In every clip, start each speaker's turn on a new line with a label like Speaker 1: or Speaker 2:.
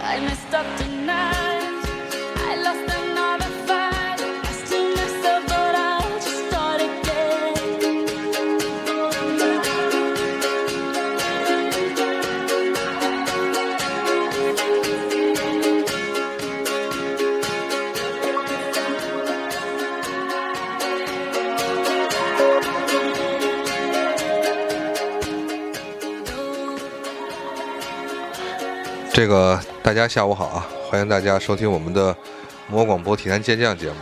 Speaker 1: I messed up tonight. I lost another fight. I still messed up, but I'll just start again. No.
Speaker 2: 这个大家下午好啊，欢迎大家收听我们的魔广播体坛健将节目。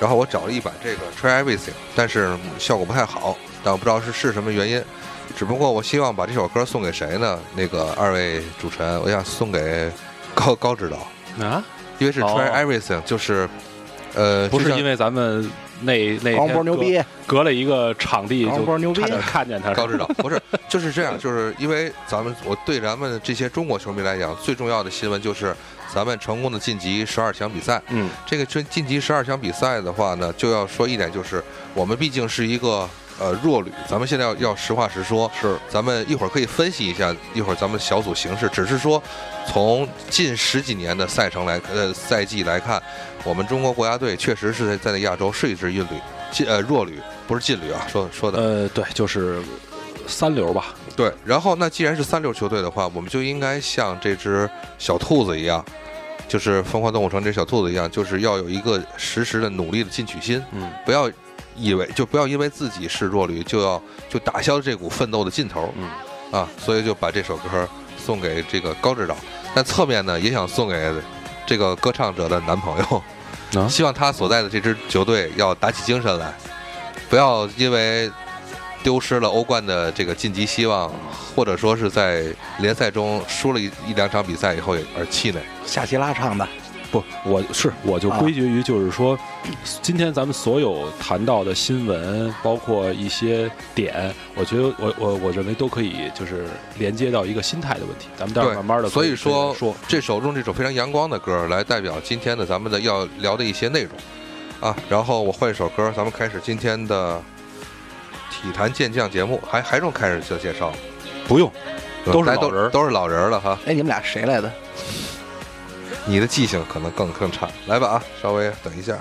Speaker 2: 然后我找了一版这个 Try Everything，但是嗯效果不太好，但我不知道是是什么原因。只不过我希望把这首歌送给谁呢？那个二位主持人，我想送给高 高指导，
Speaker 3: 啊，
Speaker 2: 因为是 Try
Speaker 3: 哦
Speaker 2: Everything，、就是呃，
Speaker 3: 不
Speaker 2: 就是像
Speaker 3: 因为咱们那那
Speaker 4: 王
Speaker 3: 天
Speaker 4: 波牛
Speaker 3: 隔
Speaker 4: 逼，
Speaker 3: 隔了一个场地
Speaker 4: 王波牛
Speaker 3: 就
Speaker 4: 逼
Speaker 3: 差点看见他，
Speaker 2: 高指导， 不是，就是这样，就是因为咱们我对咱们这些中国球迷来讲，最重要的新闻就是咱们成功的晋级十二强比赛。
Speaker 3: 嗯，
Speaker 2: 这个晋晋级十二强比赛的话呢，就要说一点，就是我们毕竟是一个呃弱旅，咱们现在要要实话实说，
Speaker 3: 是
Speaker 2: 咱们一会儿可以分析一下，一会儿咱们小组形势，只是说从近十几年的赛程来呃赛季来看，我们中国国家队确实是在在亚洲是一支运旅，进呃弱旅不是劲旅啊，说说的
Speaker 3: 呃，对，就是三流吧，
Speaker 2: 对，然后那既然是三流球队的话，我们就应该像这只小兔子一样，就是《疯狂动物城》这小兔子一样，就是要有一个实时的努力的进取心，
Speaker 3: 嗯，
Speaker 2: 不要以为就不要因为自己是弱旅就要就打消这股奋斗的劲头，
Speaker 3: 嗯
Speaker 2: 啊，所以就把这首歌送给这个高指导，但侧面呢也想送给这个歌唱者的男朋友，
Speaker 3: 啊
Speaker 2: 希望他所在的这支球队要打起精神来，不要因为丢失了欧冠的这个晋级希望，或者说是在联赛中输了一一两场比赛以后也而气馁。
Speaker 4: 夏奇拉唱的，
Speaker 3: 不，我是我就
Speaker 4: 啊
Speaker 3: 归结于就是说，今天咱们所有谈到的新闻，包括一些点，我觉得我我我认为都可以就是连接到一个心态的问题，咱们待会儿慢慢的
Speaker 2: 所以
Speaker 3: 说
Speaker 2: 说这首用这首非常阳光的歌来代表今天的咱们的要聊的一些内容啊。然后我换一首歌，咱们开始今天的体坛健将节目，还还用开始做介绍吗？
Speaker 3: 不用，都是
Speaker 2: 大家
Speaker 3: 老人儿
Speaker 2: 都是老人儿了哈。
Speaker 4: 哎，你们俩谁来的？
Speaker 2: 你的记性可能更更差，来吧啊，稍微等一下。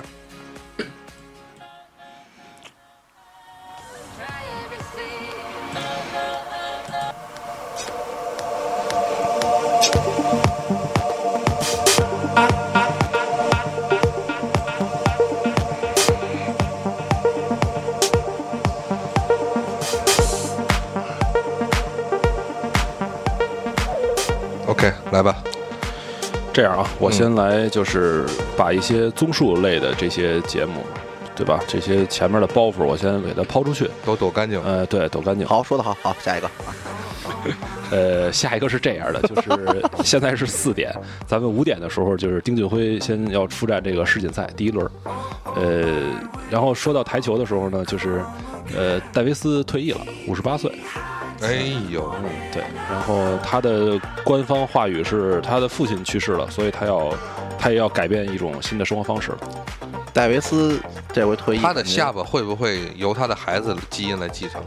Speaker 2: OK，来吧。
Speaker 3: 这样啊，我先来就是把一些综述类的这些节目，对吧？这些前面的包袱我先给它抛出去，
Speaker 2: 都躲干净。
Speaker 3: 呃，对，抖干净。
Speaker 4: 好，说的好，好，下一个。
Speaker 3: 呃，下一个是这样的，就是现在是四点，咱们五点的时候就是丁俊晖先要出战这个世锦赛第一轮，呃，然后说到台球的时候呢，就是呃戴维斯退役了，五十八岁，
Speaker 2: 哎呦，
Speaker 3: 嗯，对，然后他的官方话语是他的父亲去世了，所以他要他也要改变一种新的生活方式了。
Speaker 4: 戴维斯这回退役，
Speaker 2: 他的下巴会不会由他的孩子基因来继承？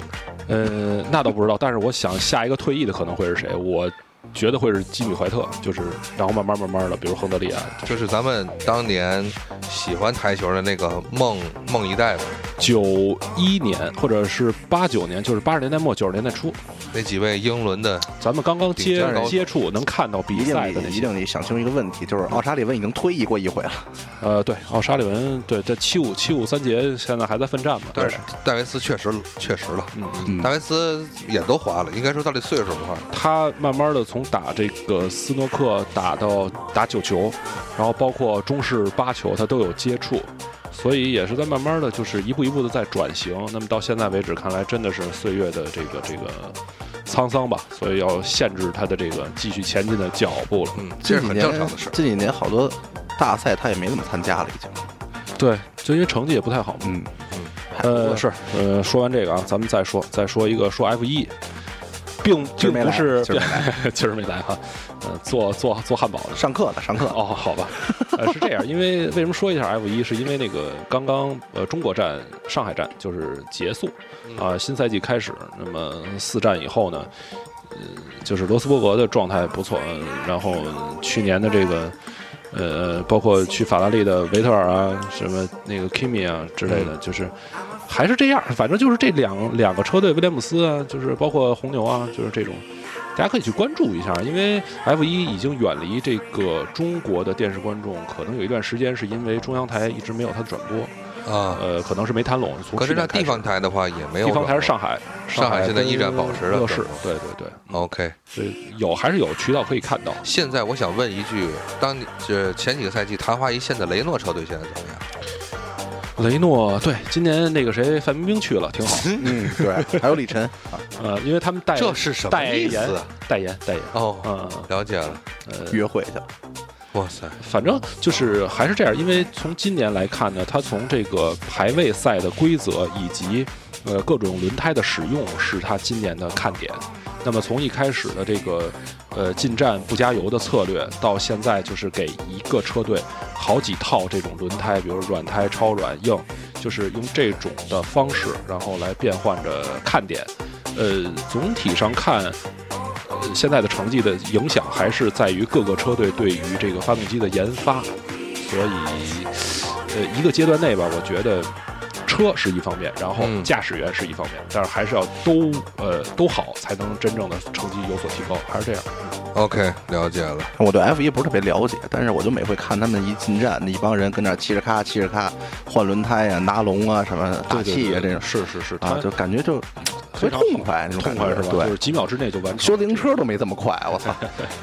Speaker 3: 呃，那倒不知道，但是我想下一个退役的可能会是谁？我觉得会是基米怀特，就是然后慢慢慢慢的，比如亨德利啊，
Speaker 2: 就是咱们当年喜欢台球的那个梦梦一代吧，
Speaker 3: 九一年或者是八九年，就是八十年代末九十年代初，
Speaker 2: 那几位英伦的，
Speaker 3: 咱们刚刚接
Speaker 2: 顶尖高手
Speaker 3: 接触能看到比
Speaker 4: 一定
Speaker 3: 赛的
Speaker 4: 得
Speaker 3: 那
Speaker 4: 一
Speaker 3: 些
Speaker 4: 定，得想清楚一个问题，就是奥沙利文已经退役过一回了，
Speaker 3: 呃，对，哦，沙利文，对，在七五七五三节现在还在奋战嘛，
Speaker 2: 但是戴维斯确实确实了，
Speaker 3: 嗯嗯。
Speaker 4: 嗯
Speaker 2: 戴维斯也都滑了，应该说到这岁数的话，
Speaker 3: 他慢慢的从打这个斯诺克打到打九球，然后包括中式八球，他都有接触，所以也是在慢慢的就是一步一步的在转型。那么到现在为止，看来真的是岁月的这个这个沧桑吧，所以要限制他的这个继续前进的脚步了。
Speaker 2: 嗯，这是很正常的事儿。
Speaker 4: 近几年好多大赛他也没怎么参加了，已经。
Speaker 3: 对，就因为成绩也不太好嘛。
Speaker 4: 嗯，
Speaker 3: 呃，是，呃，说完这个啊，咱们再说，再说一个，说 F 一，并
Speaker 4: 今
Speaker 3: 并
Speaker 4: 儿没
Speaker 3: 不
Speaker 4: 来，
Speaker 3: 是，
Speaker 4: 今儿没来，
Speaker 3: 今儿没来哈，呃，做做做汉堡的。
Speaker 4: 上课呢，上课。
Speaker 3: 哦，好吧，呃，是这样，因为为什么说一下 F 一，是因为那个刚刚呃中国站上海站就是结束啊、新赛季开始，那么四站以后呢，就是罗斯伯格的状态不错，呃然后去年的这个，呃，包括去法拉利的维特尔啊，什么那个 Kimi 啊之类
Speaker 2: 嗯
Speaker 3: 的，就是还是这样，反正就是这两两个车队，威廉姆斯啊，就是包括红牛啊，就是这种，大家可以去关注一下，因为 F 一已经远离这个中国的电视观众，可能有一段时间是因为中央台一直没有它的转播，
Speaker 2: 啊。
Speaker 3: 呃，可能是没谈拢。从
Speaker 2: 可是
Speaker 3: 去
Speaker 2: 那
Speaker 3: 年开
Speaker 2: 地
Speaker 3: 始
Speaker 2: 方台的话也没有
Speaker 3: 地方台
Speaker 2: 转播
Speaker 3: 是上海，
Speaker 2: 上海
Speaker 3: 海
Speaker 2: 现在
Speaker 3: 跟
Speaker 2: 依然保持着
Speaker 3: 乐视
Speaker 2: 转播，
Speaker 3: 对对对，
Speaker 2: OK，
Speaker 3: 所以有还是有渠道可以看到。啊
Speaker 2: 现在我想问一句，当你这前几个赛季昙花一现的雷诺车队现在怎么样？
Speaker 3: 雷诺对，今年那个谁范冰冰去了，挺好。
Speaker 4: 嗯， 对，还有李晨，
Speaker 3: 呃，因为他们代
Speaker 2: 这是什么
Speaker 3: 代
Speaker 2: 意思
Speaker 3: 言
Speaker 2: 啊？
Speaker 3: 代言代言，
Speaker 2: 哦，
Speaker 3: 嗯
Speaker 2: 了解了，
Speaker 3: 呃，
Speaker 4: 约会去了，
Speaker 2: 哇塞，
Speaker 3: 反正就是还是这样，因为从今年来看呢，它从这个排位赛的规则以及呃各种轮胎的使用是它今年的看点。那么从一开始的这个呃进站不加油的策略，到现在就是给一个车队好几套这种轮胎，比如软胎、超软、硬，就是用这种的方式，然后来变换着看点。呃，总体上看，呃，现在的成绩的影响还是在于各个车队对于这个发动机的研发，所以，呃，一个阶段内吧，我觉得车是一方面，然后
Speaker 2: 嗯
Speaker 3: 驾驶员是一方面，但是还是要都呃都好，才能真正的成绩有所提高，还是这样。
Speaker 2: ，OK，了解了，
Speaker 4: 我对 F 一不是特别了解，但是我就每回看他们一进站，那一帮人跟那儿嘁哧咔嘁哧咔换轮胎呀、拿龙啊什么打气啊这种，
Speaker 3: 是是是，他
Speaker 4: 啊，就感觉就特
Speaker 3: 非
Speaker 4: 别
Speaker 3: 常
Speaker 4: 痛快那种
Speaker 3: 痛
Speaker 4: 感觉，
Speaker 3: 快是吧？就
Speaker 4: 对
Speaker 3: 是，几秒之内就完成。
Speaker 4: 修自行车都没这么快，我操，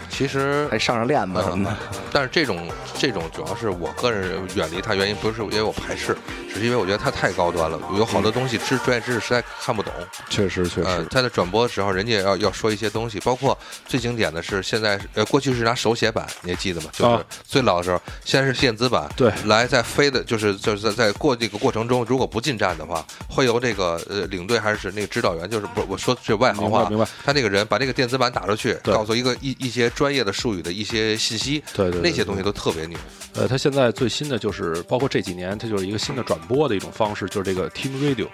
Speaker 2: 其实
Speaker 4: 还上上链子什么的。
Speaker 2: 但是这种这种主要是我个人远离它，原因不是因为我排斥，只是因为我觉得它太高端了，有好多东西知专业知识实在看不懂。
Speaker 3: 确实确
Speaker 2: 呃
Speaker 3: 实，，
Speaker 2: 它的转播的时候，人家也要要说一些东西，包括最经典的是现在呃过去是拿手写版，你还记得吗？就是
Speaker 4: 哦
Speaker 3: 啊
Speaker 2: 最老的时候，现在是电子版。
Speaker 3: 对
Speaker 2: 来在飞的，就是就是在在过这个过程中，如果不进站的话，会由这个呃领队还是那个指导员，就是不是我说这外行
Speaker 3: 明
Speaker 2: 话
Speaker 3: 白
Speaker 2: 啊，
Speaker 3: 明白，
Speaker 2: 他那个人把这个电子版打出去，
Speaker 3: 对
Speaker 2: 告诉一个一一些专业的术语的一些信息，
Speaker 3: 对对对
Speaker 2: 那些东西都特别牛。
Speaker 3: 呃，它现在最新的就是，包括这几年，它就是一个新的转播的一种方式，就是这个 Team Radio，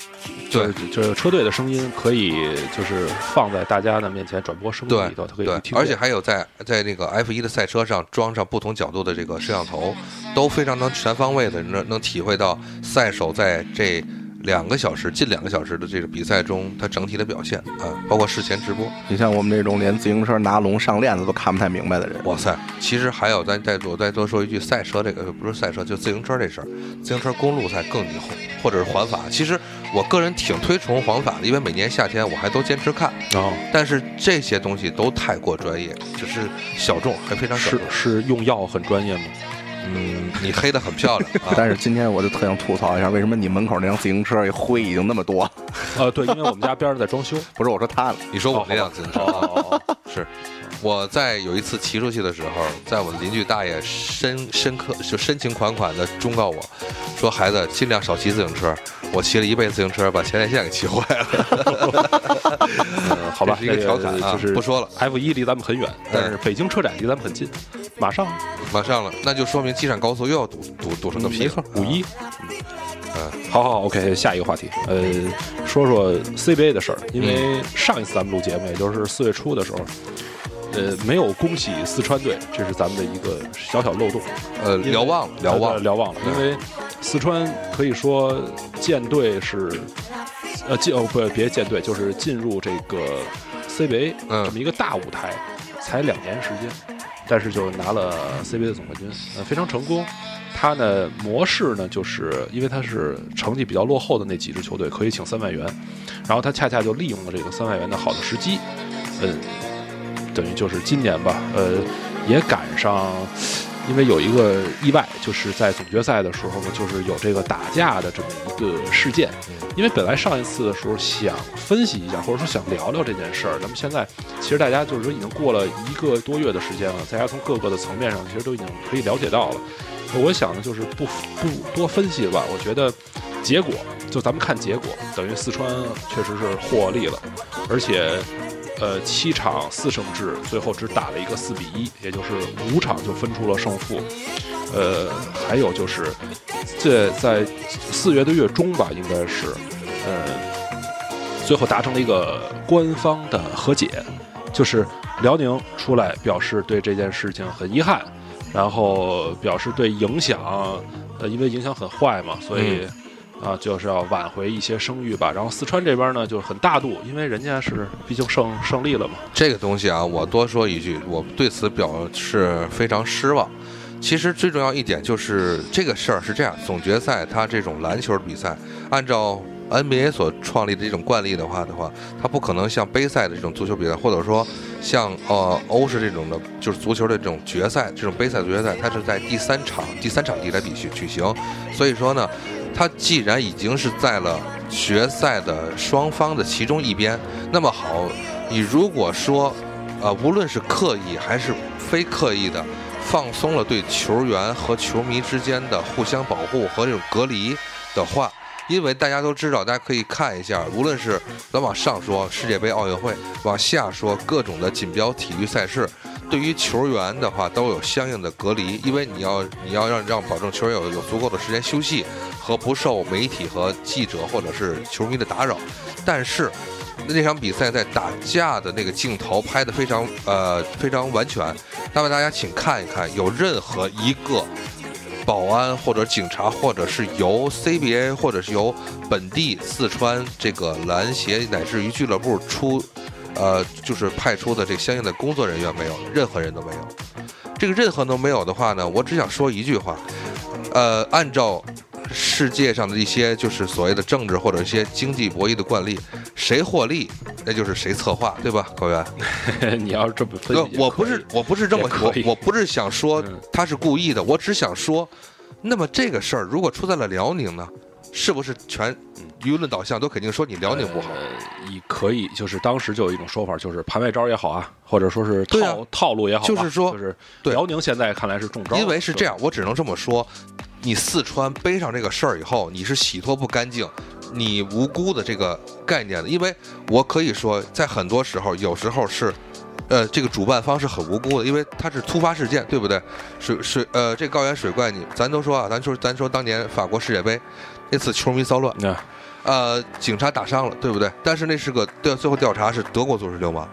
Speaker 3: 就
Speaker 2: 对
Speaker 3: 是就是车队的声音可以就是放在大家的面前转播声音
Speaker 2: 对
Speaker 3: 里头，它可以
Speaker 2: 对，
Speaker 3: 听见。
Speaker 2: 而且还有在在那个 F 一的赛车上装上不同角度的这个摄像头，都非常能全方位的能能体会到赛手在这两个小时近两个小时的这个比赛中他整体的表现啊，包括事前直播。
Speaker 4: 你像我们这种连自行车拿龙上链子都看不太明白的人，
Speaker 2: 哇塞！其实还有，咱再我再多说一句，赛车这个呃不是赛车，就自行车这事儿，自行车公路赛更牛，或者是环法。其实我个人挺推崇环法的，因为每年夏天我还都坚持看。
Speaker 3: 然后
Speaker 2: 但是这些东西都太过专业，只是小众，还非常小
Speaker 3: 是
Speaker 2: 众。
Speaker 3: 是用药很专业吗？
Speaker 2: 嗯，你黑的很漂亮啊！
Speaker 4: 但是今天我就特想吐槽一下，为什么你门口那辆自行车灰已经那么多？
Speaker 3: 呃，对，因为我们家边上在装修。
Speaker 4: 不是我说他了，
Speaker 2: 你说我那辆自行车啊，是我在有一次骑出去的时候，在我的邻居大爷深深刻就深情款款的忠告我说：“孩子，尽量少骑自行车。”我骑了一辈子自行车，把前列腺给骑坏了。
Speaker 3: 呃，好吧，
Speaker 2: 这是一个调侃啊
Speaker 3: 那就是
Speaker 2: 不说了。
Speaker 3: F 一离咱们很远，但是北京车展离咱们很近，马上
Speaker 2: 马上了，那就说明机场高速又要堵堵堵成个屁
Speaker 3: 没
Speaker 2: 了
Speaker 3: 错。，五一。呃
Speaker 2: 嗯，
Speaker 3: 好好，OK，下一个话题，呃，说说 CBA 的事儿，因为
Speaker 2: 嗯
Speaker 3: 上一次咱们录节目，也就是四月初的时候，呃，没有恭喜四川队，这是咱们的一个小小漏洞，
Speaker 2: 呃，
Speaker 3: 因为
Speaker 2: 瞭望了，瞭望
Speaker 3: 呃
Speaker 2: 了，
Speaker 3: 瞭望了，因为四川可以说舰队是，呃，进哦不，别舰队，就是进入这个 CBA
Speaker 2: 嗯
Speaker 3: 这么一个大舞台，才两年时间，但是就拿了 CBA 的总冠军，呃，非常成功。它呢模式呢，就是因为它是成绩比较落后的那几支球队可以请三外援，然后它恰恰就利用了这个三外援的好的时机，嗯，等于就是今年吧，呃，也赶上，因为有一个意外，就是在总决赛的时候呢，就是有这个打架的这么一个事件。因为本来上一次的时候想分析一下，或者说想聊聊这件事儿，那么现在其实大家就是说已经过了一个多月的时间了，大家从各个的层面上其实都已经可以了解到了。我想的就是不不多分析吧，我觉得结果就咱们看结果，等于四川确实是获利了，而且呃七场四胜制，最后只打了一个四比一，也就是五场就分出了胜负。呃，还有就是这在四月的月中吧，应该是呃最后达成了一个官方的和解。就是辽宁出来表示对这件事情很遗憾，然后表示对影响，呃，因为影响很坏嘛，所以。啊，就是要挽回一些声誉吧。然后四川这边呢，就是很大度，因为人家是毕竟胜胜利了嘛。
Speaker 2: 这个东西啊，我多说一句，我对此表示非常失望。其实最重要一点就是这个事儿是这样，总决赛它这种篮球比赛，按照 NBA 所创立的这种惯例的话的话，它不可能像杯赛的这种足球比赛，或者说像呃欧式这种的，就是足球的这种决赛，这种杯赛足决赛，它是在第三场第三场地来比举举行。所以说呢，它既然已经是在了决赛的双方的其中一边，那么好，你如果说，呃，无论是刻意还是非刻意的，放松了对球员和球迷之间的互相保护和这种隔离的话，因为大家都知道，大家可以看一下，无论是咱往上说世界杯、奥运会，往下说各种的锦标体育赛事，对于球员的话都有相应的隔离，因为你要你要让让保证球员有有足够的时间休息和不受媒体和记者或者是球迷的打扰。但是那场比赛在打架的那个镜头拍得非常呃非常完全，那么大家请看一看，有任何一个保安或者警察，或者是由 CBA 或者是由本地四川这个篮协乃至于俱乐部出，呃，就是派出的这相应的工作人员没有，任何人都没有。这个任何都没有的话呢，我只想说一句话，呃，按照世界上的一些就是所谓的政治或者一些经济博弈的惯例，谁获利，那就是谁策划，对吧，高原？
Speaker 3: 你要是这么分
Speaker 2: 对，
Speaker 3: 析，
Speaker 2: 我不是，我不是这么
Speaker 3: 也可
Speaker 2: 我
Speaker 3: 以
Speaker 2: 我不是想说
Speaker 3: 嗯
Speaker 2: 他是故意的，我只想说，那么这个事儿如果出在了辽宁呢，是不是全舆论导向都肯定说你辽宁不好？
Speaker 3: 呃，也可以，就是当时就有一种说法，就是盘外招也好啊，或者说是
Speaker 2: 对啊
Speaker 3: 套、套路也好吧，
Speaker 2: 就是说
Speaker 3: 就是
Speaker 2: 对
Speaker 3: 辽宁现在看来是中招，
Speaker 2: 因为是这样，我只能这么说，你四川背上这个事儿以后，你是洗脱不干净。你无辜的这个概念的，因为我可以说，在很多时候，有时候是，呃，这个主办方是很无辜的，因为它是突发事件，对不对？水水，呃，这高原水怪，你咱都说啊，咱说咱说当年法国世界杯那次球迷骚乱，
Speaker 3: 对。啊
Speaker 2: 呃，警察打伤了，对不对？但是那是个调，最后调查是德国组织流氓，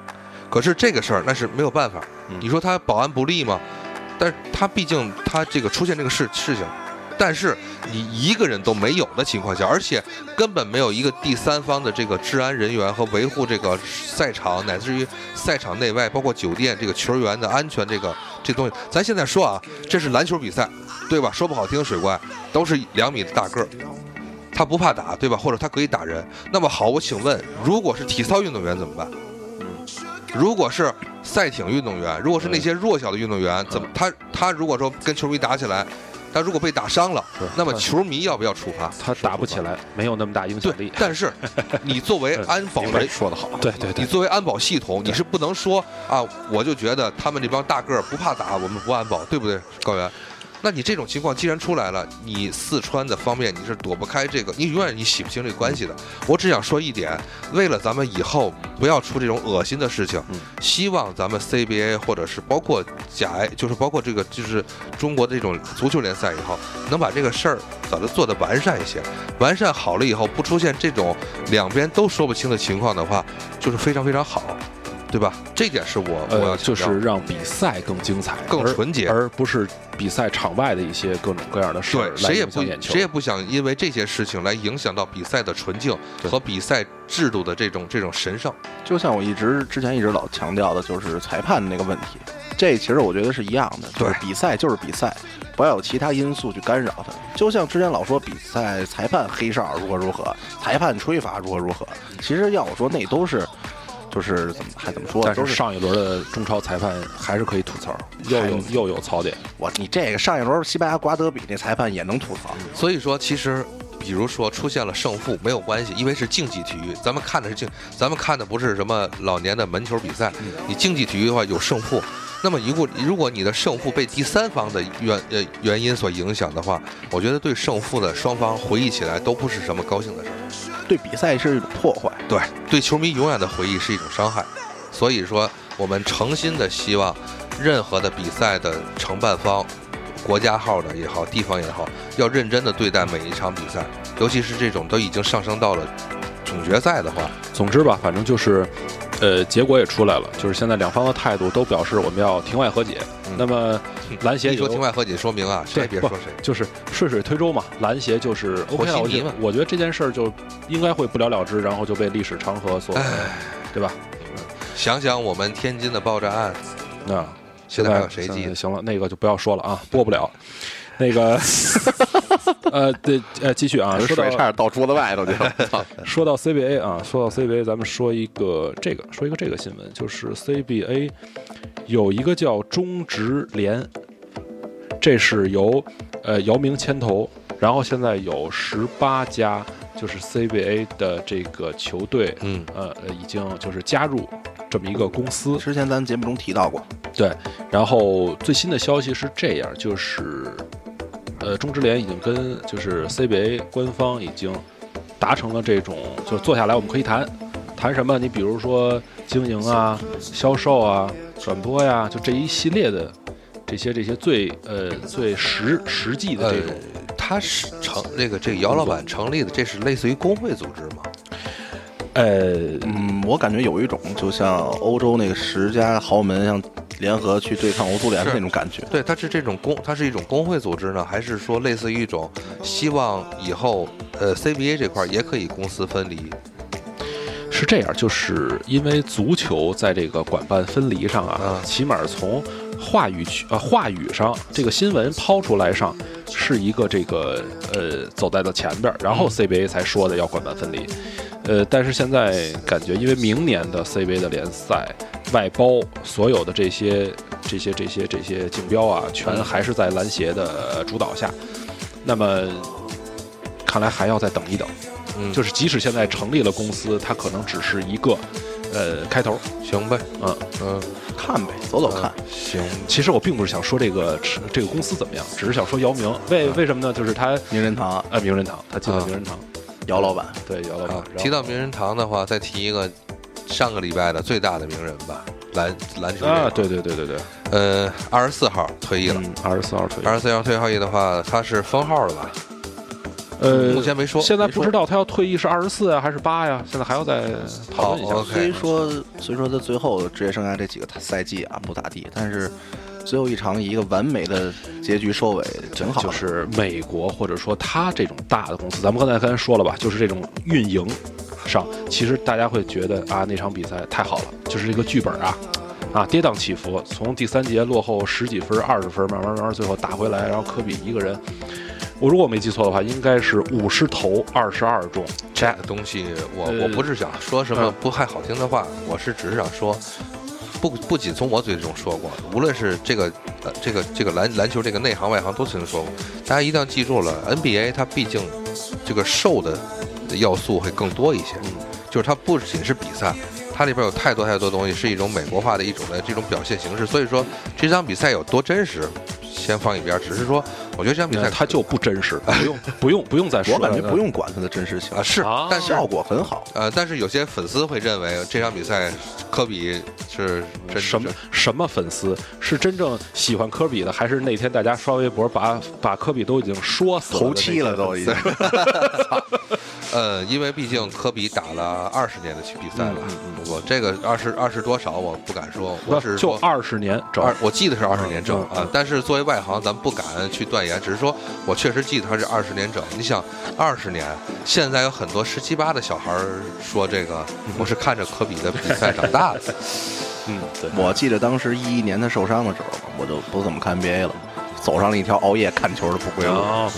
Speaker 2: 可是这个事儿那是没有办法。
Speaker 3: 嗯
Speaker 2: 你说他保安不力吗？但是他毕竟他这个出现这个事事情，但是你一个人都没有的情况下，而且根本没有一个第三方的这个治安人员和维护这个赛场乃至于赛场内外，包括酒店这个球员的安全这个这东西，咱现在说啊，这是篮球比赛，对吧？说不好听，水怪都是两米的大个儿，他不怕打，对吧？或者他可以打人。那么好，我请问，如果是体操运动员怎么办？如果是赛艇运动员，如果是那些弱小的运动员，怎么他他如果说跟球迷打起来，他如果被打伤了
Speaker 3: 是，
Speaker 2: 那么
Speaker 3: 他
Speaker 2: 球迷要不要处罚？
Speaker 3: 他打不起来，没有那么大影响
Speaker 2: 对
Speaker 3: 力，。
Speaker 2: 但是你作为安保人，说得好，
Speaker 3: 对对
Speaker 2: 你
Speaker 3: 对，
Speaker 2: 作为安保系统，你是不能说啊，我就觉得他们这帮大个儿不怕打，我们不安保，对不对，高原？那你这种情况既然出来了，你四川的方面你是躲不开这个，你永远你洗不清这个关系的。我只想说一点，为了咱们以后不要出这种恶心的事情，
Speaker 3: 嗯
Speaker 2: 希望咱们 CBA 或者是包括甲 A，就是包括这个就是中国的这种足球联赛以后，能把这个事儿早就做得完善一些，完善好了以后，不出现这种两边都说不清的情况的话，就是非常非常好，对吧？这点是我我要
Speaker 3: 呃，
Speaker 2: 强
Speaker 3: 就
Speaker 2: 调
Speaker 3: 是让比赛更精彩、
Speaker 2: 更
Speaker 3: 而
Speaker 2: 纯洁
Speaker 3: 而不是比赛场外的一些各种各样的事儿
Speaker 2: 对，谁
Speaker 3: 来
Speaker 2: 也
Speaker 3: 影
Speaker 2: 不
Speaker 3: 响眼球。
Speaker 2: 谁也不想因为这些事情来影响到比赛的纯净
Speaker 3: 对
Speaker 2: 和比赛制度的这种这种神圣。
Speaker 4: 就像我一直之前一直老强调的，就是裁判那个问题。这其实我觉得是一样的，就是
Speaker 2: 对
Speaker 4: 比赛就是比赛，不要有其他因素去干扰它。就像之前老说比赛裁判黑哨如何如何，裁判吹罚如何如何，其实要我说那都是，就是怎么还怎么说，
Speaker 3: 但
Speaker 4: 都
Speaker 3: 是
Speaker 4: 是
Speaker 3: 上一轮的中超裁判还是可以吐槽，又有
Speaker 4: 还
Speaker 3: 又有槽点。
Speaker 4: 我你这个上一轮西班牙瓜德比那裁判也能吐槽，
Speaker 2: 所以说，其实比如说出现了胜负没有关系，因为是竞技体育，咱们看的是竞，咱们看的不是什么老年的门球比赛。你竞技体育的话有胜负，那么如果如果你的胜负被第三方的原呃原因所影响的话，我觉得对胜负的双方回忆起来都不是什么高兴的事儿。
Speaker 4: 对比赛是一种破坏。
Speaker 2: 对，对球迷永远的回忆是一种伤害。所以说，我们诚心的希望，任何的比赛的承办方，国家号的也好，地方也好，要认真的对待每一场比赛，尤其是这种都已经上升到了总决赛的话，
Speaker 3: 总之吧，反正就是呃，结果也出来了，就是现在两方的态度都表示我们要庭外和解。
Speaker 2: 嗯
Speaker 3: 那么篮协
Speaker 2: 一说
Speaker 3: 有
Speaker 2: 庭外和解说明啊，谁
Speaker 3: 对
Speaker 2: 也别
Speaker 3: 不
Speaker 2: 说谁。
Speaker 3: 就是顺水推舟嘛，篮协就是
Speaker 2: 和
Speaker 3: OK 啊
Speaker 2: 稀
Speaker 3: 我
Speaker 2: 泥
Speaker 3: 觉得
Speaker 2: 嘛
Speaker 3: 我觉得这件事儿就应该会不了了之，然后就被历史长河所，对吧？
Speaker 2: 想想我们天津的爆炸案，
Speaker 3: 那
Speaker 2: 现在还有谁记得？
Speaker 3: 行了，那个就不要说了啊，播不了。那个， 呃，对，呃，继续啊，说
Speaker 4: 水
Speaker 3: 到
Speaker 4: 差点到桌子外头去了。
Speaker 3: 说到 CBA 啊，说到 CBA，咱们说一个这个，说一个这个新闻，就是 CBA 有一个叫中职联，这是由呃姚明牵头，然后现在有十八家就是 CBA 的这个球队，
Speaker 2: 嗯，
Speaker 3: 呃，呃已经就是加入这么一个公司，
Speaker 4: 之前咱节目中提到过，
Speaker 3: 对，然后最新的消息是这样，就是，呃，中职联已经跟就是 CBA 官方已经达成了这种，就坐下来我们可以谈，谈什么？你比如说经营啊、销售啊、转播呀、就这一系列的这些这些最呃最实实际的
Speaker 2: 呃
Speaker 3: 这种，，
Speaker 2: 他是成那个这个姚老板成立的，这是类似于工会组织嘛？
Speaker 3: 呃，
Speaker 4: 嗯，我感觉有一种就像欧洲那个十家豪门像联合去对抗欧足联的
Speaker 2: 是
Speaker 4: 那种感觉。
Speaker 2: 对，它是这种工，它是一种工会组织呢，还是说类似于一种希望以后呃 CBA 这块儿也可以公私分离？
Speaker 3: 是这样，就是因为足球在这个管办分离上啊，
Speaker 2: 嗯
Speaker 3: 起码从话语区呃话语上，这个新闻抛出来上是一个这个呃走在了前边儿，然后 CBA 才说的要管办分离。呃，但是现在感觉，因为明年的 CBA 的联赛外包所有的这些这些这些这些竞标啊，全还是在篮协的主导下，那么看来还要再等一等。
Speaker 2: 嗯，
Speaker 3: 就是即使现在成立了公司，它可能只是一个，呃，开头。
Speaker 2: 行呗，
Speaker 3: 嗯
Speaker 2: 嗯，
Speaker 4: 看呗，走走看。
Speaker 2: 行，
Speaker 3: 其实我并不是想说这个这个公司怎么样，只是想说姚明为为什么呢？就是他
Speaker 4: 名人堂，
Speaker 3: 呃名人堂，他进了
Speaker 2: 嗯啊
Speaker 3: 名人堂，
Speaker 4: 姚老板，
Speaker 3: 对姚老板
Speaker 2: 啊。
Speaker 3: 然后
Speaker 2: 提到名人堂的话，再提一个上个礼拜的最大的名人吧，篮篮球
Speaker 3: 啊，
Speaker 2: 这
Speaker 3: 对对对对
Speaker 2: 块
Speaker 3: 对，
Speaker 2: 儿，呃，二十四号退役了。
Speaker 3: 嗯，二十四号退役
Speaker 2: 二。十四号退役的话，他是封号了吧？
Speaker 3: 呃，
Speaker 2: 目前没说。嗯
Speaker 3: 现在不知道他要退役是二十四啊呀还是八呀，现在还要再讨论一下。
Speaker 2: 好，OK
Speaker 4: 嗯虽说虽说他最后职业生涯这几个赛季啊不咋地，但是最后一场以一个完美的结局收尾，挺好的。
Speaker 3: 就是美国或者说它这种大的公司，咱们刚才刚才说了吧，就是这种运营上，其实大家会觉得啊，那场比赛太好了，就是这个剧本啊。啊，跌宕起伏，从第三节落后十几分、二十分，慢慢慢慢最后打回来，然后科比一个人，我如果没记错的话，应该是五十投二十二中，
Speaker 2: 这个东西我，我
Speaker 3: 呃
Speaker 2: 不是想说什么
Speaker 3: 嗯
Speaker 2: 不太好听的话，我是只是想说，不不仅从我嘴中说过，无论是这个呃这个这个篮篮球这个内行外行都曾经说过，大家一定要记住了，NBA 它毕竟这个瘦的要素会更多一些，
Speaker 3: 嗯
Speaker 2: 就是它不仅是比赛。它里边有太多太多东西，是一种美国化的一种的这种表现形式。所以说，这场比赛有多真实，先放一边儿。只是说，我觉得这场比赛
Speaker 3: 他就不真 实，不用不用不用再说
Speaker 4: 哎我
Speaker 3: 了，
Speaker 4: 感觉不用管他的真实性
Speaker 2: 啊，是
Speaker 3: 啊，
Speaker 2: 但是
Speaker 4: 效果很好。
Speaker 2: 呃，但是有些粉丝会认为这场比赛科比是真
Speaker 3: 什么什么粉丝是真正喜欢科比的，还是那天大家刷微博把把科比都已经说死了的
Speaker 4: 头
Speaker 3: 那些
Speaker 4: 七了都 已经，
Speaker 2: 呃，因为毕竟科比打了二十年的比赛了，
Speaker 3: 嗯
Speaker 2: 我这个二十二十多少我不敢说，我
Speaker 3: 不
Speaker 2: 只是
Speaker 3: 就
Speaker 2: 说
Speaker 3: 二十年整
Speaker 2: 二，我记得是二十年整
Speaker 3: 嗯嗯
Speaker 2: 啊，但是作为外行，咱不敢去断言，只是说我确实记得他是二十年整。你想，二十年，现在有很多十七八的小孩儿说这个，我是看着科比的比赛长大 的，
Speaker 3: 嗯，对，
Speaker 4: 我记得当时一一年他受伤的时候，我就不怎么看 NBA 了，走上了一条熬夜看球的不归路。
Speaker 3: 啊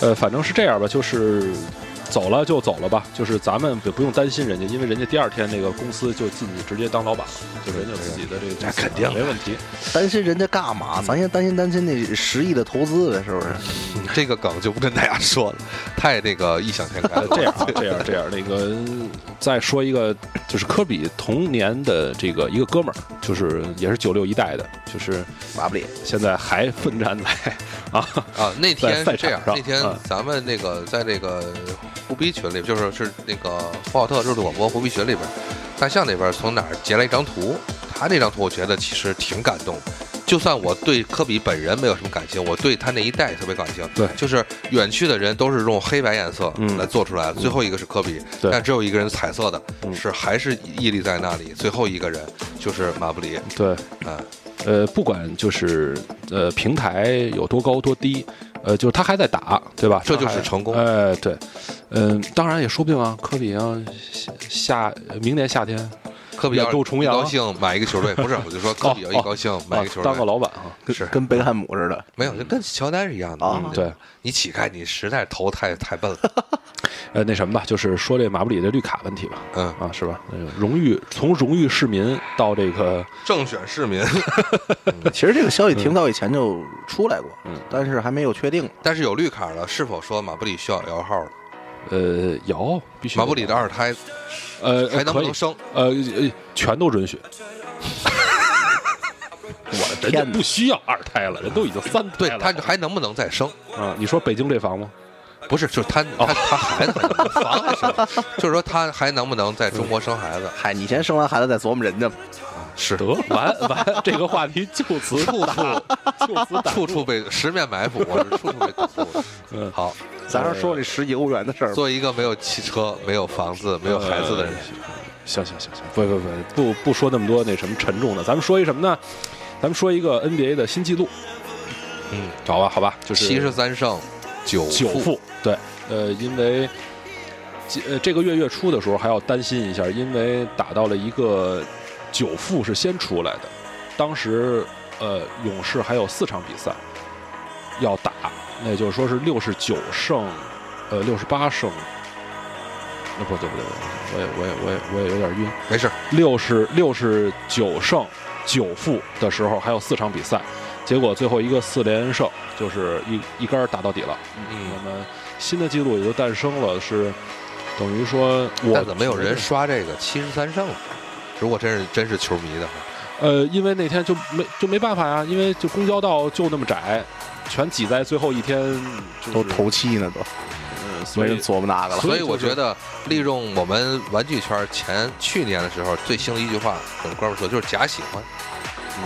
Speaker 3: 呃，反正是这样吧，就是走了就走了吧，就是咱们不不用担心人家，因为人家第二天那个公司就进去直接当老板了，就人家有自己的这个公司，啊
Speaker 4: 那肯定
Speaker 3: 没问题。
Speaker 4: 担心人家干嘛？咱先担心担心那十亿的投资呗，是不是？
Speaker 2: 这个梗就不跟大家说了，太那个异想天开 了。
Speaker 3: 这样啊，这样，这样，那个再说一个，就是科比同年的这个一个哥们儿，就是也是九六一代的，就是
Speaker 4: 马布里
Speaker 3: 现在还奋战在啊，
Speaker 2: 啊，那天
Speaker 3: 在
Speaker 2: 是这样
Speaker 3: 赛场，上
Speaker 2: 那天
Speaker 3: 嗯
Speaker 2: 咱们那个在那个胡逼群里，就是是那个呼和浩特热度广播胡逼群里边，大象那边从哪儿截了一张图，他那张图我觉得其实挺感动的。就算我对科比本人没有什么感情，我对他那一代特别感情。
Speaker 3: 对
Speaker 2: 就是远去的人都是用黑白颜色
Speaker 3: 嗯
Speaker 2: 来做出来的，最后一个是科比，
Speaker 3: 对嗯
Speaker 2: 但只有一个人彩色的，是还是屹立在那里，最后一个人就是马布里。
Speaker 3: 对，
Speaker 2: 嗯，
Speaker 3: 呃，不管就是呃平台有多高多低，呃，就是他还在打，对吧？
Speaker 2: 这就是
Speaker 3: 他还
Speaker 2: 成功
Speaker 3: 哎、对，嗯、当然也说不定啊，科比啊，夏明年夏天
Speaker 2: 科比
Speaker 3: 远
Speaker 2: 要
Speaker 3: 渡重
Speaker 2: 一
Speaker 3: 洋
Speaker 2: 高兴买一个球队，不是，我就说科比要一高兴买
Speaker 3: 啊
Speaker 2: 一个球队
Speaker 3: 当个，老板啊，
Speaker 4: 跟
Speaker 2: 是
Speaker 4: 跟贝克汉姆似的，
Speaker 2: 没有就跟乔丹是一样的
Speaker 4: 啊
Speaker 2: 嗯
Speaker 3: 对，
Speaker 2: 你乞丐，你实在是头太太笨了。
Speaker 3: 呃，那什么吧，就是说这马布里的绿卡问题吧，
Speaker 2: 嗯，
Speaker 3: 啊，是吧？那个荣誉从荣誉市民到这个
Speaker 2: 正选市民，
Speaker 4: 其实这个消息挺早以前就出来过，
Speaker 3: 嗯
Speaker 4: 但是还没有确定。
Speaker 2: 但是有绿卡了，是否说马布里需要摇号了？
Speaker 3: 呃摇，必须
Speaker 2: 马布里的二胎
Speaker 3: 呃
Speaker 2: 还能不
Speaker 3: 可以
Speaker 2: 能生？
Speaker 3: 呃呃全都准许，
Speaker 4: 我的
Speaker 3: 人家
Speaker 4: 天哪
Speaker 3: 不！需要二胎了，人都已经三胎
Speaker 2: 对
Speaker 3: 了。
Speaker 2: 他还能不能再生？
Speaker 3: 啊，你说北京这房吗？
Speaker 2: 不是，就是他
Speaker 3: 哦
Speaker 2: 他他孩子还能不能防还生， 就是说他还能不能在中国生孩子？
Speaker 4: 嗨，你先生完孩子再琢磨人家吧。
Speaker 2: 是
Speaker 3: 得完完，这个话题就此
Speaker 2: 处处
Speaker 3: 就此打。
Speaker 2: 处处被十面埋伏，我是处处被堵住。
Speaker 3: 嗯
Speaker 2: 好，
Speaker 4: 咱是说这十几欧元的事儿吧，
Speaker 2: 做一个没有汽车、没有房子、没有孩子的
Speaker 3: 嗯
Speaker 2: 人，
Speaker 3: 呃行行行行，不不不不不说那么多那什么沉重的，咱们说一什么呢？咱们说一个 NBA 的新纪录。
Speaker 2: 嗯，
Speaker 3: 好吧，好吧，就是
Speaker 2: 七十三胜九
Speaker 3: 九负，对，呃，因为这呃这个月月初的时候还要担心一下，因为打到了一个九负是先出来的，当时呃勇士还有四场比赛要打，那也就是说是六十九胜，呃六十八胜，那不对不对，我也我也我也我也有点晕，
Speaker 2: 没事，
Speaker 3: 六十六十九胜九负的时候还有四场比赛，结果最后一个四连胜就是一一杆儿打到底了。
Speaker 2: 嗯。
Speaker 3: 那么新的记录也就诞生了，是等于说我
Speaker 2: 但怎么有人刷这个七十三胜了？如果真是真是球迷的话，
Speaker 3: 呃，因为那天就没就没办法呀，因为就公交道就那么窄，全挤在最后一天，就是、
Speaker 4: 都头七呢，都
Speaker 3: 嗯，所
Speaker 4: 没
Speaker 3: 以
Speaker 4: 人琢磨那个了。
Speaker 3: 所
Speaker 2: 所
Speaker 3: 以
Speaker 2: 以我
Speaker 3: 就
Speaker 2: 觉
Speaker 3: 是
Speaker 2: 得利用我们玩具圈前去年的时候最兴的一句话，跟哥们儿说就是假喜欢。
Speaker 3: 嗯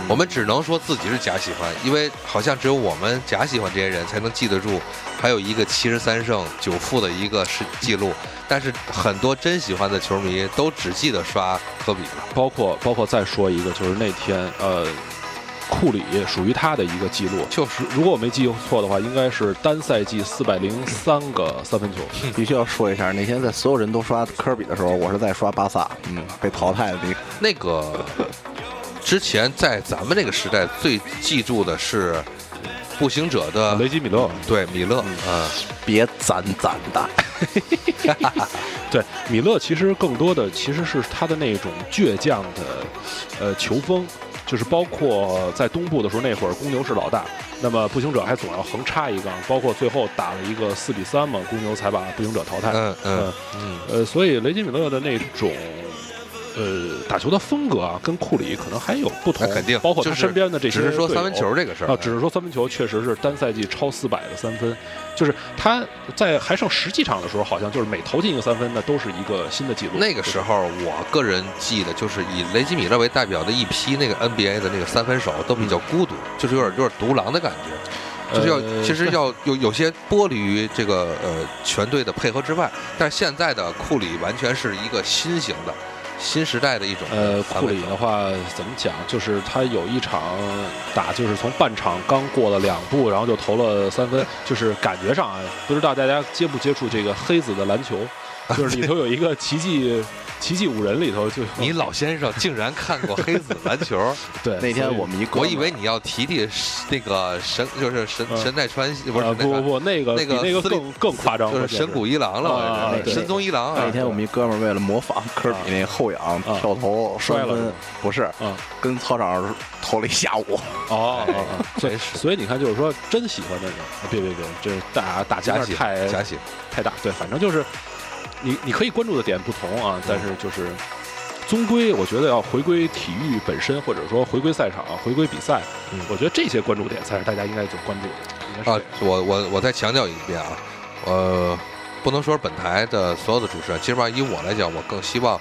Speaker 2: 我们只能说自己是假喜欢，因为好像只有我们假喜欢这些人才能记得住，还有一个七十三胜九负的一个是记录。但是很多真喜欢的球迷都只记得刷科比 了。
Speaker 3: 包括包括再说一个，就是那天呃，库里属于他的一个记录，
Speaker 2: 就是
Speaker 3: 如果我没记错的话，应该是单赛季四百零三个三分球。
Speaker 4: 必须要说一下，那天在所有人都刷科比的时候，我是在刷巴萨，嗯，被淘汰的那个。
Speaker 2: 那个之前在咱们那个时代最记住的是步行者的
Speaker 3: 雷吉米勒，
Speaker 2: 对米勒，嗯，
Speaker 4: 别攒攒的，
Speaker 3: 对，米勒其实更多的其实是他的那种倔强的，呃，球风，就是包括在东部的时候，那会儿公牛是老大，那么步行者还总要横插一杠，包括最后打了一个四比三嘛，公牛才把步行者淘汰。
Speaker 2: 嗯嗯
Speaker 3: 呃
Speaker 2: 嗯，
Speaker 3: 呃，所以雷吉米勒的那种。呃，打球的风格啊，跟库里可能还有不同，
Speaker 2: 那肯定
Speaker 3: 包括他
Speaker 2: 就是
Speaker 3: 身边的这些
Speaker 2: 只是说
Speaker 3: 队
Speaker 2: 三分
Speaker 3: 友
Speaker 2: 球这个事儿
Speaker 3: 啊，只是说三分球确实是单赛季超四百的三分，就是他在还剩十几场的时候，好像就是每投进一个三分，那都是一个新的记录。
Speaker 2: 那个时候，我个人记得就是以雷吉米勒为代表的一批那个 NBA 的那个三分手都比较孤独，就是有点有点独狼的感觉，就是要、
Speaker 3: 呃
Speaker 2: 其实要有有些剥离于这个呃全队的配合之外，但是现在的库里完全是一个新型的新时代的一种
Speaker 3: 呃，
Speaker 2: 三
Speaker 3: 库
Speaker 2: 分
Speaker 3: 里
Speaker 2: 手
Speaker 3: 的话怎么讲？就是他有一场打，就是从半场刚过了两步，然后就投了三分，就是感觉上啊，不知道大家接不接触这个黑子的篮球，就是里头有一个奇迹。奇迹五人里头就有
Speaker 2: 你老先生竟然看过黑子篮球，
Speaker 3: 对
Speaker 4: 那
Speaker 3: 所
Speaker 4: 天
Speaker 3: 以
Speaker 4: 我们一哥
Speaker 2: 我
Speaker 4: 们儿
Speaker 2: 以为你要提提那个神，就是神
Speaker 3: 嗯
Speaker 2: 神奈川不是
Speaker 3: 呃
Speaker 2: 神奈
Speaker 3: 不不
Speaker 2: 川，
Speaker 3: 不那个
Speaker 2: 那个
Speaker 3: 比那个
Speaker 2: 私立
Speaker 3: 更更夸张，
Speaker 2: 就
Speaker 3: 关
Speaker 2: 是
Speaker 3: 键
Speaker 2: 神谷一郎了，
Speaker 3: 啊
Speaker 2: 我以为
Speaker 4: 对
Speaker 2: 神宗一郎啊
Speaker 4: 那，天我们一哥们儿为了模仿科比那后仰
Speaker 3: 啊
Speaker 4: 跳投
Speaker 3: 摔了
Speaker 4: 三分
Speaker 3: 是吗
Speaker 4: 不是
Speaker 3: 啊
Speaker 4: 跟操场上投了一下 午。
Speaker 3: 哦，哦哦所以
Speaker 2: 真 是
Speaker 3: 所以你看，就是说真喜欢那个，啊别别别，这打打架
Speaker 2: 假喜
Speaker 3: 太
Speaker 2: 假喜。
Speaker 3: 太大，对，反正就是你你可以关注的点不同啊，但是就是终归我觉得要回归体育本身，或者说回归赛场，回归比赛，
Speaker 2: 嗯
Speaker 3: 我觉得这些关注点才是大家应该就关注的，应该是这
Speaker 2: 啊
Speaker 3: 样，
Speaker 2: 我我我再强调一遍啊，呃，不能说本台的所有的主持人，起码以我来讲，我更希望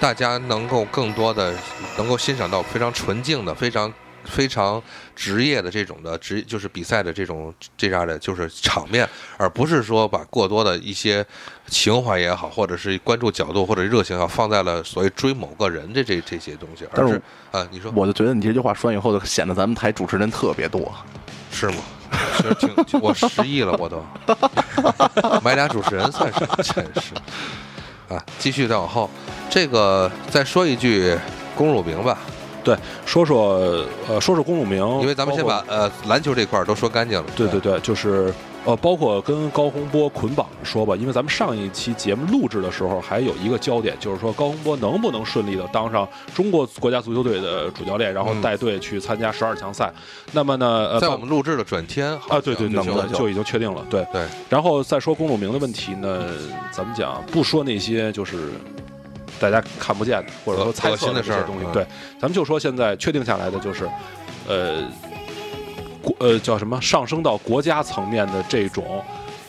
Speaker 2: 大家能够更多的能够欣赏到非常纯净的、非常非常职业的这种的职，就是比赛的这种这样的就是场面，而不是说把过多的一些情怀也好，或者是关注角度或者热情也好，放在了所谓追某个人的这这些东西，而
Speaker 4: 但是
Speaker 2: 是啊，你说
Speaker 4: 我就觉得你这句话说完以后，显得咱们台主持人特别多。
Speaker 2: 是吗？其实挺，挺我失忆了，我都 买俩主持人算什么？真是啊！继续再往后，这个再说一句公路名吧，
Speaker 3: 对，说说呃，说说公路名，
Speaker 2: 因为咱们先
Speaker 3: 包括
Speaker 2: 把呃篮球这块儿都说干净了。
Speaker 3: 对对对，就是呃，包括跟高洪波捆绑着说吧，因为咱们上一期节目录制的时候还有一个焦点，就是说高洪波能不能顺利的当上中国国家足球队的主教练，然后
Speaker 2: 嗯
Speaker 3: 带队去参加十二强赛。那么呢，呃，
Speaker 2: 在我
Speaker 3: 包
Speaker 2: 们录制的转天好
Speaker 3: 啊，对对对，
Speaker 2: 像
Speaker 4: 能不能
Speaker 3: 就就已经确定了，对
Speaker 2: 对。
Speaker 3: 然后再说公路名的问题呢，咱们讲不说那些就是大家看不见的或者说
Speaker 2: 恶
Speaker 3: 猜测
Speaker 2: 恶心的
Speaker 3: 这些
Speaker 2: 事儿
Speaker 3: 东西
Speaker 2: 嗯，
Speaker 3: 对，咱们就说现在确定下来的就是，呃，国呃叫什么上升到国家层面的这种。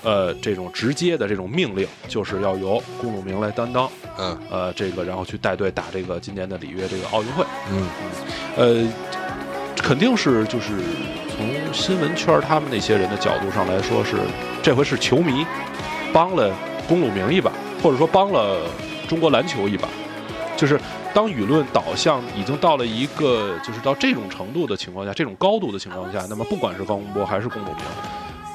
Speaker 3: 呃，这种直接的这种命令，就是要由公路明来担当，
Speaker 2: 嗯
Speaker 3: 呃，这个然后去带队打这个今年的里约这个奥运会。
Speaker 2: 嗯
Speaker 3: 呃，肯定是就是从新闻圈儿他们那些人的角度上来说是，这回是球迷帮了公路明一把，或者说帮了中国篮球一把，就是。当舆论导向已经到了一个就是到这种程度的情况下，这种高度的情况下，那么不管是高洪波还是公路明，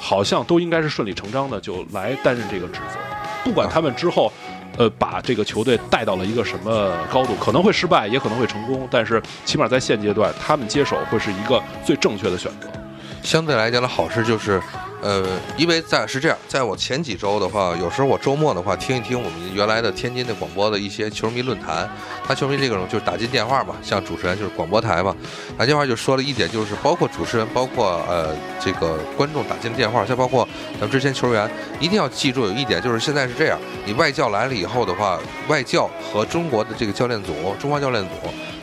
Speaker 3: 好像都应该是顺理成章的就来担任这个职责，不管他们之后，呃，把这个球队带到了一个什么高度，可能会失败，也可能会成功，但是起码在现阶段，他们接手会是一个最正确的选择。
Speaker 2: 相对来讲的好事就是，呃，因为在是这样，在我前几周的话，有时候我周末的话听一听我们原来的天津的广播的一些球迷论坛，他球迷这种就是打进电话嘛，像主持人就是广播台嘛，打电话就说了一点，就是包括主持人，包括呃这个观众打进电话，再包括咱们之前球员，一定要记住有一点，就是现在是这样，你外教来了以后的话，外教和中国的这个教练组，中方教练组。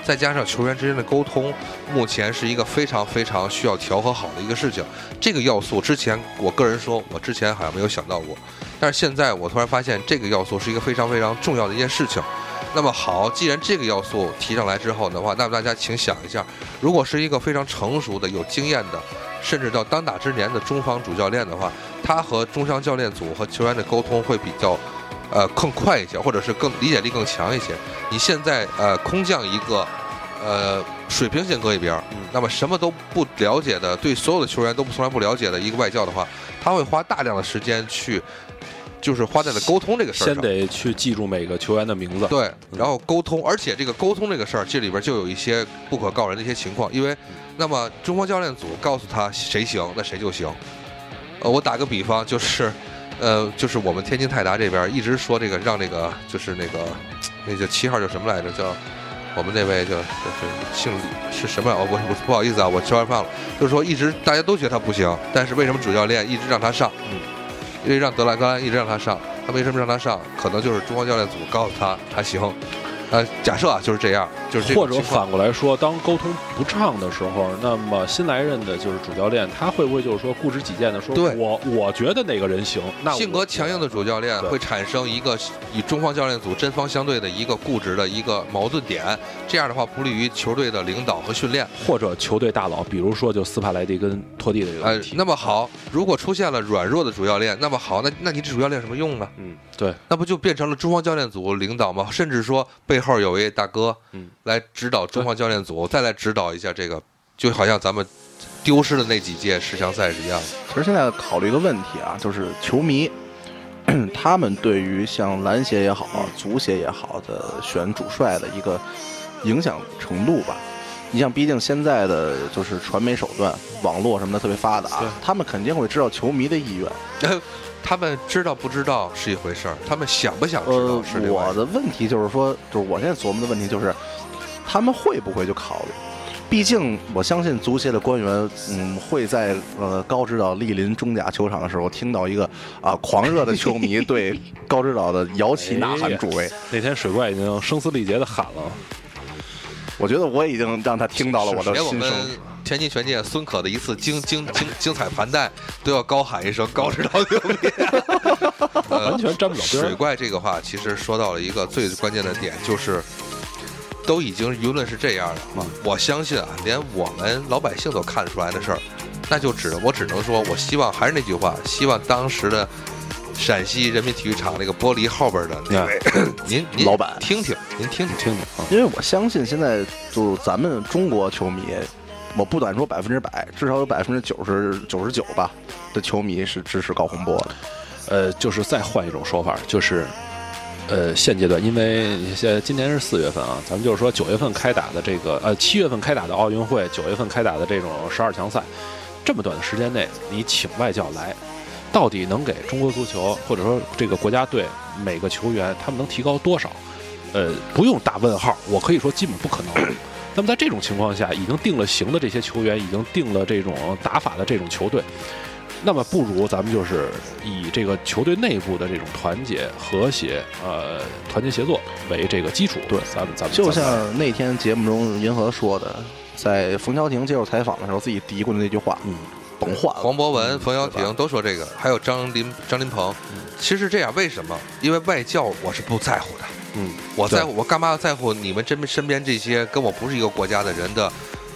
Speaker 2: 再加上球员之间的沟通，目前是一个非常非常需要调和好的一个事情。这个要素之前，我个人说，我之前好像没有想到过，但是现在我突然发现这个要素是一个非常非常重要的一件事情。那么好，既然这个要素提上来之后的话，那么大家请想一下，如果是一个非常成熟的、有经验的，甚至到当打之年的中方主教练的话，他和中商教练组和球员的沟通会比较，呃，更快一些，或者是更理解力更强一些。你现在呃空降一个，呃水平先搁一边儿，那么什么都不了解的，对所有的球员都从来不了解的一个外教的话，他会花大量的时间去，就是花在了沟通这个事儿上
Speaker 3: 先。得去记住每个球员的名字。
Speaker 2: 对，
Speaker 3: 嗯
Speaker 2: 然后沟通，而且这个沟通这个事儿，这里边就有一些不可告人的一些情况，因为那么中国教练组告诉他谁行，那谁就行。呃，我打个比方，就是，呃，就是我们天津泰达这边一直说这个让那个就是那个那叫七号叫什么来着？叫我们那位叫就是姓李是什么来着？哦，我我不好意思啊，我吃完饭了。就是说一直大家都觉得他不行，但是为什么主教练一直让他上？
Speaker 3: 嗯，
Speaker 2: 因为让德莱格兰一直让他上，他为什么让他上？可能就是中国教练组告诉他他行。呃，假设啊，就是这样，就是这种
Speaker 3: 或者
Speaker 2: 情况
Speaker 3: 反过来说，当沟通不畅的时候，那么新来任的就是主教练，他会不会就是说固执己见的说，
Speaker 2: 对
Speaker 3: 我我觉得哪个人行，那我
Speaker 2: 性格强硬的主教练
Speaker 3: 对
Speaker 2: 会产生一个与中方教练组针锋相对的一个固执的一个矛盾点，这样的话不利于球队的领导和训练。
Speaker 3: 或者球队大佬，比如说就斯帕莱蒂跟托蒂的这个
Speaker 2: 呃
Speaker 3: 问，题。
Speaker 2: 那么好，如果出现了软弱的主教练，那么好，那那你这主教练有什么用呢？
Speaker 3: 嗯，对，
Speaker 2: 那不就变成了中方教练组领导吗？甚至说背后有一大哥，
Speaker 3: 嗯，
Speaker 2: 来指导中方教练组，再来指导一下这个，就好像咱们丢失的那几届十强赛是一样的。
Speaker 4: 其实现在考虑一个问题啊，就是球迷， 他们对于像篮协也好、足协也好的选主帅的一个影响程度吧。你像，毕竟现在的就是传媒手段、网络什么的特别发达
Speaker 3: 对，
Speaker 4: 他们肯定会知道球迷的意愿。
Speaker 2: 他们知道不知道是一回事儿，他们想不想知
Speaker 4: 呃
Speaker 2: 道是，另外
Speaker 4: 我
Speaker 2: 一回事儿。
Speaker 4: 的问题就是说，就是我现在琢磨的问题就是，他们会不会就考虑？毕竟我相信足协的官员，嗯，会在呃高指导莅临中甲球场的时候，听到一个啊、狂热的球 迷对高指导的摇旗呐
Speaker 2: 哎
Speaker 4: 喊助威。
Speaker 3: 那天水怪已经声嘶力竭的喊了，
Speaker 4: 我觉得我已经让他听到了我的
Speaker 2: 连我
Speaker 4: 心
Speaker 2: 们
Speaker 4: 声。
Speaker 2: 天津拳界孙可的一次精精精精彩盘带，都要高喊一声高指导牛 逼。呃
Speaker 3: 完全沾不了边
Speaker 2: 水
Speaker 3: 儿。
Speaker 2: 怪这个话，其实说到了一个最关键的点，就是都已经舆论是这样了啊
Speaker 3: 嗯，
Speaker 2: 我相信啊，连我们老百姓都看得出来的事儿，那就只我只能说，我希望还是那句话，希望当时的陕西人民体育场那个玻璃后边的那位您您
Speaker 4: 老板
Speaker 2: 听听，您听听，
Speaker 3: 听听啊，
Speaker 4: 因为我相信现在就是咱们中国球迷，我不敢说百分之百，至少有百分之九十九十九吧的球迷是支持高洪波的。
Speaker 3: 呃，就是再换一种说法，就是，呃，现阶段，因为现在今年是四月份啊，咱们就是说九月份开打的这个，呃，七月份开打的奥运会，九月份开打的这种十二强赛，这么短的时间内，你请外教来，到底能给中国足球或者说这个国家队每个球员他们能提高多少？呃，不用打问号，我可以说基本不可能。那么在这种情况下，已经定了型的这些球员，已经定了这种打法的这种球队，那么不如咱们就是以这个球队内部的这种团结、和谐、呃团结协作为这个基础。对，咱们咱们
Speaker 4: 就
Speaker 3: 咱们
Speaker 4: 像那天节目中银河说的，在冯潇霆接受采访的时候自己嘀咕的那句话：“
Speaker 3: 嗯，
Speaker 4: 甭换了。
Speaker 2: 黄博文、冯潇
Speaker 4: 对吧
Speaker 2: 霆都说这个，还有张林张林鹏，
Speaker 3: 嗯
Speaker 2: 其实这样为什么？因为外教我是不在乎的。
Speaker 3: 嗯，
Speaker 2: 我
Speaker 3: 对
Speaker 2: 在乎，我干嘛要在乎你们身边身边这些跟我不是一个国家的人的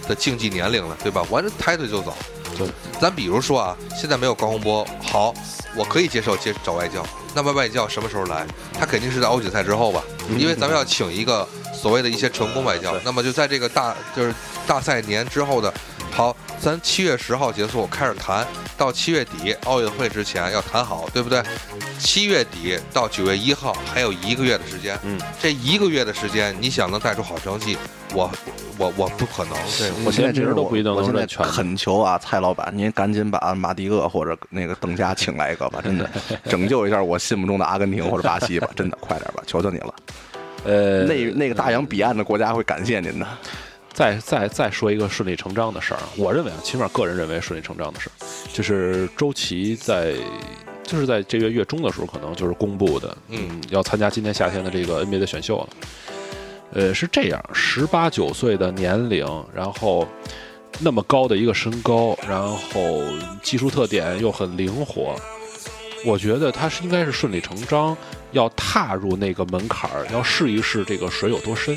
Speaker 2: 的竞技年龄了，对吧？我这抬腿就走。
Speaker 3: 对，
Speaker 2: 咱比如说啊，现在没有高洪波，好，我可以接受接找外教。那么外教什么时候来？他肯定是在欧锦赛之后吧，因为咱们要请一个所谓的一些纯工外教
Speaker 3: 对。
Speaker 2: 那么就在这个大就是大赛年之后的，好，咱七月十号结束开始谈，到七月底奥运会之前要谈好，对不对？七月底到九月一号还有一个月的时间，
Speaker 3: 嗯，
Speaker 2: 这一个月的时间，你想能带出好成绩，我我我不可能，对，
Speaker 3: 我现在
Speaker 4: 真
Speaker 3: 真
Speaker 4: 是
Speaker 3: 是都不一定
Speaker 4: 我
Speaker 3: 能
Speaker 4: 现在
Speaker 3: 认全。
Speaker 4: 恳求啊，蔡老板，您赶紧把马蒂厄或者那个邓加请来一个吧，真的 拯救一下我心目中的阿根廷或者巴西吧，真的快点吧，求求你了。
Speaker 3: 呃，
Speaker 4: 那那个大洋彼岸的国家会感谢您的。
Speaker 3: 再再再说一个顺理成章的事儿啊，我认为啊，起码个人认为顺理成章的事儿，就是周琦在就是在这个月中的时候，可能就是公布的，
Speaker 2: 嗯，
Speaker 3: 要参加今年夏天的这个 NBA 的选秀了。呃，是这样，十八九岁的年龄，然后那么高的一个身高，然后技术特点又很灵活，我觉得他是应该是顺理成章要踏入那个门槛儿，要试一试这个水有多深。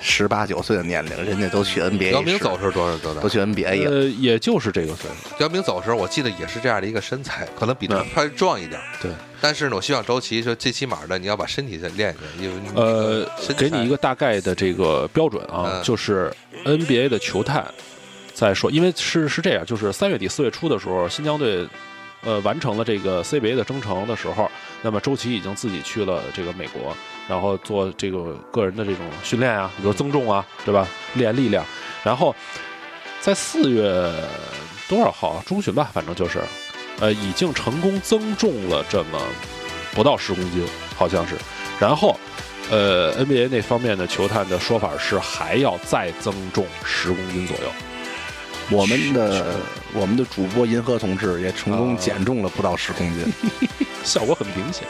Speaker 4: 十八九岁的年龄，人家都去 NBA，
Speaker 2: 姚明
Speaker 4: 是
Speaker 2: 走时候多少多大
Speaker 4: 都？去 NBA 了。
Speaker 3: 呃，也就是这个岁数。
Speaker 2: 姚明走时候我记得也是这样的一个身材，可能比他
Speaker 3: 嗯
Speaker 2: 稍微壮一点，
Speaker 3: 对，
Speaker 2: 但是呢，我希望周琦说最起码的你要把身体再练一练，因为你这
Speaker 3: 呃
Speaker 2: 个身，材
Speaker 3: 给你一个大概的这个标准啊，
Speaker 2: 嗯
Speaker 3: 就是 NBA 的球探在说，因为是是这样，就是三月底四月初的时候，新疆队呃完成了这个 CBA 的征程的时候，那么周琦已经自己去了这个美国，然后做这个个人的这种训练啊，比如增重啊，对吧？练力量，然后在四月多少号中旬吧，反正就是，呃，已经成功增重了这么不到十公斤，好像是，然后。呃，NBA 那方面的球探的说法是还要再增重十公斤左右。
Speaker 4: 我们的我们的主播银河同志也成功减重了不到十公斤。
Speaker 3: 效果很明显。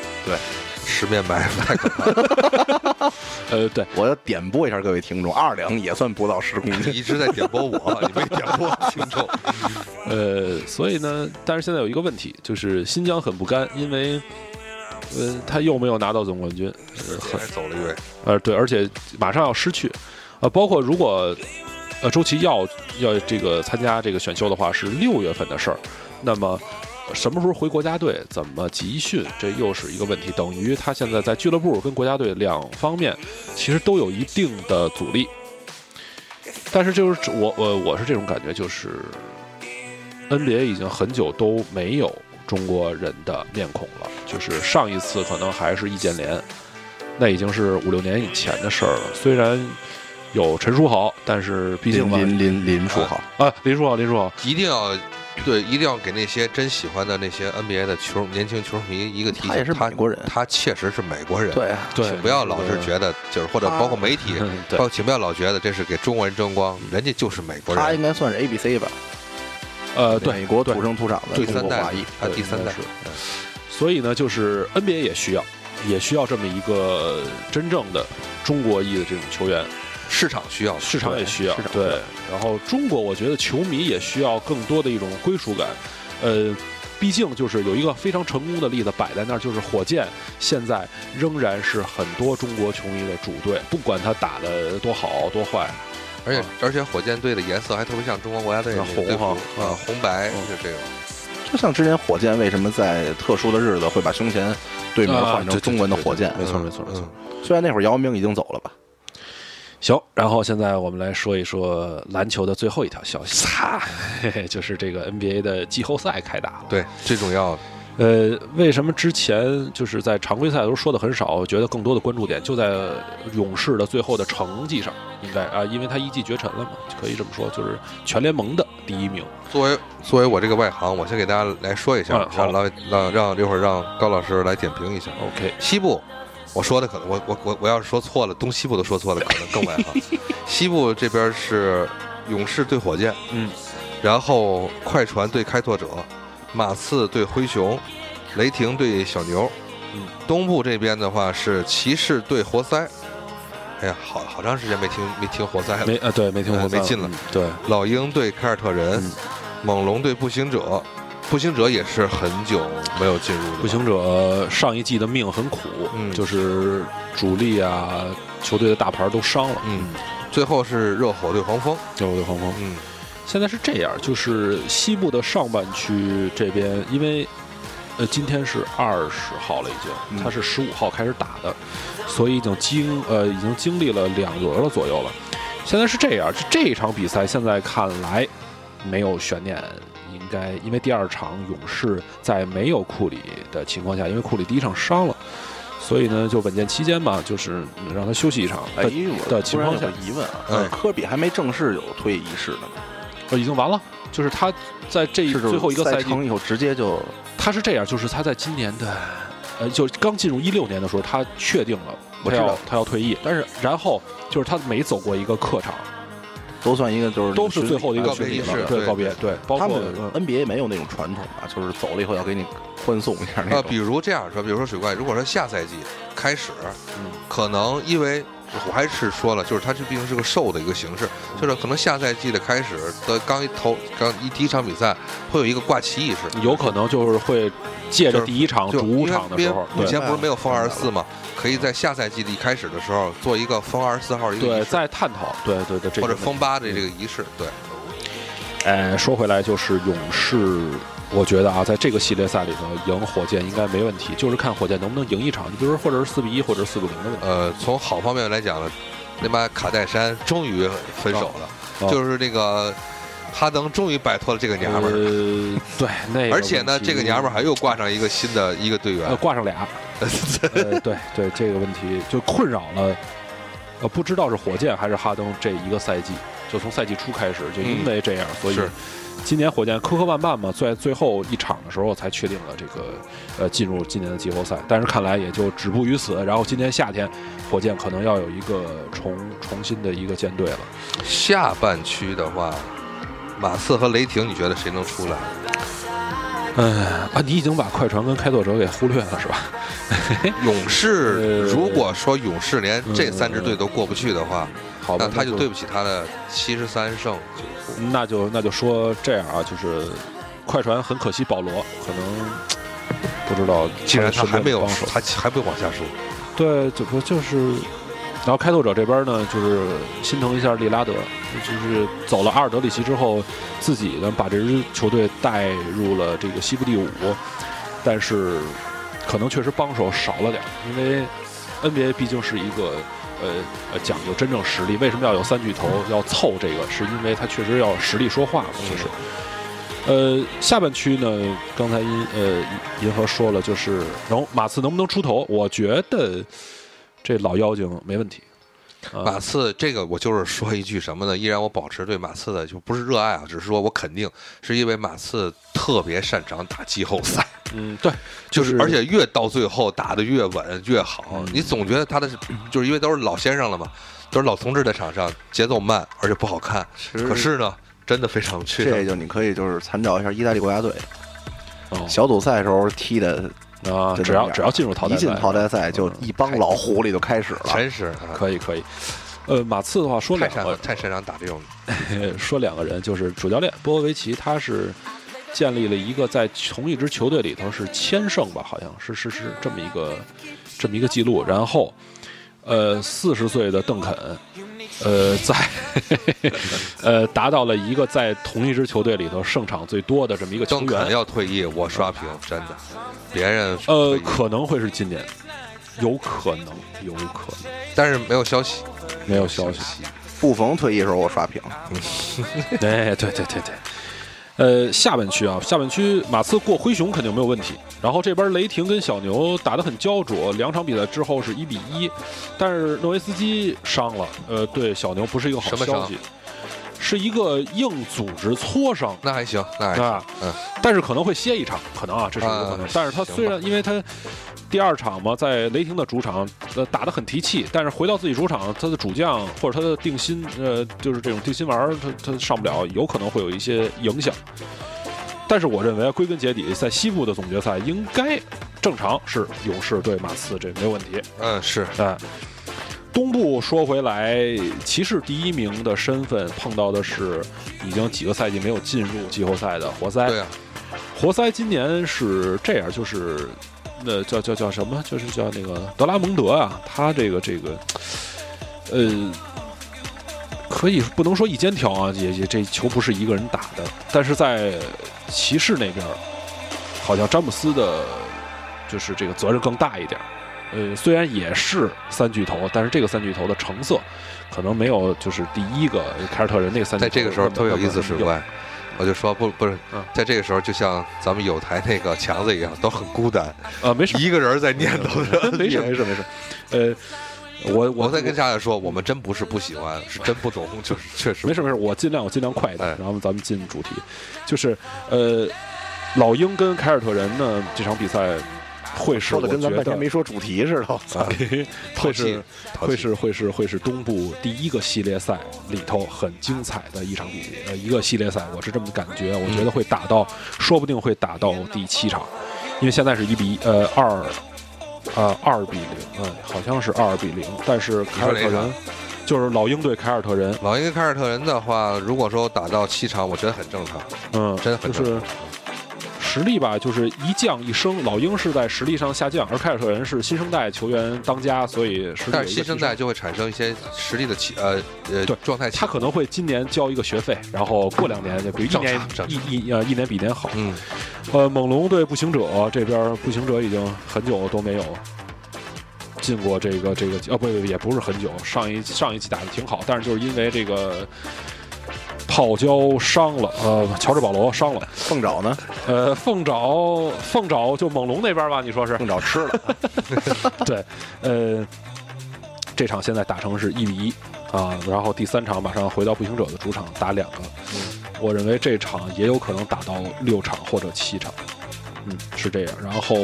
Speaker 2: 十面埋 伏太可怕
Speaker 3: 呃，对，
Speaker 4: 我要点播一下各位听众，二两也算不到十公
Speaker 2: 了，
Speaker 4: 斤。
Speaker 2: 你一直在点播我，你没点播听众。
Speaker 3: 呃，所以呢，但是现在有一个问题，就是新疆很不甘，因为，呃，他又没有拿到总冠军，呃，很
Speaker 2: 还走了一位，
Speaker 3: 呃，对，而且马上要失去，呃，包括如果呃周琦要要这个参加这个选秀的话，是六月份的事儿，那么。什么时候回国家队？怎么集训？这又是一个问题。等于他现在在俱乐部跟国家队两方面，其实都有一定的阻力。但是就是我我我是这种感觉，就是 NBA 已经很久都没有中国人的面孔了。就是上一次可能还是易建联，那已经是五六年以前的事儿了。虽然有陈书豪，但是毕竟吧，
Speaker 4: 林林林书豪，
Speaker 3: 啊，林书豪，林书豪，
Speaker 2: 一定要对，一定要给那些真喜欢的那些 NBA 的球年轻球迷一个提醒，
Speaker 4: 他也是美国人
Speaker 2: 他确实是美国人，，
Speaker 4: 对啊，
Speaker 3: 对
Speaker 2: 请不要老 是觉得就是或者包括媒 体，包
Speaker 3: 对
Speaker 2: 括请不要老觉得这是给中国人争光，人家就是美国
Speaker 4: 嗯他
Speaker 2: 人，
Speaker 4: 应该算是 ABC 吧，
Speaker 3: 呃，对，啊
Speaker 4: 美国
Speaker 3: 对
Speaker 4: 土生土长的
Speaker 2: 第
Speaker 4: 中
Speaker 2: 三
Speaker 4: 国
Speaker 2: 代
Speaker 4: 华裔。，
Speaker 2: 他第三代
Speaker 3: 是。嗯所以呢，就是 NBA 也需要，也需要这么一个真正的中国裔的这种球员，
Speaker 2: 市场需要，
Speaker 3: 啊市场也需要
Speaker 4: 市场需要
Speaker 3: 对。然后中国，我觉得球迷也需要更多的一种归属感，呃，毕竟就是有一个非常成功的例子摆在那儿，就是火箭现在仍然是很多中国球迷的主队，不管他打的多好多坏，
Speaker 2: 而且
Speaker 3: 啊
Speaker 2: 而且火箭队的颜色还特别像中国国家队
Speaker 3: 啊
Speaker 2: 那个队服
Speaker 3: 红哈
Speaker 2: 啊，红白
Speaker 3: 嗯
Speaker 2: 就这个。
Speaker 4: 就像之前火箭为什么在特殊的日子会把胸前队名
Speaker 3: 啊
Speaker 4: 换成中文的火箭？
Speaker 3: 没错
Speaker 2: 嗯
Speaker 3: 没错没错。
Speaker 4: 虽然那会儿姚明已经走了吧，
Speaker 3: 行，然后现在我们来说一说篮球的最后一条消息，擦， 嘿嘿就是这个 NBA 的季后赛开打了。
Speaker 2: 对，最重要的
Speaker 3: 呃，为什么之前就是在常规赛的时候说的很少？我觉得更多的关注点就在勇士的最后的成绩上，应该啊，因为他一骑绝尘了嘛，可以这么说，就是全联盟的第一名。
Speaker 2: 作为作为我这个外行，我先给大家来说一下
Speaker 3: 嗯，好
Speaker 2: 让老让让一会儿让高老师来点评一下
Speaker 3: OK，
Speaker 2: 西部。我说的可能我我我我要是说错了，东西部都说错了，可能 更外行。西部这边是勇士对火箭，
Speaker 3: 嗯，
Speaker 2: 然后快船对开拓者，马刺对灰熊，雷霆对小牛。
Speaker 3: 嗯，
Speaker 2: 东部这边的话是骑士对活塞。哎呀，好好长时间没听没听活塞了。
Speaker 3: 没呃对，没听
Speaker 2: 呃
Speaker 3: 过，
Speaker 2: 没进了
Speaker 3: 嗯对，
Speaker 2: 老鹰对凯尔特人，
Speaker 3: 嗯
Speaker 2: 猛龙对步行者，步行者也是很久没有进入的。
Speaker 3: 步，行者上一季的命很苦，
Speaker 2: 嗯
Speaker 3: 就是主力啊，球队的大牌都伤了，
Speaker 2: 嗯，最后是热火对黄蜂，
Speaker 3: 球队黄蜂。
Speaker 2: 嗯，
Speaker 3: 现在是这样，就是西部的上半区这边，因为呃今天是二十号了，已经，
Speaker 4: 嗯
Speaker 3: 它是十五号开始打的，所以已经经呃已经经历了两轮了左右了。现在是这样，这这一场比赛现在看来没有悬念，应该因为第二场勇士在没有库里的情况下，因为库里第一场伤了。所以呢，就稳健期间嘛，就是让他休息一场。
Speaker 4: 哎
Speaker 3: 的，
Speaker 4: 我
Speaker 3: 的
Speaker 4: 突
Speaker 3: 情
Speaker 4: 然
Speaker 3: 况
Speaker 4: 有
Speaker 3: 下
Speaker 4: 个，疑问啊，
Speaker 2: 嗯
Speaker 4: 科比还没正式有退役仪式呢，
Speaker 3: 呃，已经完了。就是他在这一
Speaker 4: 是就是
Speaker 3: 最后一个赛
Speaker 4: 赛
Speaker 3: 季
Speaker 4: 程以后直接就
Speaker 3: 他是这样，就是他在今年的，呃，就刚进入一六年的时候，他确定了他
Speaker 4: 我知
Speaker 3: 要
Speaker 4: 道
Speaker 3: 他要退役，但是然后就是他每走过一个客场，
Speaker 4: 都算一个就是
Speaker 3: 都是最后的一个
Speaker 2: 告别
Speaker 3: 巡礼
Speaker 2: 仪式
Speaker 3: 了，对
Speaker 2: 对呃
Speaker 3: 告别，对，包
Speaker 4: 他
Speaker 3: 括嗯
Speaker 4: 们 NBA 没有那种传统啊，就是走了以后要给你欢送一下那
Speaker 3: 啊
Speaker 2: 呃，
Speaker 4: 种
Speaker 2: 比。如这样说，比如说水怪，如果说下赛季开始，
Speaker 3: 嗯
Speaker 2: 可能因为我还是说了，就是它这毕竟是个瘦的一个形式，就是可能下赛季的开始的刚一头刚一第一场比赛会有一个挂旗仪式，
Speaker 3: 有可能就是会借着第一场
Speaker 2: 就因
Speaker 3: 主
Speaker 2: 为
Speaker 3: 场的
Speaker 2: 因
Speaker 3: 时
Speaker 2: 为
Speaker 3: 候，
Speaker 2: 以
Speaker 3: 对
Speaker 2: 前不是没有封二十四嘛，可以在下赛季的一开始的时候做一个封二十四号的一个
Speaker 3: 对，
Speaker 2: 仪式，
Speaker 3: 在探讨，对对对，这
Speaker 2: 或者
Speaker 3: 个嗯
Speaker 2: 封八的这个仪式，对，
Speaker 3: 呃，说回来，就是勇士，我觉得啊，在这个系列赛里头赢火箭应该没问题，就是看火箭能不能赢一场，你比如说或者是四比一，或者是四比零的问题。
Speaker 2: 呃，从好方面来讲呢，那把卡戴珊终于分手了，
Speaker 3: 哦
Speaker 2: 就是这个哈登终于摆脱了这个娘们儿，
Speaker 3: 呃，对，那个
Speaker 2: 而且呢，
Speaker 3: 问题
Speaker 2: 这个娘们儿还又挂上一个新的 一个队
Speaker 3: 呃
Speaker 2: 员，
Speaker 3: 挂上俩，呃，对对，这个问题就困扰了，呃，不知道是火箭还是哈登这一个赛季，就从赛季初开始就因为这样，所以
Speaker 2: 嗯是
Speaker 3: 今年火箭磕磕绊绊嘛，在最后一场的时候才确定了这个呃进入今年的季后赛，但是看来也就止步于此。然后今年夏天，火箭可能要有一个重重新的一个建队了。
Speaker 2: 下半区的话。马刺和雷霆，你觉得谁能出来？
Speaker 3: 嗯啊，你已经把快船跟开拓者给忽略了是吧？
Speaker 2: 勇士，
Speaker 3: 呃
Speaker 2: 如果说勇士连这三支队都过不去的话，
Speaker 3: 好吧
Speaker 2: 嗯那，他就对不起他的七十三胜九负。
Speaker 3: 那就那就说这样啊，就是快船很可惜保罗可能不知道，
Speaker 2: 既然他还没有
Speaker 3: 帮手，
Speaker 2: 他还不往下说，
Speaker 3: 对，就不就是，然后开拓者这边呢，就是心疼一下利拉德，就是走了阿尔德里奇之后，自己呢把这支球队带入了这个西部第五，但是可能确实帮手少了点儿，因为 NBA 毕竟是一个。呃呃，讲究真正实力，为什么要有三巨头？要凑这个，是因为他确实要实力说话嘛，
Speaker 2: 嗯
Speaker 3: 就是。呃，下半区呢，刚才银呃银河说了，就是然后马刺能不能出头？我觉得这老妖精没问题。啊
Speaker 2: 马刺这个我就是说一句什么呢？依然我保持对马刺的就不是热爱啊，只是说我肯定是因为马刺特别擅长打季后赛，
Speaker 3: 嗯，对，
Speaker 2: 就是而且越到最后打得越稳越好
Speaker 3: 嗯。
Speaker 2: 你总觉得他的就是因为都是老先生了嘛，都是老同志在场上，节奏慢而且不好看。
Speaker 4: 实
Speaker 2: 可是呢，真的非常缺
Speaker 4: 这
Speaker 2: 少。
Speaker 4: 就你可以就是参照一下意大利国家队
Speaker 3: 哦
Speaker 4: 小组赛时候踢的，
Speaker 3: 啊，
Speaker 4: 就
Speaker 3: 只
Speaker 4: 那
Speaker 3: 要
Speaker 4: 样
Speaker 3: 只要进入淘汰
Speaker 4: 一
Speaker 3: 赛，嗯
Speaker 4: 进淘汰赛就一帮老狐狸就开始了。
Speaker 2: 真是啊
Speaker 3: 可以可以。呃，马刺的话说
Speaker 2: 太
Speaker 3: 两
Speaker 2: 擅
Speaker 3: 个呃
Speaker 2: 太擅长打这种
Speaker 3: 说两个人，就是主教练波波维奇，他是建立了一个在同一支球队里头是千胜吧，好像是是是这么一个这么一个记录。然后，呃，四十岁的邓肯，呃，在 呃达到了一个在同一支球队里头胜场最多的这么一个球
Speaker 2: 邓肯
Speaker 3: 员。
Speaker 2: 要退役，我刷屏，真的，别人
Speaker 3: 呃
Speaker 2: 退，役
Speaker 3: 可能会是今年，有可能，有可能，
Speaker 2: 但是没有消息，
Speaker 3: 没有消息。
Speaker 4: 布冯退役的时候我刷屏，
Speaker 3: 哎， 对对对对。呃，下半区啊，下半区马刺过灰熊肯定没有问题。然后这边雷霆跟小牛打得很焦灼，两场比赛之后是一比一，但是诺维斯基伤了，呃，对小牛不是一个好
Speaker 2: 什么
Speaker 3: 消
Speaker 2: 伤
Speaker 3: 息，是一个硬组织挫伤。
Speaker 2: 那还行，那还行，
Speaker 3: 啊，
Speaker 2: 嗯
Speaker 3: 但是可能会歇一场，可能啊，这是一个可能。
Speaker 2: 啊
Speaker 3: 但是他虽然
Speaker 2: 行
Speaker 3: 因为他第二场嘛，在雷霆的主场呃打得很提气，但是回到自己主场，他的主将或者他的定心呃，就是这种定心丸儿，他他上不了，有可能会有一些影响。但是我认为，归根结底，在西部的总决赛应该正常是勇士对马刺，这没有问题。
Speaker 2: 嗯，是
Speaker 3: 哎，东部说回来，骑士第一名的身份碰到的是已经几个赛季没有进入季后赛的活塞。
Speaker 2: 对啊，
Speaker 3: 活塞今年是这样，就是那叫叫叫什么？就是叫那个德拉蒙德啊，他这个这个，呃，可以不能说一肩挑啊，也也这球不是一个人打的，但是在骑士那边儿，好像詹姆斯的，就是这个责任更大一点儿。呃，虽然也是三巨头，但是这个三巨头的成色可能没有就是第一个凯尔特人那个三巨
Speaker 2: 在
Speaker 3: 头
Speaker 2: 这个时候
Speaker 3: 呃那么
Speaker 2: 特别有意思，
Speaker 3: 那
Speaker 2: 水
Speaker 3: 么
Speaker 2: 怪。我就说不不是
Speaker 3: 嗯，
Speaker 2: 在这个时候就像咱们有台那个强子一样，都很孤单，
Speaker 3: 呃，没事，
Speaker 2: 一个人在念叨 着。
Speaker 3: 没事 没事没事，呃，我我
Speaker 2: 我在跟夏夏说，我们真不是不喜欢，是真不懂，就是确实
Speaker 3: 没事没事，我尽量我尽量快一点
Speaker 2: 哎，
Speaker 3: 然后咱们进主题，就是呃，老鹰跟凯尔特人呢这场比赛会是
Speaker 4: 说
Speaker 3: 我
Speaker 4: 的
Speaker 3: 觉
Speaker 4: 跟咱们半天
Speaker 3: 得啊
Speaker 4: 没说主题似的，我 操！
Speaker 2: 淘
Speaker 3: 会
Speaker 2: 气
Speaker 3: 是，
Speaker 2: 淘
Speaker 3: 会
Speaker 2: 气。
Speaker 3: 是会是会是东部第一个系列赛里头很精彩的一场比呃一个系列赛，我是这么感觉，我
Speaker 2: 嗯
Speaker 3: 觉得会打到，说不定会打到第七场，因为现在是一比一呃二呃二比零，嗯，好像是二比零，但是凯尔特
Speaker 2: 你说哪
Speaker 3: 人就是老鹰对凯尔特人，
Speaker 2: 老鹰跟凯尔特人的话，如果说打到七场，我觉得很正常。
Speaker 3: 嗯，
Speaker 2: 真的很
Speaker 3: 就是实力吧，就是一降一升。老鹰是在实力上下降，而凯尔特人是新生代球员当家，所以实力有一个
Speaker 2: 但是新生代
Speaker 3: 提
Speaker 2: 就会产生一些实力的起呃呃
Speaker 3: 对
Speaker 2: 状态
Speaker 3: 升，
Speaker 2: 起
Speaker 3: 他可能会今年交一个学费，然后过两年就比如一
Speaker 2: 正常
Speaker 3: 年
Speaker 2: 正常
Speaker 3: 一一呃一年比一年好。
Speaker 2: 嗯，
Speaker 3: 呃，猛龙对步行者这边，步行者已经很久都没有。进过这个这个呃、不不也不是很久，上一上一期打的挺好，但是就是因为这个泡椒伤了，呃，乔治保罗伤了，
Speaker 4: 凤爪呢？
Speaker 3: 呃，凤爪，凤爪就猛龙那边吧，你说是？
Speaker 4: 凤爪吃 了，
Speaker 3: 对，呃，这场现在打成是一比一啊，然后第三场马上回到步行者的主场打两个，我认为这场也有可能打到六场或者七场，嗯，是这样。然后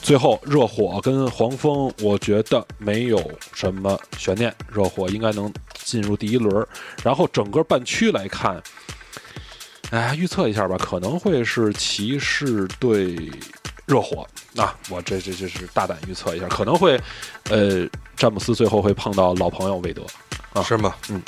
Speaker 3: 最后热火跟黄蜂，我觉得没有什么悬念，热火应该能进入第一轮儿。然后整个半区来看。哎，预测一下吧，可能会是骑士对热火啊，我这这这是大胆预测一下，可能会，呃，詹姆斯最后会碰到老朋友韦德，啊
Speaker 2: 是吗？
Speaker 3: 嗯。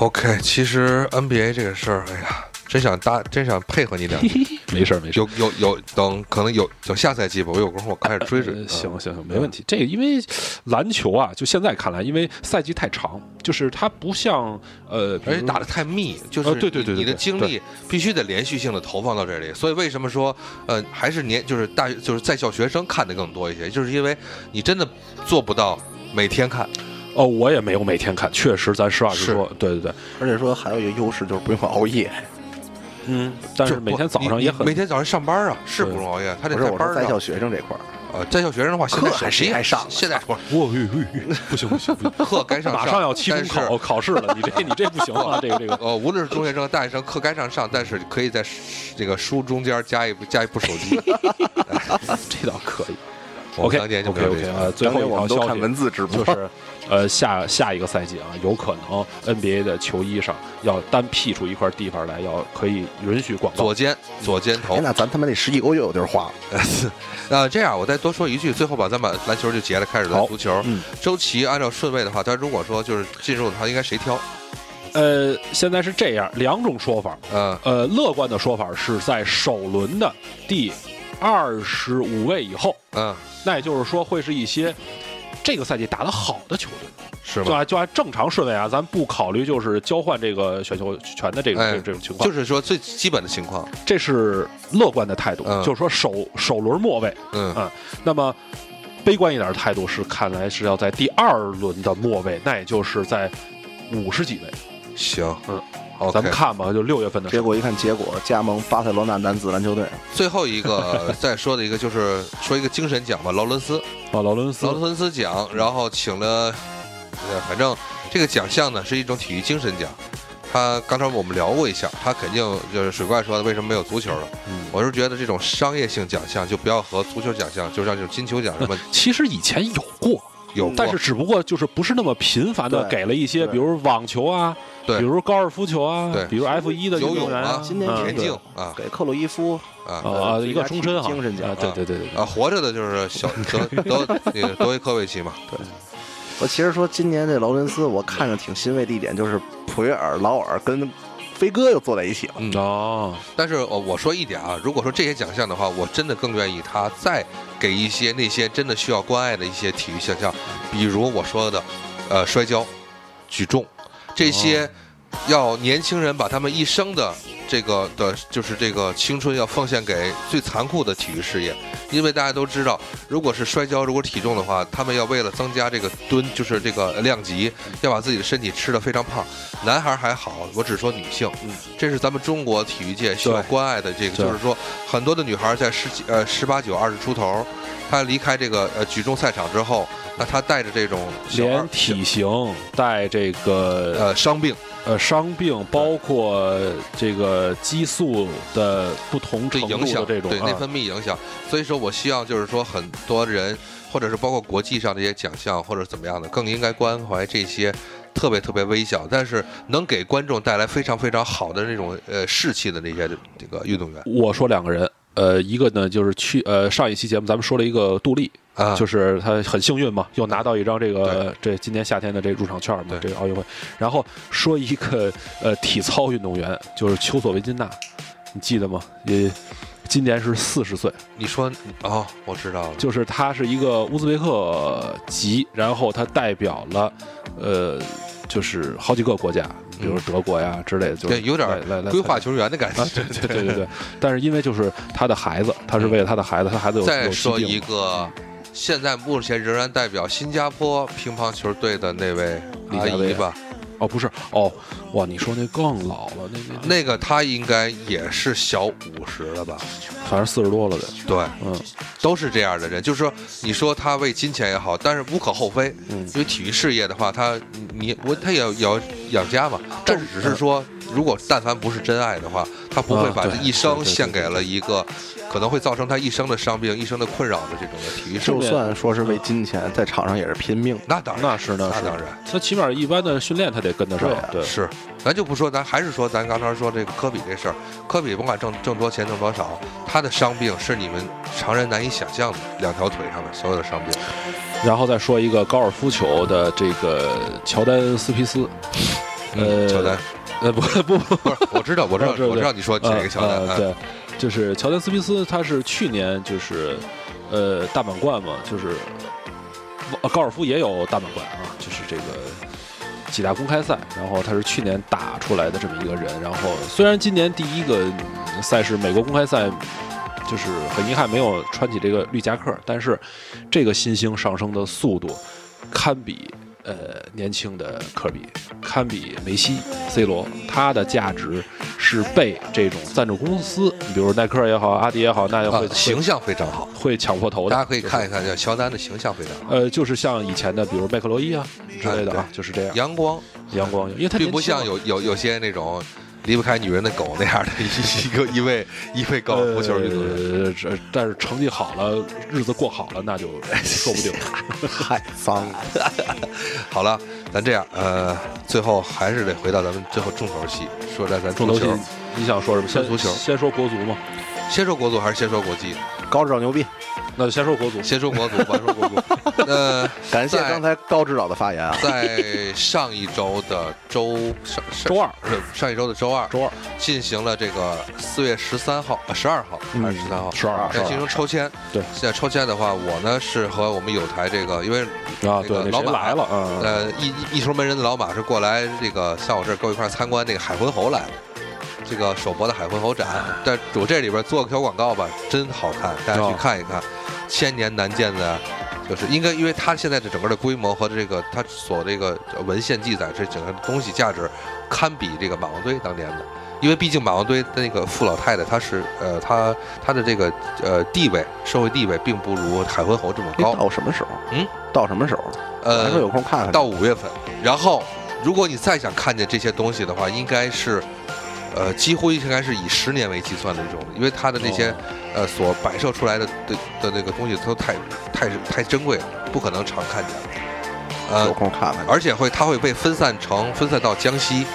Speaker 2: OK，其实 NBA 这个事儿，哎呀，真想搭，真想配合你两句。
Speaker 3: 没事儿没事儿。
Speaker 2: 有有有，等可能有有下赛季吧，我有空我开始追追。
Speaker 3: 呃
Speaker 2: 嗯
Speaker 3: 行行行，没问题。这个因为篮球啊，就现在看来，因为赛季太长，就是它不像呃，比
Speaker 2: 而
Speaker 3: 如
Speaker 2: 且打得太密，就是
Speaker 3: 呃对对对对
Speaker 2: 你你的
Speaker 3: 对
Speaker 2: 精
Speaker 3: 对
Speaker 2: 力必须得连续性的投放到这里。所以为什么说，呃，还是年就是大就是在校学生看的更多一些，就是因为你真的做不到每天看。
Speaker 3: 哦，我也没有每天看，确实，咱实话实
Speaker 2: 是
Speaker 3: 说，对对对，
Speaker 4: 而且说还有一个优势就是不用熬夜。
Speaker 3: 嗯，但
Speaker 2: 就是
Speaker 3: 每
Speaker 2: 不
Speaker 3: 天早
Speaker 2: 你
Speaker 3: 上
Speaker 2: 你
Speaker 3: 也很
Speaker 2: 每天早上上班啊，是不
Speaker 3: 对
Speaker 2: 容易啊，他
Speaker 4: 不
Speaker 2: 得
Speaker 4: 是
Speaker 2: 在
Speaker 4: 我
Speaker 2: 班
Speaker 4: 说
Speaker 2: 儿
Speaker 4: 在校
Speaker 2: 上。
Speaker 4: 学生这块儿，
Speaker 2: 呃，在校学生的话，现在
Speaker 4: 课还
Speaker 2: 手机
Speaker 4: 谁还上呢
Speaker 2: 现 在不是
Speaker 3: 我哎哎哎不行不行不行，
Speaker 2: 课该上
Speaker 3: 马上要期中
Speaker 2: 但是
Speaker 3: 考考试了，你这你这不行啊，这个这个。
Speaker 2: 呃，无论是中学生、大学生，课该上上，但是可以在书这个书中间加一部加一部手 机。
Speaker 3: 这倒可以。
Speaker 2: 我
Speaker 3: OK
Speaker 2: 们当年就没
Speaker 3: OK
Speaker 2: 有
Speaker 3: OK
Speaker 2: 这
Speaker 3: 啊，
Speaker 2: 个。
Speaker 3: 最后
Speaker 4: 当年我
Speaker 3: 一条
Speaker 4: 们都
Speaker 3: 消
Speaker 4: 看
Speaker 3: 息
Speaker 4: 文字直播，
Speaker 3: 就是，呃，下下一个赛季啊，有可能 NBA 的球衣上要单辟出一块地方来，要可以允许广告
Speaker 2: 左。肩，左肩
Speaker 4: 哎，
Speaker 2: 头。
Speaker 4: 那咱他妈那十亿欧又有地儿花了。
Speaker 2: 那这样，我再多说一句，最后把咱把篮球就结了，开始咱
Speaker 3: 好
Speaker 2: 足球
Speaker 3: 嗯。
Speaker 2: 周琦按照顺位的话，他如果说就是进入的话，应该谁挑？
Speaker 3: 呃，现在是这样两种说法。
Speaker 2: 嗯
Speaker 3: 呃，乐观的说法是在首轮的第二十五位以后，
Speaker 2: 嗯，
Speaker 3: 那也就是说会是一些这个赛季打得好的球队。
Speaker 2: 是
Speaker 3: 就
Speaker 2: 吗？
Speaker 3: 按就按正常顺位啊，咱不考虑就是交换这个选秀权的这个、
Speaker 2: 哎
Speaker 3: 这这种情况，
Speaker 2: 就是说最基本的情况，
Speaker 3: 这是乐观的态度，
Speaker 2: 嗯
Speaker 3: 就是说首首轮末位，
Speaker 2: 嗯
Speaker 3: 嗯，那么。悲观一点的态度是，看来是要在第二轮的末位，那也就是在五十几位。
Speaker 2: 行，
Speaker 3: 嗯
Speaker 2: ，OK，
Speaker 3: 咱们看吧，就六月份的时
Speaker 4: 结
Speaker 3: 候。
Speaker 4: 果一看，结果加盟巴塞罗那男子篮球队，
Speaker 2: 最后一 个再说的一个就是说一个精神奖吧，劳伦斯，
Speaker 3: 啊，劳伦斯
Speaker 2: 劳，伦斯奖，然后请了，呃反正这个奖项呢是一种体育精神奖。他刚才我们聊过一下，他肯定就是水怪说的，为什么没有足球了？
Speaker 3: 嗯
Speaker 2: 我是觉得这种商业性奖项就不要和足球奖项，就像这种金球奖什 么
Speaker 3: 其实以前有过，
Speaker 2: 有过，
Speaker 3: 但是只不过就是不是那么频繁的
Speaker 4: 对
Speaker 3: 给了一些，
Speaker 4: 对
Speaker 3: 比如网球啊，
Speaker 2: 对
Speaker 3: 比如高尔夫球啊
Speaker 2: 对，
Speaker 3: 比如 F 一的
Speaker 2: 游
Speaker 3: 运动
Speaker 2: 泳
Speaker 3: 员
Speaker 2: 啊
Speaker 3: 啊，
Speaker 4: 今年
Speaker 3: 嗯
Speaker 2: 田
Speaker 4: 对
Speaker 2: 径啊
Speaker 4: 给克洛伊夫
Speaker 2: 啊
Speaker 3: 啊，
Speaker 4: 最
Speaker 3: 一
Speaker 4: 佳
Speaker 3: 个终
Speaker 4: 体育
Speaker 3: 身哈，
Speaker 4: 精神奖
Speaker 3: 啊，对对对对对，
Speaker 2: 啊，活着的就是
Speaker 3: 哦
Speaker 2: 小德德那个德维科维奇嘛，
Speaker 4: 我其实说今年这劳伦斯，我看着挺欣慰的一点就是普约尔、劳尔跟飞哥又坐在一起了。
Speaker 2: 嗯
Speaker 3: 哦，
Speaker 2: 但是我我说一点啊，如果说这些奖项的话，我真的更愿意他再给一些那些真的需要关爱的一些体育项项，比如我说的，呃，摔跤、举重这些，要年轻人把他们一生的这个的，就是这个青春要奉献给最残酷的体育事业，因为大家都知道，如果是摔跤，如果体重的话，他们要为了增加这个吨，就是这个量级，要把自己的身体吃得非常胖。男孩还好，我只说女性，这是咱们中国体育界需要
Speaker 3: 对
Speaker 2: 关爱的这个，
Speaker 3: 嗯对
Speaker 2: 就是说很多的女孩在十几呃十八九二十出头，她离开这个呃举重赛场之后，那她带着这种小
Speaker 3: 连
Speaker 2: 儿
Speaker 3: 体型带这个
Speaker 2: 呃伤病，
Speaker 3: 呃伤病，包括这个激素的不同
Speaker 2: 对
Speaker 3: 程度
Speaker 2: 影
Speaker 3: 的
Speaker 2: 响，
Speaker 3: 这种
Speaker 2: 对
Speaker 3: 啊
Speaker 2: 内分泌影响。所以说我希望就是说很多人，或者是包括国际上的一些奖项或者怎么样的，更应该关怀这些特别特别微小，但是能给观众带来非常非常好的那种呃士气的那些这个运动员
Speaker 3: 我说两个人，呃，一个呢就是去呃上一期节目咱们说了一个杜丽，
Speaker 2: 啊，
Speaker 3: 就是是他很幸运嘛，又拿到一张这个这今年夏天的这入场券嘛
Speaker 2: 对，
Speaker 3: 这个奥运会。然后说一个呃体操运动员，就是丘索维金娜，你记得吗？也今年是四十岁，
Speaker 2: 你说哦，我知道了，
Speaker 3: 就是他是一个乌兹别克籍，然后他代表了呃就是好几个国家，比如德国呀之类的，就是
Speaker 2: 对，有点
Speaker 3: 来来来
Speaker 2: 规划球员的感觉
Speaker 3: 啊，。对 对对对对，但是因为就是他的孩子，他是为了他的孩子，他孩子有
Speaker 2: 嗯再
Speaker 3: 有疾
Speaker 2: 说
Speaker 3: 病
Speaker 2: 一
Speaker 3: 嘛
Speaker 2: 个，现在目前仍然代表新加坡乒乓球队的那位
Speaker 3: 李
Speaker 2: 阿
Speaker 3: 佳薇
Speaker 2: 姨
Speaker 3: 啊
Speaker 2: 吧，
Speaker 3: 哦，不是哦，哇，你说那更老了，那那
Speaker 2: 那个她应该也是小五十了吧？
Speaker 3: 反正四十多了得，
Speaker 2: 对，
Speaker 3: 嗯，
Speaker 2: 都是这样的人。就是说，你说她为金钱也好，但是无可厚非，
Speaker 3: 嗯
Speaker 2: 因为体育事业的话，她你我她也要也要养家嘛。这
Speaker 3: 但是
Speaker 2: 只是说，如果但凡不是真爱的话，她不会
Speaker 3: 啊
Speaker 2: 把
Speaker 3: 对
Speaker 2: 一
Speaker 3: 对
Speaker 2: 生
Speaker 3: 对对
Speaker 2: 献给
Speaker 3: 对
Speaker 2: 了一个可能会造成她一生的伤病、一生的困扰的这种的体育事
Speaker 4: 就
Speaker 2: 业。
Speaker 4: 算说是为金钱，在场上也是拼命。
Speaker 2: 那当然，
Speaker 3: 那是那
Speaker 2: 那
Speaker 3: 是
Speaker 2: 当然。
Speaker 3: 他起码一般的训练他得跟得上
Speaker 4: 对啊，
Speaker 3: 对，
Speaker 2: 是，咱就不说，咱还是说，咱刚才说这个科比这事儿，科比甭管挣挣多钱挣多少，他的伤病是你们常人难以想象的，两条腿上的所有的伤病。
Speaker 3: 然后再说一个高尔夫球的这个乔丹斯皮斯，呃，
Speaker 2: 嗯乔丹，
Speaker 3: 呃，不 不不，
Speaker 2: 不是，我知道，我知道
Speaker 3: 啊，对
Speaker 2: 我知道你说哪个乔丹
Speaker 3: 呃呃
Speaker 2: 啊？
Speaker 3: 对，就是乔丹斯皮斯，他是去年就是呃大满贯嘛，就是呃高尔夫也有大满贯啊，就是这个几大公开赛，然后他是去年打出来的这么一个人，然后虽然今年第一个赛事美国公开赛。就是很遗憾没有穿起这个绿夹克，但是这个新星上升的速度堪比呃年轻的科比，堪比梅西、C 罗，他的价值是被这种赞助公司，比如耐克也好、阿迪也好，那也
Speaker 2: 啊
Speaker 3: 会、，
Speaker 2: 形象非常好，
Speaker 3: 会抢破头的。
Speaker 2: 大家可以看一看，叫乔丹的形象非常好，
Speaker 3: 呃，就是像以前的，比如麦克罗伊啊之类的啊，就是这样
Speaker 2: 阳光，
Speaker 3: 阳光，因为他
Speaker 2: 哎并不
Speaker 3: 年轻
Speaker 2: 像
Speaker 3: 嘛
Speaker 2: 有有有些那种离不开女人的狗那样的一 个一位一位高尔夫球运动员。
Speaker 3: 呃，这但是成绩好了，日子过好了，那就说不定。
Speaker 2: 啊
Speaker 4: 太脏了，
Speaker 2: 好了，咱这样，呃，最后还是得回到咱们最后重头戏，说在咱
Speaker 3: 重
Speaker 2: 足
Speaker 3: 头戏
Speaker 2: 球。，
Speaker 3: 你想说什么？先
Speaker 2: 足球
Speaker 3: 先说国足嘛。
Speaker 2: 先说国足还是先说国际？
Speaker 4: 高指导牛逼，
Speaker 3: 那就先说国足，
Speaker 2: 先说国足吧，说国 足。呃，
Speaker 4: 感谢
Speaker 2: 在
Speaker 4: 刚才高指导的发言啊。
Speaker 2: 在上一周的周上上
Speaker 3: 周二，
Speaker 2: 上一周的周二
Speaker 3: 周二
Speaker 2: 进行了这个四月十三号、呃十二号还是十三号？
Speaker 3: 嗯十二啊
Speaker 2: 要进行抽签，
Speaker 3: 对
Speaker 2: 现在抽签的话，我呢是和我们有台这个，因为
Speaker 3: 啊，
Speaker 2: 那
Speaker 3: 对
Speaker 2: 个，
Speaker 3: 那
Speaker 2: 老
Speaker 3: 谁
Speaker 2: 马
Speaker 3: 来了，嗯，
Speaker 2: 呃，一一一头没人的老马是过来这个像我这儿跟我一块儿参观那个海昏侯来了，这个首博的海昏侯展。但我这里边做个小广告吧，真好看，大家去
Speaker 3: 哦
Speaker 2: 看一看，千年难见的，就是应该因为它现在的整个的规模和这个它所这个文献记载这整个东西价值，堪比这个马王堆当年的。因为毕竟马王堆的那个傅老太太，她是呃，她她的这个呃地位，社会地位并不如海昏侯这么
Speaker 4: 哎
Speaker 2: 高。
Speaker 4: 到什么时候？
Speaker 2: 嗯，
Speaker 4: 到什么时候？我
Speaker 2: 呃
Speaker 4: 还，说有空看看。
Speaker 2: 到五月份。然后，如果你再想看见这些东西的话，应该是，呃，几乎应该是以十年为计算的这种，因为它的那些、
Speaker 3: 哦
Speaker 2: 呃所摆设出来的的的那个东西都太太太珍贵了，不可能常看见。
Speaker 4: 有
Speaker 2: 呃，
Speaker 4: 空看看。
Speaker 2: 而且会它会被分散成分散到江西。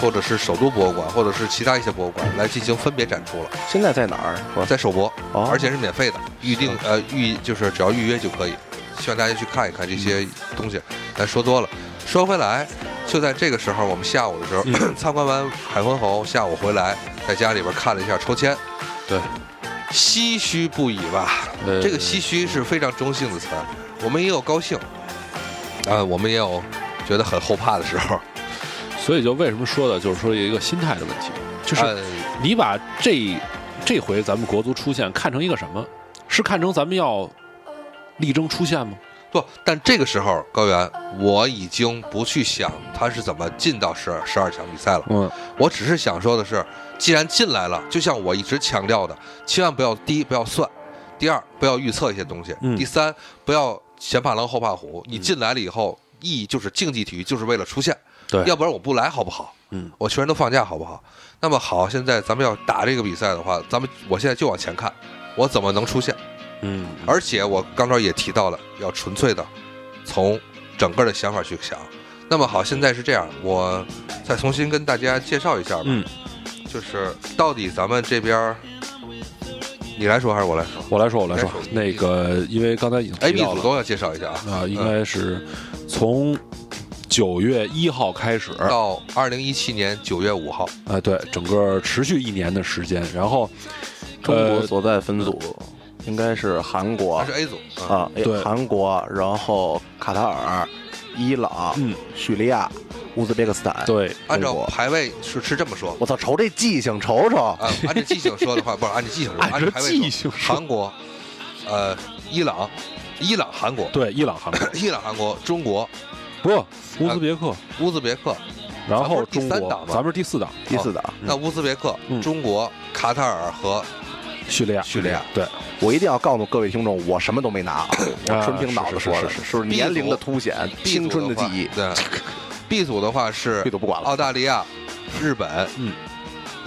Speaker 2: 或者是首都博物馆，或者是其他一些博物馆来进行分别展出了，
Speaker 4: 现在在哪儿？我
Speaker 2: 在首博，
Speaker 4: 哦
Speaker 2: 而且是免费的，预定呃预就是只要预约就可以，希望大家去看一看这些东西。咱说多了，说回来，就在这个时候，我们下午的时候、 参观完海昏侯，下午回来在家里边看了一下抽签，
Speaker 3: 对，
Speaker 2: 唏嘘不已吧。
Speaker 3: 呃
Speaker 2: 这个唏嘘是非常中性的词儿，我们也有高兴，啊，我们也有觉得很后怕的时候，
Speaker 3: 所以就为什么说的，就是说一个心态的问题，就
Speaker 2: 呃
Speaker 3: 是你把这这回咱们国足出现看成一个什么？是看成咱们要力争出线吗？
Speaker 2: 不，但这个时候高原，我已经不去想他是怎么进到十十二强比赛了。
Speaker 3: 嗯，
Speaker 2: 我只是想说的是，既然进来了，就像我一直强调的，千万不要第一不要算，第二不要预测一些东西，
Speaker 3: 嗯
Speaker 2: 第三不要前怕狼后怕虎。你进来了以后，意义就是竞技体育就是为了出现，
Speaker 3: 对
Speaker 2: 要不然我不来好不好？
Speaker 3: 嗯，
Speaker 2: 我全都放假好不好？那么好，现在咱们要打这个比赛的话，咱们我现在就往前看，我怎么能出现？
Speaker 3: 嗯，
Speaker 2: 而且我刚才也提到了，要纯粹的从整个的想法去想。那么好，现在是这样，我再重新跟大家介绍一下吧。
Speaker 3: 嗯，
Speaker 2: 就是到底咱们这边儿，你来说还是我来说
Speaker 3: 我来说，我来
Speaker 2: 来，
Speaker 3: 说
Speaker 2: 说
Speaker 3: 那个因为刚才已经
Speaker 2: ？A、
Speaker 3: 提
Speaker 2: B
Speaker 3: 到
Speaker 2: 组
Speaker 3: 了，
Speaker 2: 都要介绍一下啊。
Speaker 3: 啊、应
Speaker 2: 嗯
Speaker 3: 该是从九月一号开始，啊、
Speaker 2: 到二零一七年九月五号，
Speaker 3: 对，整个持续一年的时间，然后
Speaker 4: 中国
Speaker 3: 呃
Speaker 4: 所在分组应该是韩国
Speaker 2: 它是 A 组嗯
Speaker 4: 啊，哎
Speaker 3: 对
Speaker 4: 韩国，然后卡塔尔、伊朗、
Speaker 3: 嗯
Speaker 4: 叙利亚、乌兹别克斯坦。，
Speaker 3: 对，
Speaker 2: 按照
Speaker 4: 中国
Speaker 2: 排位是是这么说
Speaker 4: 我操，瞅这记性，瞅瞅，
Speaker 2: 啊，按照记性说的话，不是按照记性说，
Speaker 3: 按照
Speaker 2: 按照排位
Speaker 3: 记性说
Speaker 2: 韩国，呃，伊朗，伊朗、韩国，
Speaker 3: 对，伊朗、韩国，
Speaker 2: 伊朗、韩国、中国、
Speaker 3: 不，乌兹别克，
Speaker 2: 乌兹别克、
Speaker 3: 然后
Speaker 2: 啊咱不是第
Speaker 3: 中
Speaker 2: 三
Speaker 3: 国
Speaker 2: 档，吗
Speaker 3: 咱们是第四档，
Speaker 4: 第四啊档，
Speaker 2: 那乌兹别克、
Speaker 3: 嗯
Speaker 2: 中国、卡塔尔和
Speaker 3: 叙利亚，
Speaker 2: 叙利亚，
Speaker 3: 对，
Speaker 4: 我一定要告诉各位听众，我什么都 没拿，啊我纯凭脑子说的，
Speaker 3: 是是是
Speaker 4: 是年龄的凸显，
Speaker 2: B
Speaker 4: 青
Speaker 2: 组
Speaker 4: 春的记
Speaker 2: 话
Speaker 4: 忆，
Speaker 2: 对，B 组的话是
Speaker 4: 这都不管
Speaker 2: 澳
Speaker 4: 了。
Speaker 2: 大利亚、日本，
Speaker 3: 嗯，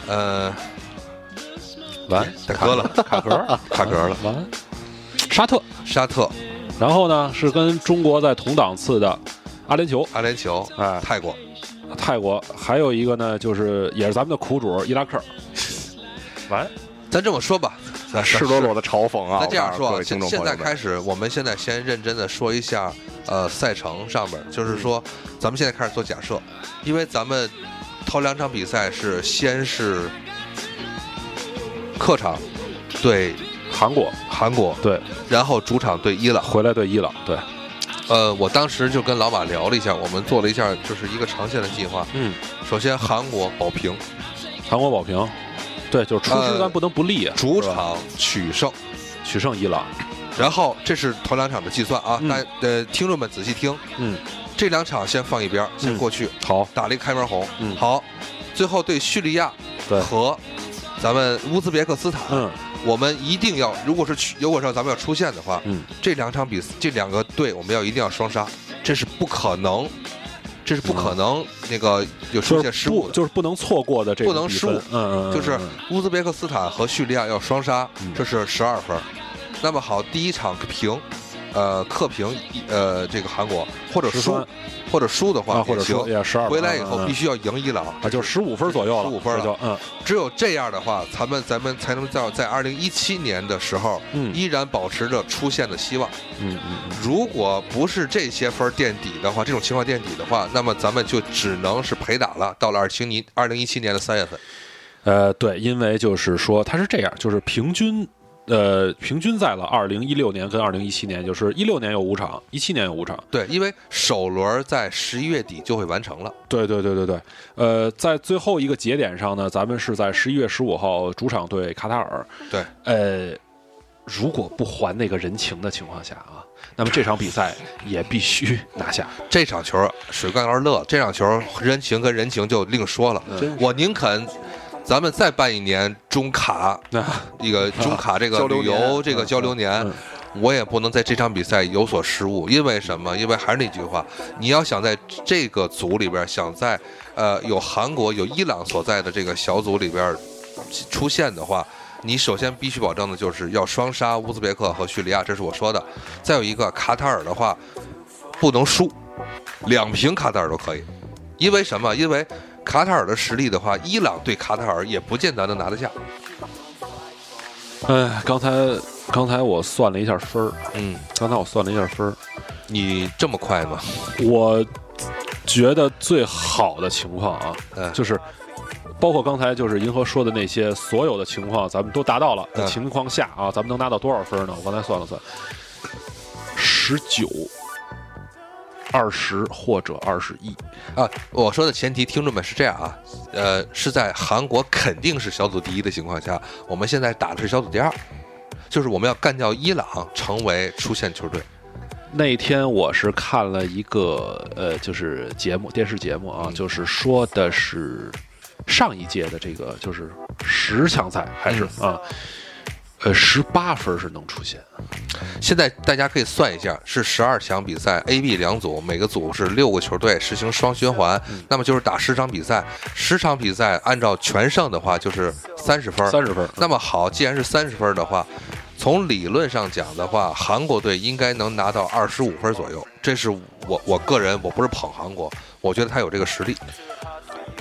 Speaker 2: 呃，
Speaker 3: 完，
Speaker 2: 打嗝了，
Speaker 3: 卡壳儿，
Speaker 2: 卡壳了，
Speaker 3: 完，沙特，
Speaker 4: 嗯
Speaker 2: 沙特、
Speaker 3: 然后呢是跟中国在同档次的阿联酋，
Speaker 2: 阿联酋、
Speaker 3: 哎，
Speaker 2: 泰国，
Speaker 3: 泰国，还有一个呢就是也是咱们的苦主伊拉 克，完，
Speaker 2: 咱这么说吧，咱
Speaker 4: 赤裸裸的嘲讽啊！
Speaker 2: 咱这样
Speaker 4: 我告诉
Speaker 2: 说
Speaker 4: 各
Speaker 2: 啊，
Speaker 4: 位听
Speaker 2: 现
Speaker 4: 众
Speaker 2: 现
Speaker 4: 朋
Speaker 2: 在
Speaker 4: 友们，
Speaker 2: 开始，我们现在先认真的说一下，呃，赛程上面，
Speaker 4: 嗯
Speaker 2: 就是说，咱们现在开始做假设，因为咱们头两场比赛是先是客场对
Speaker 3: 韩国，
Speaker 2: 韩国，
Speaker 3: 对，
Speaker 2: 然后主场对伊朗。
Speaker 3: 回来对伊朗，对，
Speaker 2: 呃，我当时就跟老马聊了一下，我们做了一下就是一个长线的计划。
Speaker 3: 嗯。
Speaker 2: 首先，韩国保平，
Speaker 3: 韩国保平，对，就是出
Speaker 2: 呃
Speaker 3: 师咱不能不利，
Speaker 2: 主
Speaker 3: 是吧
Speaker 2: 场取胜。
Speaker 3: 取胜伊朗，
Speaker 2: 然后，这是头两场的计算啊，
Speaker 3: 嗯
Speaker 2: 大家呃，听众们仔细听，
Speaker 3: 嗯，
Speaker 2: 这两场先放一边儿，先
Speaker 3: 嗯
Speaker 2: 过去。
Speaker 3: 好，
Speaker 2: 打了一个开门红。
Speaker 3: 嗯
Speaker 2: 好，最后对叙利亚
Speaker 3: 对
Speaker 2: 和咱们乌兹别克斯坦，
Speaker 3: 嗯
Speaker 2: 我们一定要，如果是去，如果说咱们要出现的话，
Speaker 3: 嗯，
Speaker 2: 这两场比这两个队我们要一定要双杀，这是不可能，这是不可能、
Speaker 3: 嗯
Speaker 2: 那个有出
Speaker 3: 就
Speaker 2: 现失
Speaker 3: 是
Speaker 2: 误
Speaker 3: 不
Speaker 2: 的。
Speaker 3: 就是不能错过的这个
Speaker 2: 不能
Speaker 3: 比分
Speaker 2: 失误
Speaker 3: 嗯嗯，嗯
Speaker 2: 就是
Speaker 3: 嗯
Speaker 2: 乌兹别克斯坦和叙利亚要双杀
Speaker 3: 嗯，
Speaker 2: 这是十二分。那么好，第一场平，呃客评呃这个韩国，或者
Speaker 3: 13
Speaker 2: 输或者输的话
Speaker 3: 啊，或者
Speaker 2: 行
Speaker 3: 说，也十二，嗯
Speaker 2: 回来以后必
Speaker 3: 须
Speaker 2: 须要赢伊朗，
Speaker 3: 啊，就十五分左右了，
Speaker 2: 15分了
Speaker 3: 这就嗯
Speaker 2: 只有这样的话，咱们咱们才能在在二零一七年的时候
Speaker 3: 嗯
Speaker 2: 依然保持着出现的希望。
Speaker 3: 嗯嗯
Speaker 2: 如果不是这些分儿垫底的话，这种情况垫底的话，那么咱们就只能是陪打了。到了二七年二零一七年的三月份，
Speaker 3: 呃，对，因为就是说它是这样，就是平均。呃，平均在了二零一六年跟二零一七年，就是一六年有五场，一七年有五场，
Speaker 2: 对，因为首轮在十一月底就会完成了。
Speaker 3: 对对对对对，呃，在最后一个节点上呢，咱们是在十一月十五号主场对卡塔尔。
Speaker 2: 对，
Speaker 3: 呃，如果不还那个人情的情况下啊，那么这场比赛也必须拿下。
Speaker 2: 这场球水罐要是乐，这场球人情跟人情就另说了。
Speaker 3: 嗯真
Speaker 2: 我宁肯，咱们再办一年中卡，
Speaker 3: 那、
Speaker 2: 一个中卡这个
Speaker 4: 交流
Speaker 2: 旅
Speaker 4: 年
Speaker 2: 游这个交流年
Speaker 3: 嗯，
Speaker 2: 我也不能在这场比赛有所失误。因为什么？因为还是那句话，你要想在这个组里边，想在呃有韩国、有伊朗所在的这个小组里边出现的话。你首先必须保证的就是要双杀乌兹别克和叙利亚，这是我说的。再有一个卡塔尔的话，不能输，两平卡塔尔都可以。因为什么？因为卡塔尔的实力的话，伊朗对卡塔尔也不见得能拿得下。
Speaker 3: 哎，刚才刚才我算了一下分儿，
Speaker 2: 嗯，
Speaker 3: 刚才我算了一下分儿，
Speaker 2: 你这么快吗？
Speaker 3: 我觉得最好的情况啊，
Speaker 2: 嗯
Speaker 3: 就是。包括刚才就是银河说的那些所有的情况，咱们都达到了的
Speaker 2: 嗯
Speaker 3: 情况下啊，咱们能拿到多少分呢？我刚才算了算，十九、二十或者二十一。
Speaker 2: 啊，我说的前提，听众们是这样啊，呃，是在韩国肯定是小组第一的情况下，我们现在打的是小组第二，就是我们要干掉伊朗，成为出线球队。
Speaker 3: 那天我是看了一个呃，就是节目，电视节目啊，就是说的是上一届的这个就是十强赛还是、啊，呃，十八分是能出现。
Speaker 2: 现在大家可以算一下，是十二强比赛，A、B 两组，每个组是六个球队，实行双循环，那么就是打十场比赛，十场比赛按照全胜的话就是三十分儿，
Speaker 3: 三十分，
Speaker 2: 那么好，既然是三十分的话，从理论上讲的话，韩国队应该能拿到二十五分左右。这是我我个人，我不是捧韩国，我觉得他有这个实力，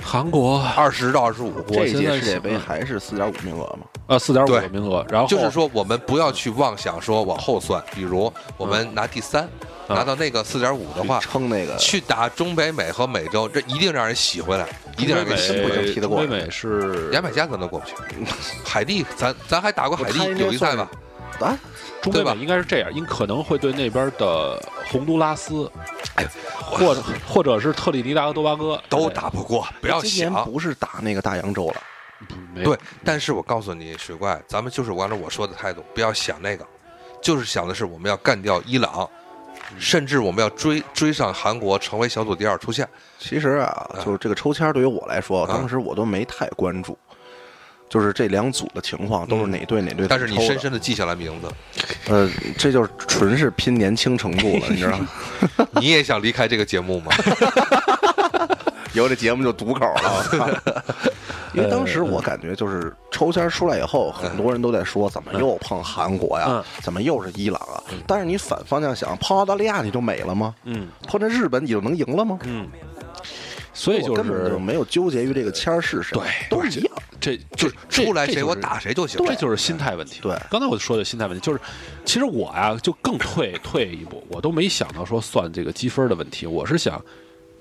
Speaker 3: 韩国
Speaker 2: 二十到二十五。
Speaker 3: 我
Speaker 4: 这一
Speaker 3: 现在
Speaker 4: 届世界
Speaker 3: 想
Speaker 4: 杯还是四点五名额嘛？
Speaker 3: 呃四点五
Speaker 2: 对
Speaker 3: 个名额，然后
Speaker 2: 就是说，我们不要去妄想说往后算，比如我们拿第三，
Speaker 3: 嗯
Speaker 2: 拿到那个四点五的话，
Speaker 4: 撑那个
Speaker 2: 啊去打中北美和美洲，这一定让人洗回来，一定让
Speaker 3: 中
Speaker 2: 人洗
Speaker 3: 美
Speaker 2: 回来。
Speaker 4: 能踢得过
Speaker 3: 中美是
Speaker 2: 牙买加可能过不去，海地咱咱还打过海地
Speaker 4: 我看应该
Speaker 2: 友谊赛吧？
Speaker 4: 啊，
Speaker 3: 中北
Speaker 2: 对吧
Speaker 3: 美应该是这样，因可能会对那边的洪都拉斯，或者或者是特立尼达和多巴哥哎
Speaker 2: 都打不过，不要
Speaker 4: 今年
Speaker 2: 想。
Speaker 4: 不是打那个大洋洲了，
Speaker 3: 没有
Speaker 2: 对，但是我告诉你，雪怪，咱们就是按照我说的态度，不要想那个，就是想的是我们要干掉伊朗，
Speaker 3: 嗯
Speaker 2: 甚至我们要追追上韩国，成为小组第二出线。
Speaker 4: 其实啊，
Speaker 2: 嗯
Speaker 4: 就是这个抽签儿对于我来说，啊当时我都没太关注，就是这两组的情况都是哪队哪队
Speaker 2: 嗯但
Speaker 4: 怎
Speaker 2: 是
Speaker 4: 么抽
Speaker 2: 你
Speaker 4: 的。
Speaker 2: 深深的记下来名字，
Speaker 4: 呃，这就是纯是拼年轻程度了，你知道吗？
Speaker 2: 你也想离开这个节 目吗？
Speaker 4: 以后这节目就堵口了。 因为当时我感觉就是抽签出来以后，很多人都在说怎么又碰韩国呀
Speaker 3: 嗯，
Speaker 4: 怎么又是伊朗啊？但是你反方向想，碰澳大利亚你就美了吗？
Speaker 3: 嗯
Speaker 4: 碰着日本你就能赢了吗？
Speaker 3: 嗯，所以
Speaker 4: 我
Speaker 3: 就
Speaker 4: 根本
Speaker 3: 是
Speaker 4: 就没有纠结于这个签儿是谁，都一样。
Speaker 3: 这
Speaker 2: 就
Speaker 3: 就是
Speaker 2: 出来谁我
Speaker 3: 打。这
Speaker 2: 打
Speaker 3: 就是
Speaker 2: 谁就行。
Speaker 3: 这就是心态问题。
Speaker 4: 对
Speaker 3: 刚才我说的心态问题就是，其实我呀、就更退退一步，我都没想到说算这个积分的问题，我是想，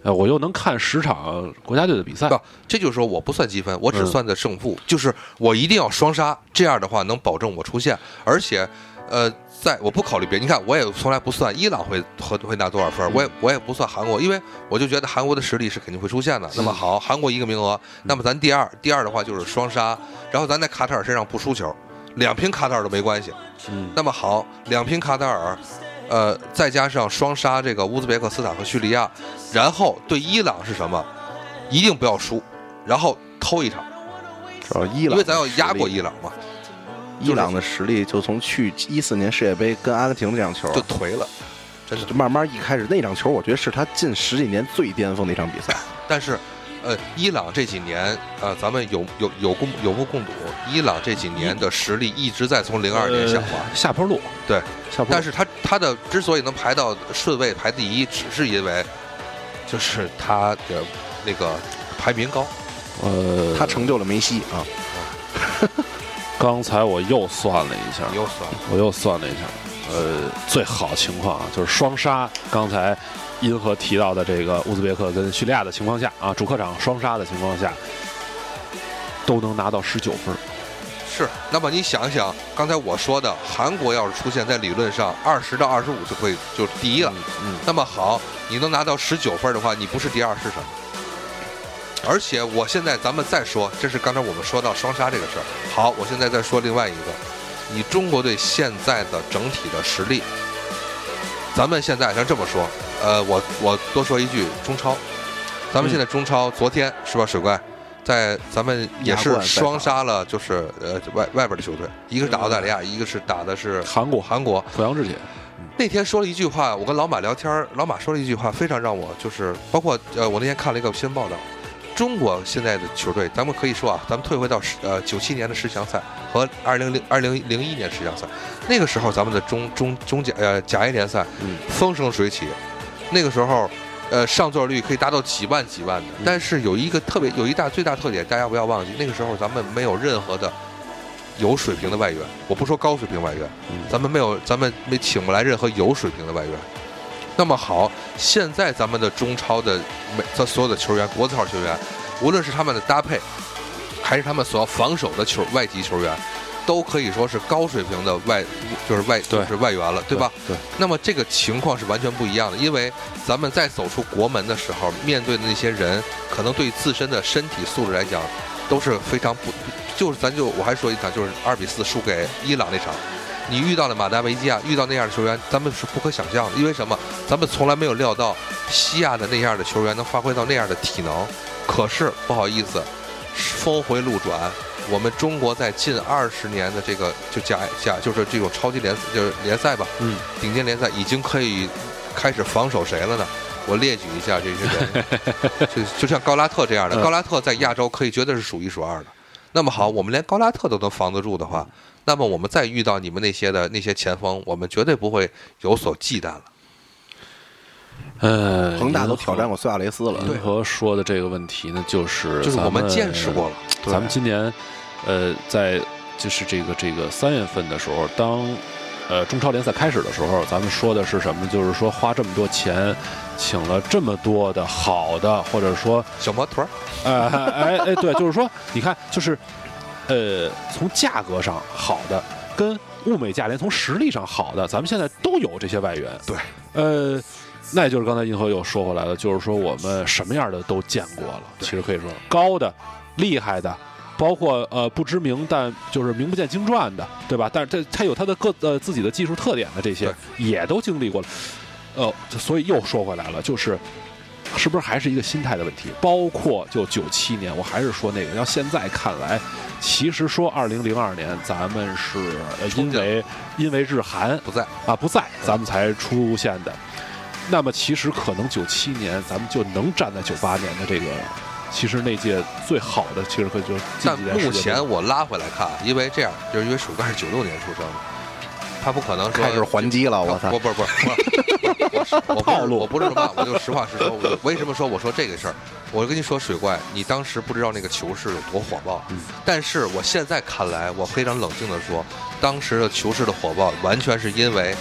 Speaker 3: 呃，我又能看十场国家队的比赛
Speaker 2: 不，，这就是说我不算积分，我只
Speaker 3: 嗯
Speaker 2: 算的胜负，就是我一定要双杀，这样的话能保证我出线，而且，呃，在我不考虑别人，你看我也从来不算伊朗会会会拿多少
Speaker 3: 嗯
Speaker 2: 分，我也我也不算韩国，因为我就觉得韩国的实力是肯定会出现
Speaker 3: 嗯
Speaker 2: 的。那么好，韩国一个名额，那么咱第二，第二的话就是双杀，然后咱在卡塔尔身上不输球，两平卡塔尔都没关系。
Speaker 3: 嗯，
Speaker 2: 那么好，两平卡塔尔，呃，再加上双杀这个乌兹别克斯坦和叙利亚，然后对伊朗是什么？一定不要输，然后偷一场，
Speaker 4: 主要伊
Speaker 2: 因
Speaker 4: 朗，
Speaker 2: 为咱要压过伊朗嘛，
Speaker 4: 伊朗的实力，就从去一四年世界杯跟阿根廷这场球，
Speaker 2: 就颓了，真的
Speaker 4: 就。慢慢一开始那场球，我觉得是他近十几年最巅峰的一场比赛。
Speaker 2: 但是，呃，伊朗这几年，呃，咱们有有有共有目共睹，伊朗这几年的实力一直在从零二年下滑，
Speaker 3: 呃下坡路，
Speaker 2: 对，
Speaker 3: 下坡路。
Speaker 2: 但是他他的之所以能排到顺位排第一，只是因为就是他的那个排名高。
Speaker 3: 呃，
Speaker 4: 他成就了梅西啊，
Speaker 3: 刚才我又算了一
Speaker 4: 啊
Speaker 3: 下，
Speaker 2: 又算了，
Speaker 3: 我又算了一下，呃，最好情况啊，就是双杀。刚才银河提到的这个乌兹别克跟叙利亚的情况下啊，主客场双杀的情况下，都能拿到十九分。
Speaker 2: 是。那么你想想，刚才我说的，韩国要是出现在理论上二十到二十五就会就是第一了。
Speaker 3: 嗯，
Speaker 2: 那么好，你能拿到十九分的话，你不是第二是什么？而且我现在咱们再说，这是刚才我们说到双杀这个事儿。好，我现在再说另外一个，以中国队现在的整体的实力，咱们现在咱这么说，呃，我我多说一句，中超，咱们现在中超昨天是吧，水怪，在咱们也
Speaker 4: 亚
Speaker 2: 是
Speaker 4: 冠赛场
Speaker 2: 双杀了，就是呃外外边的球队，一个是打澳大利亚，一个是打的是
Speaker 3: 嗯韩国
Speaker 2: 韩国，
Speaker 3: 濮阳智铁，
Speaker 2: 那天说了一句话，我跟老马聊天儿，老马说了一句话，非常让我就是，包括呃，我那天看了一个新闻报道，中国现在的球队，咱们可以说啊，咱们退回到十呃九七年的十强赛和二零零二零零一年十强赛，那个时候咱们的中中中甲呃甲 A 联赛
Speaker 3: 嗯，
Speaker 2: 风生水起，那个时候。呃，上座率可以达到几万几万的，但是有一个特别有一大最大特点，大家不要忘记，那个时候咱们没有任何的有水平的外援，我不说高水平外援，咱们没有，咱们没请不来任何有水平的外援。那么好，现在咱们的中超的每他所有的球员，国字号球员，无论是他们的搭配，还是他们所要防守的球外籍球员，都可以说是高水平的外，就是外
Speaker 3: 对
Speaker 2: 就是外援了，对吧？？
Speaker 3: 对，
Speaker 2: 那么这个情况是完全不一样的，因为咱们在走出国门的时候，面对的那些人，可能对自身的身体素质来讲，都是非常不，就是咱就我还说一场，就是二比四输给伊朗那场，你遇到了马达维基亚，遇到那样的球员，咱们是不可想象的，因为什么？咱们从来没有料到西亚的那样的球员能发挥到那样的体能，可是不好意思，峰回路转，我们中国在近二十年的这个就甲甲就是这种超级联就是联赛吧，
Speaker 3: 嗯，
Speaker 2: 顶尖联赛已经可以开始防守谁了呢？我列举一下这些人，就就像高拉特这样的，
Speaker 3: 嗯
Speaker 2: 高拉特在亚洲可以绝对是数一数二的。那么好，我们连高拉特都能防得住的话，那么我们再遇到你们那些的那些前锋，我们绝对不会有所忌惮了。
Speaker 3: 呃，
Speaker 4: 恒大都挑战过苏亚雷斯了，
Speaker 3: 银河说的这个问题呢，就是
Speaker 2: 就是我
Speaker 3: 咱
Speaker 2: 们
Speaker 3: 们
Speaker 2: 见识过了，
Speaker 4: 对
Speaker 3: 咱们今年，呃，在就是这个这个三月份的时候，当呃中超联赛开始的时候，咱们说的是什么？就是说花这么多钱，请了这么多的好的，或者说，
Speaker 2: 小摩托儿，
Speaker 3: 呃，哎哎，对，就是说，你看，就是呃，从价格上好的跟物美价廉，从实力上好的，咱们现在都有这些外援。
Speaker 2: 对，
Speaker 3: 呃。那也就是刚才银河又说回来了，就是说我们什么样的都见过了，其实可以说高的、厉害的，包括呃不知名但就是名不见经传的，对吧？但是这它有它的各呃自己的技术特点的这些也都经历过了，呃，所以又说回来了，就是。是不是还是一个心态的问题？包括就九七年，我还是说那个，要现在看来，其实说二零零二年咱们是呃因为因为日韩
Speaker 2: 不在，
Speaker 3: 啊不在，咱们才出现的。那么其实可能九七年咱们就能站在九八年的这个，其实那届最好的，其实可以就近
Speaker 2: 但
Speaker 3: 几年世
Speaker 2: 目
Speaker 3: 界杯
Speaker 2: 前我拉回来看，因为这样，就是因为鼠哥是九六年出生的，他不可能说
Speaker 4: 开始还击了，我
Speaker 2: 啊
Speaker 4: 操
Speaker 2: 不！不不不，我 是我不
Speaker 3: 套
Speaker 2: 是
Speaker 3: 路
Speaker 2: 我不是骂，我就实话实说。我为什么说我说这个事儿？我跟你说，水怪，你当时不知道那个球市有多火爆，
Speaker 3: 嗯
Speaker 2: 但是我现在看来，我非常冷静的说，当时的球市的火爆完全是因为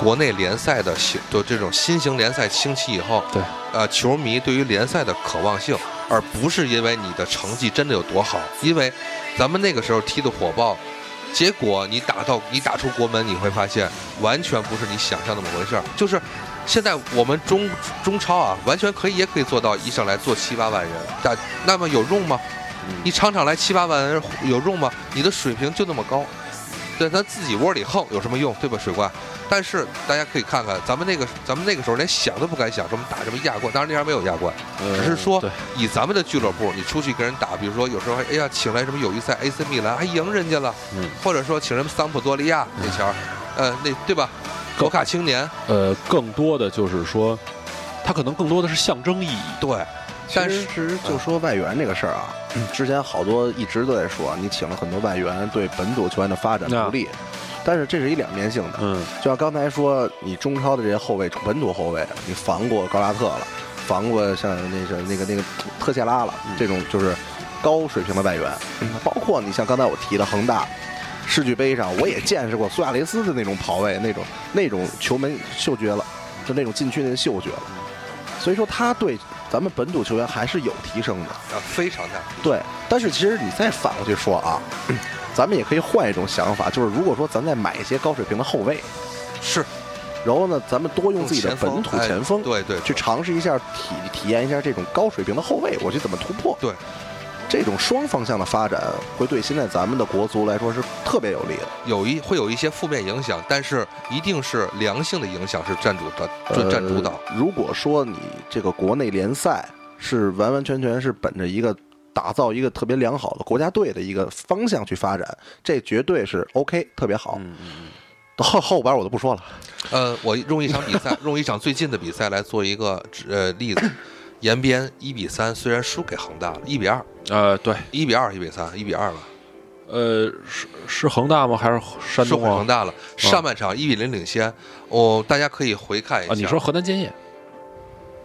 Speaker 2: 国内联赛的兴，就这种新型联赛兴起以后，
Speaker 3: 对，
Speaker 2: 呃，球迷对于联赛的渴望性，而不是因为你的成绩真的有多好，因为咱们那个时候踢的火爆，结果你打到你打出国门，你会发现完全不是你想象那么回事儿。就是现在我们中中超啊，完全可以也可以做到一上来做七八万人，但那么有用吗？你场场来七八万人有用吗？你的水平就那么高，对，咱自己窝里横有什么用，对吧，水怪？但是大家可以看看，咱们那个咱们那个时候连想都不敢想，什么打什么亚冠，当然那时候没有亚冠，
Speaker 3: 呃
Speaker 2: 只是说
Speaker 3: 对
Speaker 2: 以咱们的俱乐部，你出去跟人打，比如说有时候还哎呀请来什么友谊赛 AC 米兰还哎赢人家了，
Speaker 3: 嗯
Speaker 2: 或者说请什么桑普多利亚那前儿，呃那对吧？国卡青年
Speaker 3: 呃，更多的就是说，它可能更多的是象征意义。
Speaker 2: 对，但是
Speaker 4: 其实就说外援这个事儿啊，之前好多一直都在说，你请了很多外援，对本土球员的发展不利。但是这是一两面性的，
Speaker 3: 嗯，
Speaker 4: 就像刚才说，你中超的这些后卫，本土后卫，你防过高拉特了，防过像那个那个那个特谢拉了，这种就是高水平的外援，包括你像刚才我提的恒大。世俱杯上，我也见识过苏亚雷斯的那种跑位，那种那种球门嗅觉了，就那种禁区的嗅觉了。所以说，他对咱们本土球员还是有提升的。
Speaker 2: 啊，非常大。
Speaker 4: 对，但是其实你再反过去说啊， 咱们也可以换一种想法，就是如果说咱再买一些高水平的后卫，
Speaker 2: 是
Speaker 4: 然后呢，咱们多用
Speaker 2: 用
Speaker 4: 自己的
Speaker 2: 前锋
Speaker 4: 本土
Speaker 2: 哎
Speaker 4: 前锋，
Speaker 2: 对对
Speaker 4: 去尝试一下体体验一下这种高水平的后卫，我去怎么突破。
Speaker 2: 对，
Speaker 4: 这种双方向的发展，会对现在咱们的国足来说是特别有利的。
Speaker 2: 有一会有一些负面影响，但是一定是良性的影响是占主导，占占主导。
Speaker 4: 呃。如果说你这个国内联赛是完完全全是本着一个打造一个特别良好的国家队的一个方向去发展，这绝对是 OK，特别好。
Speaker 2: 嗯
Speaker 4: 后后边我就不说了，
Speaker 2: 呃，我用一场比赛，用一场最近的比赛来做一个呃例子。延边一比三，虽然输给恒大了，一比二，
Speaker 3: 呃，对，
Speaker 2: 一比二，一比三，一比二了，
Speaker 3: 呃，是是恒大吗？还是山
Speaker 2: 输
Speaker 3: 东
Speaker 2: 给
Speaker 3: 啊？
Speaker 2: 恒大了。上半场一比零领先，哦，大家可以回看一下。
Speaker 3: 啊，你说河南建业？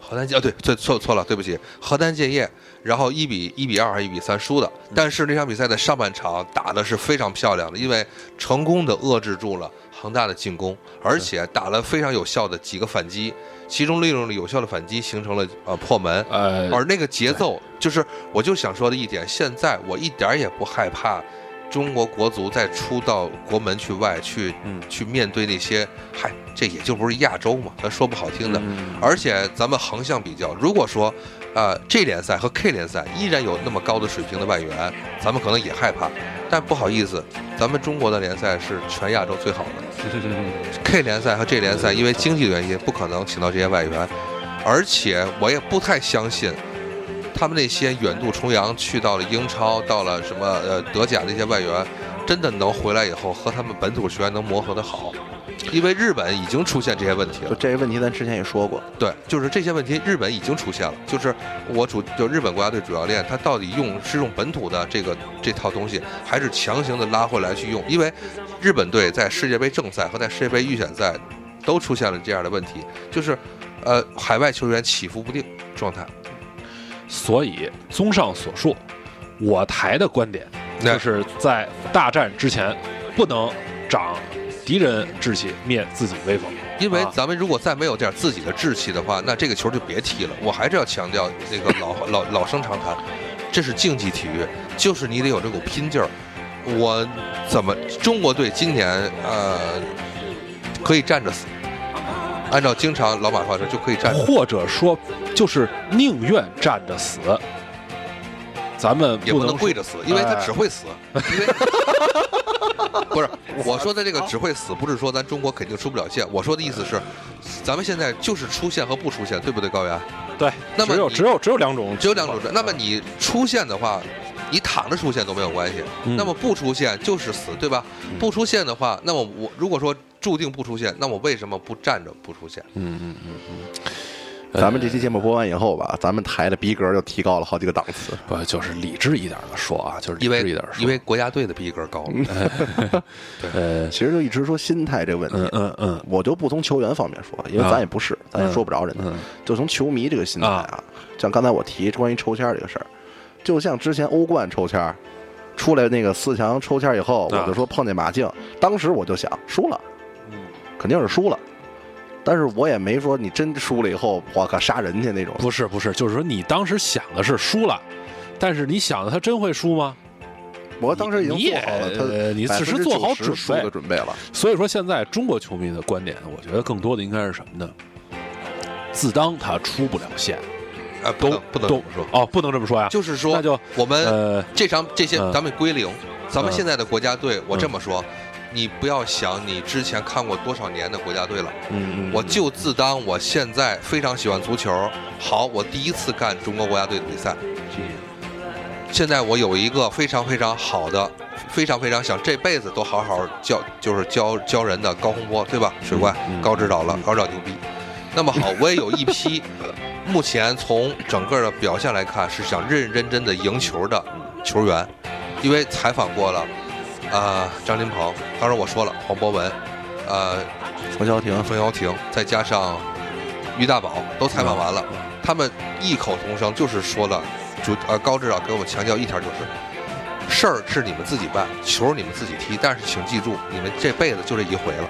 Speaker 2: 河南建啊，对，错错错了，对不起，河南建业，然后一比一比二还是一比三输的，但是这场比赛的上半场打的是非常漂亮的，因为成功的遏制住了恒大的进攻，而且打了非常有效的几个反击，其中利用了有效的反击形成了呃破门，
Speaker 3: 呃，
Speaker 2: 而那个节奏就是我就想说的一点，现在我一点儿也不害怕中国国足再出到国门去外去
Speaker 3: 嗯
Speaker 2: 去面对那些，嗨，这也就不是亚洲嘛，咱说不好听的，
Speaker 3: 嗯
Speaker 2: 而且咱们横向比较，如果说，呃，G 联赛和 K 联赛依然有那么高的水平的外援，咱们可能也害怕。但不好意思，咱们中国的联赛是全亚洲最好的。K 联赛和 G 联赛因为经济原因不可能请到这些外援，而且我也不太相信。他们那些远渡重洋去到了英超，到了什么呃德甲的一些外援，真的能回来以后和他们本土球员能磨合的好，因为日本已经出现这些问题了
Speaker 4: 就。这些问题咱之前也说过，
Speaker 2: 对，就是这些问题，日本已经出现了。就是我主，就日本国家队主教练，他到底用是用本土的这个这套东西，还是强行的拉回来去用？因为日本队在世界杯正赛和在世界杯预选赛都出现了这样的问题，就是呃，海外球员起伏不定状态。
Speaker 3: 所以综上所述，我台的观点
Speaker 2: 那
Speaker 3: 就是在大战之前不能长敌人志气，灭自己威风。
Speaker 2: 因为
Speaker 3: 啊
Speaker 2: 咱们如果再没有点自己的志气的话，那这个球就别踢了。我还是要强调那个老老老生常谈，这是竞技体育，就是你得有这股拼劲儿。我怎么中国队今年呃可以站着死？按照经常老马话说，就可以站着。
Speaker 3: 或者说就是宁愿站着死，咱们
Speaker 2: 也不
Speaker 3: 能
Speaker 2: 能哎跪着死，因为他只会 死。因为不是我说的这个只会死，不是说咱中国肯定出不了线。我说的意思是，咱们现在就是出线和不出线，对不对，高原？
Speaker 3: 对，
Speaker 2: 那么
Speaker 3: 只有
Speaker 2: 你
Speaker 3: 只有只有两种，
Speaker 2: 只有两种人。那么你出现的话，你躺着出现都没有关系。
Speaker 3: 嗯
Speaker 2: 那么不出现就是死，对吧？不出现的话，那么我如果说注定不出现，那我为什么不站着不出现？
Speaker 3: 嗯嗯嗯，呃
Speaker 4: 咱们这期节目播完以后吧，咱们台的逼格就提高了好几个档次。
Speaker 3: 不就是理智一点的说啊，就是嗯理
Speaker 2: 因
Speaker 3: 智一
Speaker 2: 为
Speaker 3: 点地说，
Speaker 2: 因为国家队的逼格高，
Speaker 3: 呃
Speaker 4: 其实就一直说心态这个问题，
Speaker 3: 嗯嗯嗯
Speaker 4: 我就不从球员方面说，因为咱也不是，咱也说不着人家，
Speaker 3: 嗯
Speaker 4: 就从球迷这个心态啊，像刚才我提关于抽签儿这个事儿，就像之前欧冠抽签儿出来那个四强抽签儿以后，
Speaker 3: 啊
Speaker 4: 我就说碰见马竞，当时我就想输了，肯定是输了，但是我也没说你真输了以后，我靠杀人去那种，
Speaker 3: 不是不是，就是说你当时想的是输了，但是你想的他真会输吗？
Speaker 4: 我当时已经
Speaker 3: 你也
Speaker 4: 做好了他
Speaker 3: 呃你此时
Speaker 4: 90%
Speaker 3: 做好准备
Speaker 4: 输的准备了，
Speaker 3: 所以说，现在中国球迷的观点，我觉得更多的应该是什么呢？自当他出不了线，
Speaker 2: 啊，不
Speaker 3: 都
Speaker 2: 能不能这
Speaker 3: 都
Speaker 2: 么说，
Speaker 3: 哦，不能这么说呀。
Speaker 2: 就是说，
Speaker 3: 那就
Speaker 2: 我们
Speaker 3: 呃，
Speaker 2: 这场这些
Speaker 3: 嗯
Speaker 2: 咱们归零，咱们
Speaker 3: 嗯
Speaker 2: 现在的国家队，我
Speaker 3: 嗯
Speaker 2: 这么说。你不要想你之前看过多少年的国家队了，
Speaker 3: 嗯嗯，
Speaker 2: 我就自当我现在非常喜欢足球。好，我第一次看中国国家队的比赛，现在我有一个非常非常好的，非常非常想这辈子都好好教，就是教教人的高洪波，对吧？水怪、高指导了，高指导牛逼。那么好，我也有一批，目前从整个的表现来看，是想认认真真的赢球的球员，因为采访过了，呃，张琳芃，刚才我说了黄博文，呃，
Speaker 4: 冯潇霆，
Speaker 2: 冯潇霆，再加上于大宝都采访完了，
Speaker 4: 嗯
Speaker 2: 他们异口同声就是说了，主呃高指导给我们强调一条就是，事儿是你们自己办，球儿你们自己踢，但是请记住，你们这辈子就这一回了。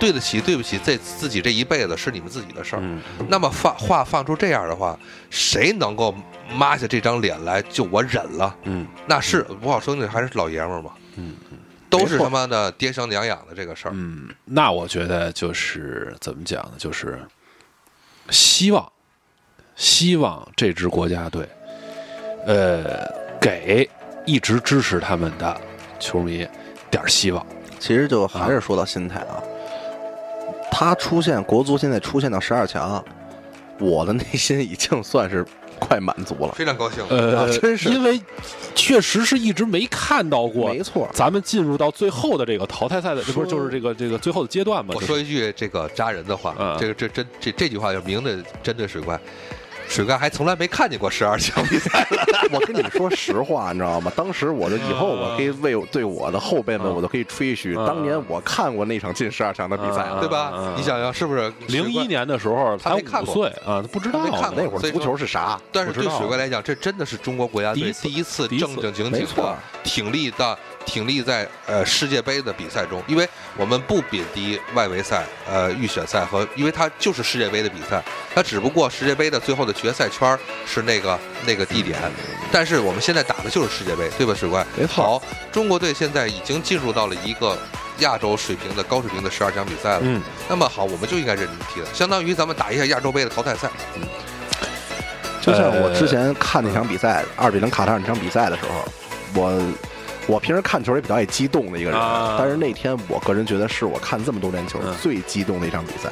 Speaker 2: 对得起，对不起，这自己这一辈子是你们自己的事儿。
Speaker 4: 嗯，
Speaker 2: 那么放话放出这样的话，谁能够抹下这张脸来？就我忍了。
Speaker 4: 嗯，
Speaker 2: 那是不好说，那还是老爷们儿嘛。
Speaker 5: 嗯，
Speaker 2: 都是
Speaker 4: 没错
Speaker 2: 他妈的爹生娘养的这个事儿。
Speaker 5: 嗯，那我觉得就是怎么讲呢？就是希望，希望这支国家队，呃，给一直支持他们的球迷点儿希望。
Speaker 4: 其实就还是说到心态啊，他出现国足现在出现到十二强，我的内心已经算是快满足了。
Speaker 2: 非常高兴。
Speaker 5: 呃，
Speaker 4: 啊真是
Speaker 5: 因为确实是一直没看到过
Speaker 4: 没错，
Speaker 3: 咱们进入到最后的这个淘汰赛的，这不是就是这个这个最后的阶段嘛？
Speaker 2: 我
Speaker 3: 就是
Speaker 2: 说一句这个扎人的话，
Speaker 3: 嗯
Speaker 2: 这个这这这这句话就明着针对水怪。水怪还从来没看见过十二强比赛，
Speaker 4: 我跟你们说实话，你知道吗？当时我就以后我可以为我对我的后辈们，我都可以吹嘘，
Speaker 3: 嗯
Speaker 4: 当年我看过那场进十二强的比赛啊
Speaker 3: 嗯
Speaker 4: 了。
Speaker 2: 对吧
Speaker 3: 嗯？
Speaker 2: 你想想是不是？
Speaker 3: 零
Speaker 2: 水怪
Speaker 3: 一，年的时候才
Speaker 2: 他没
Speaker 3: 五
Speaker 2: 看过
Speaker 3: 岁啊，不知道
Speaker 2: 他没看过
Speaker 4: 那会
Speaker 2: 所
Speaker 4: 儿
Speaker 2: 以说
Speaker 4: 足球是啥？
Speaker 2: 但是对
Speaker 3: 我知道
Speaker 2: 水怪来讲，这真的是中国国家
Speaker 3: 第一
Speaker 2: 队
Speaker 3: 次
Speaker 2: 第一次
Speaker 3: 第一次
Speaker 2: 正正经
Speaker 4: 没
Speaker 2: 经
Speaker 4: 错
Speaker 2: 的挺立的挺立在呃世界杯的比赛中，因为我们不贬低外围赛、呃预选赛和，因为它就是世界杯的比赛，它只不过世界杯的最后的决赛圈儿是那个那个地点，但是我们现在打的就是世界杯，对吧，水怪？
Speaker 4: 没错
Speaker 2: 好，中国队现在已经进入到了一个亚洲水平的高水平的十二强比赛了，
Speaker 3: 嗯，
Speaker 2: 那么好，我们就应该认真踢了，相当于咱们打一下亚洲杯的淘汰赛。
Speaker 4: 就像我之前看那场比赛，二比零卡塔尔那场比赛的时候，我我平时看球也比较爱激动的一个人，
Speaker 3: 啊
Speaker 4: 但是那天我个人觉得是我看这么多年球
Speaker 2: 嗯
Speaker 4: 最激动的一场比赛。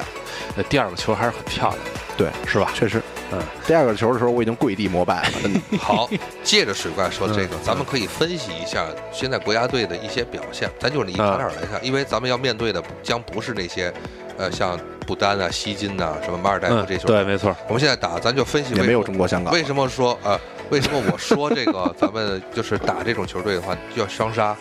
Speaker 5: 呃第二个球还是很漂亮的，
Speaker 4: 对，
Speaker 5: 是吧？
Speaker 4: 确实，
Speaker 5: 嗯，
Speaker 4: 第二个球的时候我已经跪地膜 拜了，真的。
Speaker 2: 好，借着水怪说这
Speaker 4: 嗯
Speaker 2: 个，咱们可以分析一下现在国家队的一些表现。咱就是以卡塔尔来看，因为咱们要面对的将不是那些，呃，像不丹啊、西金呐、什么马尔代夫
Speaker 3: 嗯，
Speaker 2: 这些球队。
Speaker 3: 对，没错，
Speaker 2: 我们现在打，咱就分析为
Speaker 4: 也
Speaker 2: 什
Speaker 4: 没有
Speaker 2: 么
Speaker 4: 中国香港。
Speaker 2: 为什么说呃，为什么我说这 个咱们就是打这种球队的话要双杀？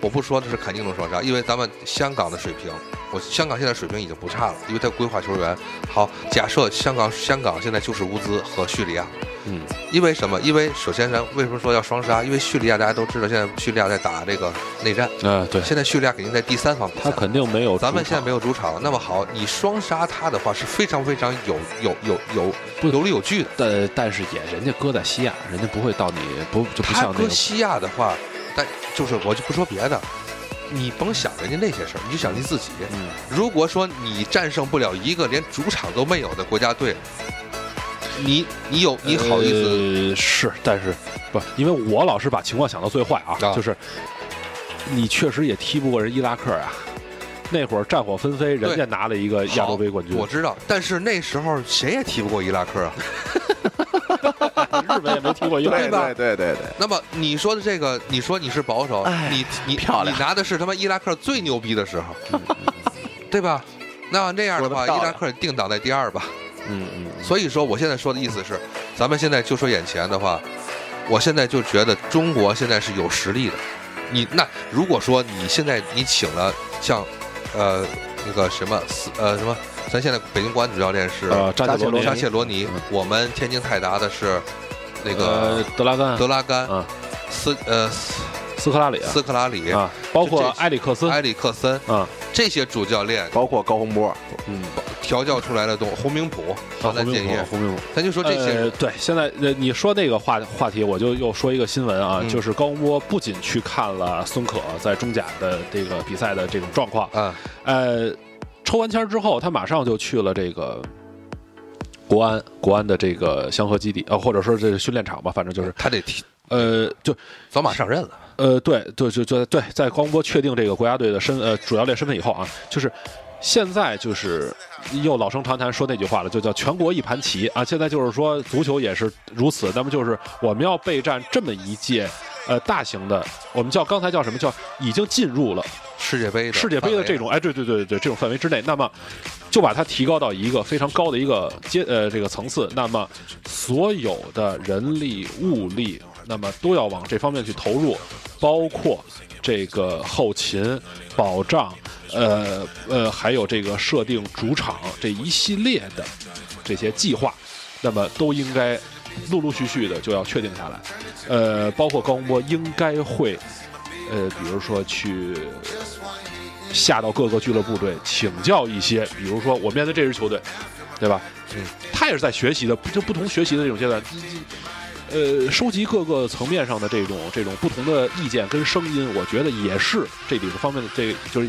Speaker 2: 我不说的是肯定的双杀，因为咱们香港的水平，我香港现在水平已经不差了，因为他规划球员。好，假设香港香港现在就是乌兹和叙利亚，
Speaker 5: 嗯，
Speaker 2: 因为什么？因为首先咱为什么说要双杀？因为叙利亚大家都知道，现在叙利亚在打这个内战，
Speaker 3: 嗯，对，
Speaker 2: 现在叙利亚肯定在第三方比赛
Speaker 3: 他。肯定没有主场，
Speaker 2: 咱们现在没有主场，那么好，你双杀他的话是非常非常有有有
Speaker 5: 不
Speaker 2: 有有理有据的。
Speaker 5: 但但是也人家搁在西亚，人家不会到你不就不
Speaker 2: 他
Speaker 5: 像那
Speaker 2: 搁
Speaker 5: 个
Speaker 2: 西亚的话，但就是我就不说别的，你甭想人家那些事儿，你就想你自己。
Speaker 5: 嗯
Speaker 2: 如果说你战胜不了一个连主场都没有的国家队，你你有你好意思？
Speaker 3: 呃、是，但是不，因为我老是把情况想到最坏啊，
Speaker 2: 啊
Speaker 3: 就是你确实也踢不过人伊拉克啊。那会儿战火纷飞，人家
Speaker 2: 对
Speaker 3: 拿了一个亚洲杯冠军
Speaker 2: 我，知道，但是那时候谁也踢不过伊拉克啊。
Speaker 3: 日本也没踢 过伊拉
Speaker 4: 对
Speaker 3: 克。
Speaker 4: 对对对对，
Speaker 2: 那么你说的这个，你说你是保守，你你
Speaker 4: 哎漂亮嗯
Speaker 2: 你拿的是他妈伊拉克最牛逼的时候，对吧？那那样的话，
Speaker 4: 说得漂
Speaker 2: 伊拉
Speaker 4: 亮
Speaker 2: 克定档在第二吧。
Speaker 5: 嗯嗯，
Speaker 2: 所以说，我现在说的意思是，咱们现在就说眼前的话，我现在就觉得中国现在是有实力的。你那如果说你现在你请了像，呃，那个什么斯呃什么，咱现在北京国安主教练是
Speaker 3: 呃，战
Speaker 4: 扎切
Speaker 3: 罗
Speaker 4: 罗
Speaker 3: 尼
Speaker 2: 扎切罗尼
Speaker 3: 嗯，
Speaker 2: 我们天津泰达的是那
Speaker 3: 呃
Speaker 2: 个，
Speaker 3: 德拉甘、
Speaker 2: 德拉甘
Speaker 3: 嗯，
Speaker 2: 斯呃斯
Speaker 3: 斯科拉里
Speaker 2: 斯克拉里、
Speaker 3: 啊，包括
Speaker 2: 这哎
Speaker 3: 埃里克森，
Speaker 2: 埃里克森
Speaker 3: 嗯
Speaker 2: 这些主教练
Speaker 4: 包括高洪波，
Speaker 3: 嗯，
Speaker 2: 调教出来的东洪明普、
Speaker 3: 啊
Speaker 2: 邯
Speaker 3: 胡
Speaker 2: 郸
Speaker 3: 明
Speaker 2: 建
Speaker 3: 博，
Speaker 2: 业，
Speaker 3: 胡明博。
Speaker 2: 咱就说这些
Speaker 3: 呃、
Speaker 2: 人，
Speaker 3: 对，现在呃你说那个话话题，我就又说一个新闻啊，
Speaker 2: 嗯
Speaker 3: 就是高洪波不仅去看了孙可在中甲的这个比赛的这种状况，
Speaker 2: 啊，
Speaker 3: 呃，抽完签儿之后，他马上就去了这个国安国安的这个香河基地，呃，或者说这是训练场吧，反正就是
Speaker 2: 他得踢，
Speaker 3: 呃，就
Speaker 2: 早马上任了。
Speaker 3: 呃，对，就就就对，在高洪波确定这个国家队的身呃主教练身份以后啊，就是现在就是又老生常谈说那句话了，就叫全国一盘棋啊。现在就是说足球也是如此，那么就是我们要备战这么一届呃大型的，我们叫刚才叫什么叫已经进入了
Speaker 2: 世界杯的
Speaker 3: 世界杯的这种哎对对对对对这种范围之内，那么就把它提高到一个非常高的一个阶呃这个层次，那么所有的人力物力，那么都要往这方面去投入，包括这个后勤、保障，呃呃，还有这个设定主场这一系列的这些计划，那么都应该陆陆续续的就要确定下来。呃，包括高洪波应该会，呃，比如说去下到各个俱乐部队请教一些，比如说我面对这支球队，对吧？
Speaker 2: 嗯，
Speaker 3: 他也是在学习的，就不同学习的这种阶段。呃，收集各个层面上的这种这种不同的意见跟声音，我觉得也是这里边方面的这就是，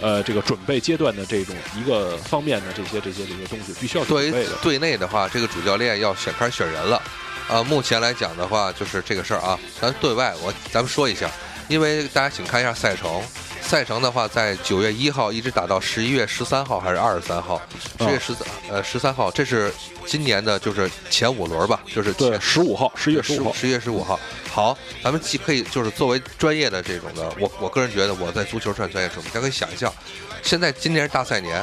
Speaker 3: 呃，这个准备阶段的这种一个方面的这些这些这些东西必须要准
Speaker 2: 对
Speaker 3: 备
Speaker 2: 于
Speaker 3: 的。
Speaker 2: 队内的话，这个主教练要选开始选人了。啊，目前来讲的话，就是这个事儿啊。咱对外我咱们说一下，因为大家请看一下赛程。赛程的话，在九月一号一直打到十一月十三号还是二十三号？十月十三呃十三号，这是今年的就是前五轮吧，就是
Speaker 3: 对，
Speaker 2: 前
Speaker 3: 十五号，十一月十五号，
Speaker 2: 十月十五号。好，咱们既可以就是作为专业的这种的，我我个人觉得我在足球上专业准备，大家可以想一下，现在今年是大赛年，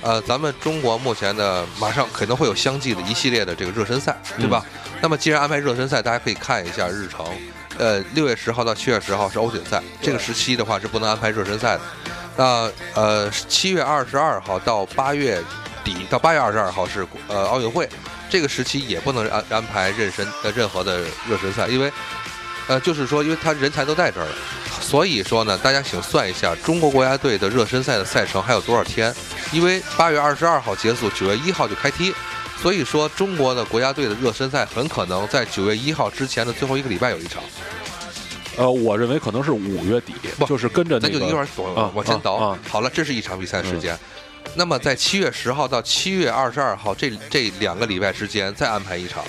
Speaker 2: 呃，咱们中国目前的马上可能会有相继的一系列的这个热身赛，对吧？
Speaker 3: 嗯
Speaker 2: 那么既然安排热身赛，大家可以看一下日程。呃，六月十号到七月十号是欧锦赛，这个时期的话是不能安排热身赛的。那呃，七月二十二号到八月底到八月二十二号是呃奥运会，这个时期也不能安安排妊娠呃任何的热身赛，因为呃就是说，因为他人才都在这儿了，所以说呢，大家请算一下中国国家队的热身赛的赛程还有多少天，因为八月二十二号结束，九月一号就开踢。所以说，中国的国家队的热身赛很可能在九月一号之前的最后一个礼拜有一场，
Speaker 3: 呃，我认为可能是五月底
Speaker 2: 不，
Speaker 3: 就是跟着那
Speaker 2: 咱就
Speaker 3: 个
Speaker 2: 一会儿往
Speaker 3: 啊
Speaker 2: 往前倒。
Speaker 3: 啊嗯啊
Speaker 2: 好了，这是一场比赛时间。那么在七月十号到七月二十二号这这两个礼拜之间再安排一场，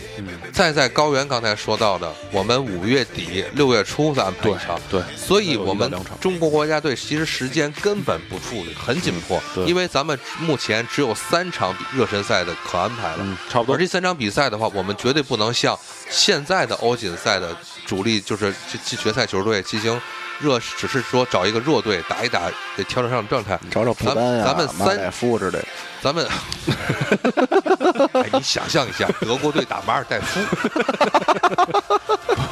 Speaker 2: 再在高原刚才说到的，我们五月底六月初再安排一场。
Speaker 3: 对，
Speaker 2: 所以我
Speaker 3: 那有一到
Speaker 2: 们
Speaker 3: 两场
Speaker 2: 中国国家队其实时间根本不处理，很紧迫，
Speaker 3: 对
Speaker 2: 因为咱们目前只有三场热身赛的可安排了。
Speaker 3: 嗯，差不
Speaker 2: 而
Speaker 3: 多
Speaker 2: 这三场比赛的话，我们绝对不能像现在的欧锦赛的主力，就是这这决赛球队进行热，只是说找一个弱队打一打，得调整上状态。
Speaker 4: 找找
Speaker 2: 咱
Speaker 4: 普丹呀、
Speaker 2: 咱们
Speaker 4: 马
Speaker 2: 三
Speaker 4: 尔代夫之类的。
Speaker 2: 咱们， 哎，你想象一下，德国队打马尔代夫，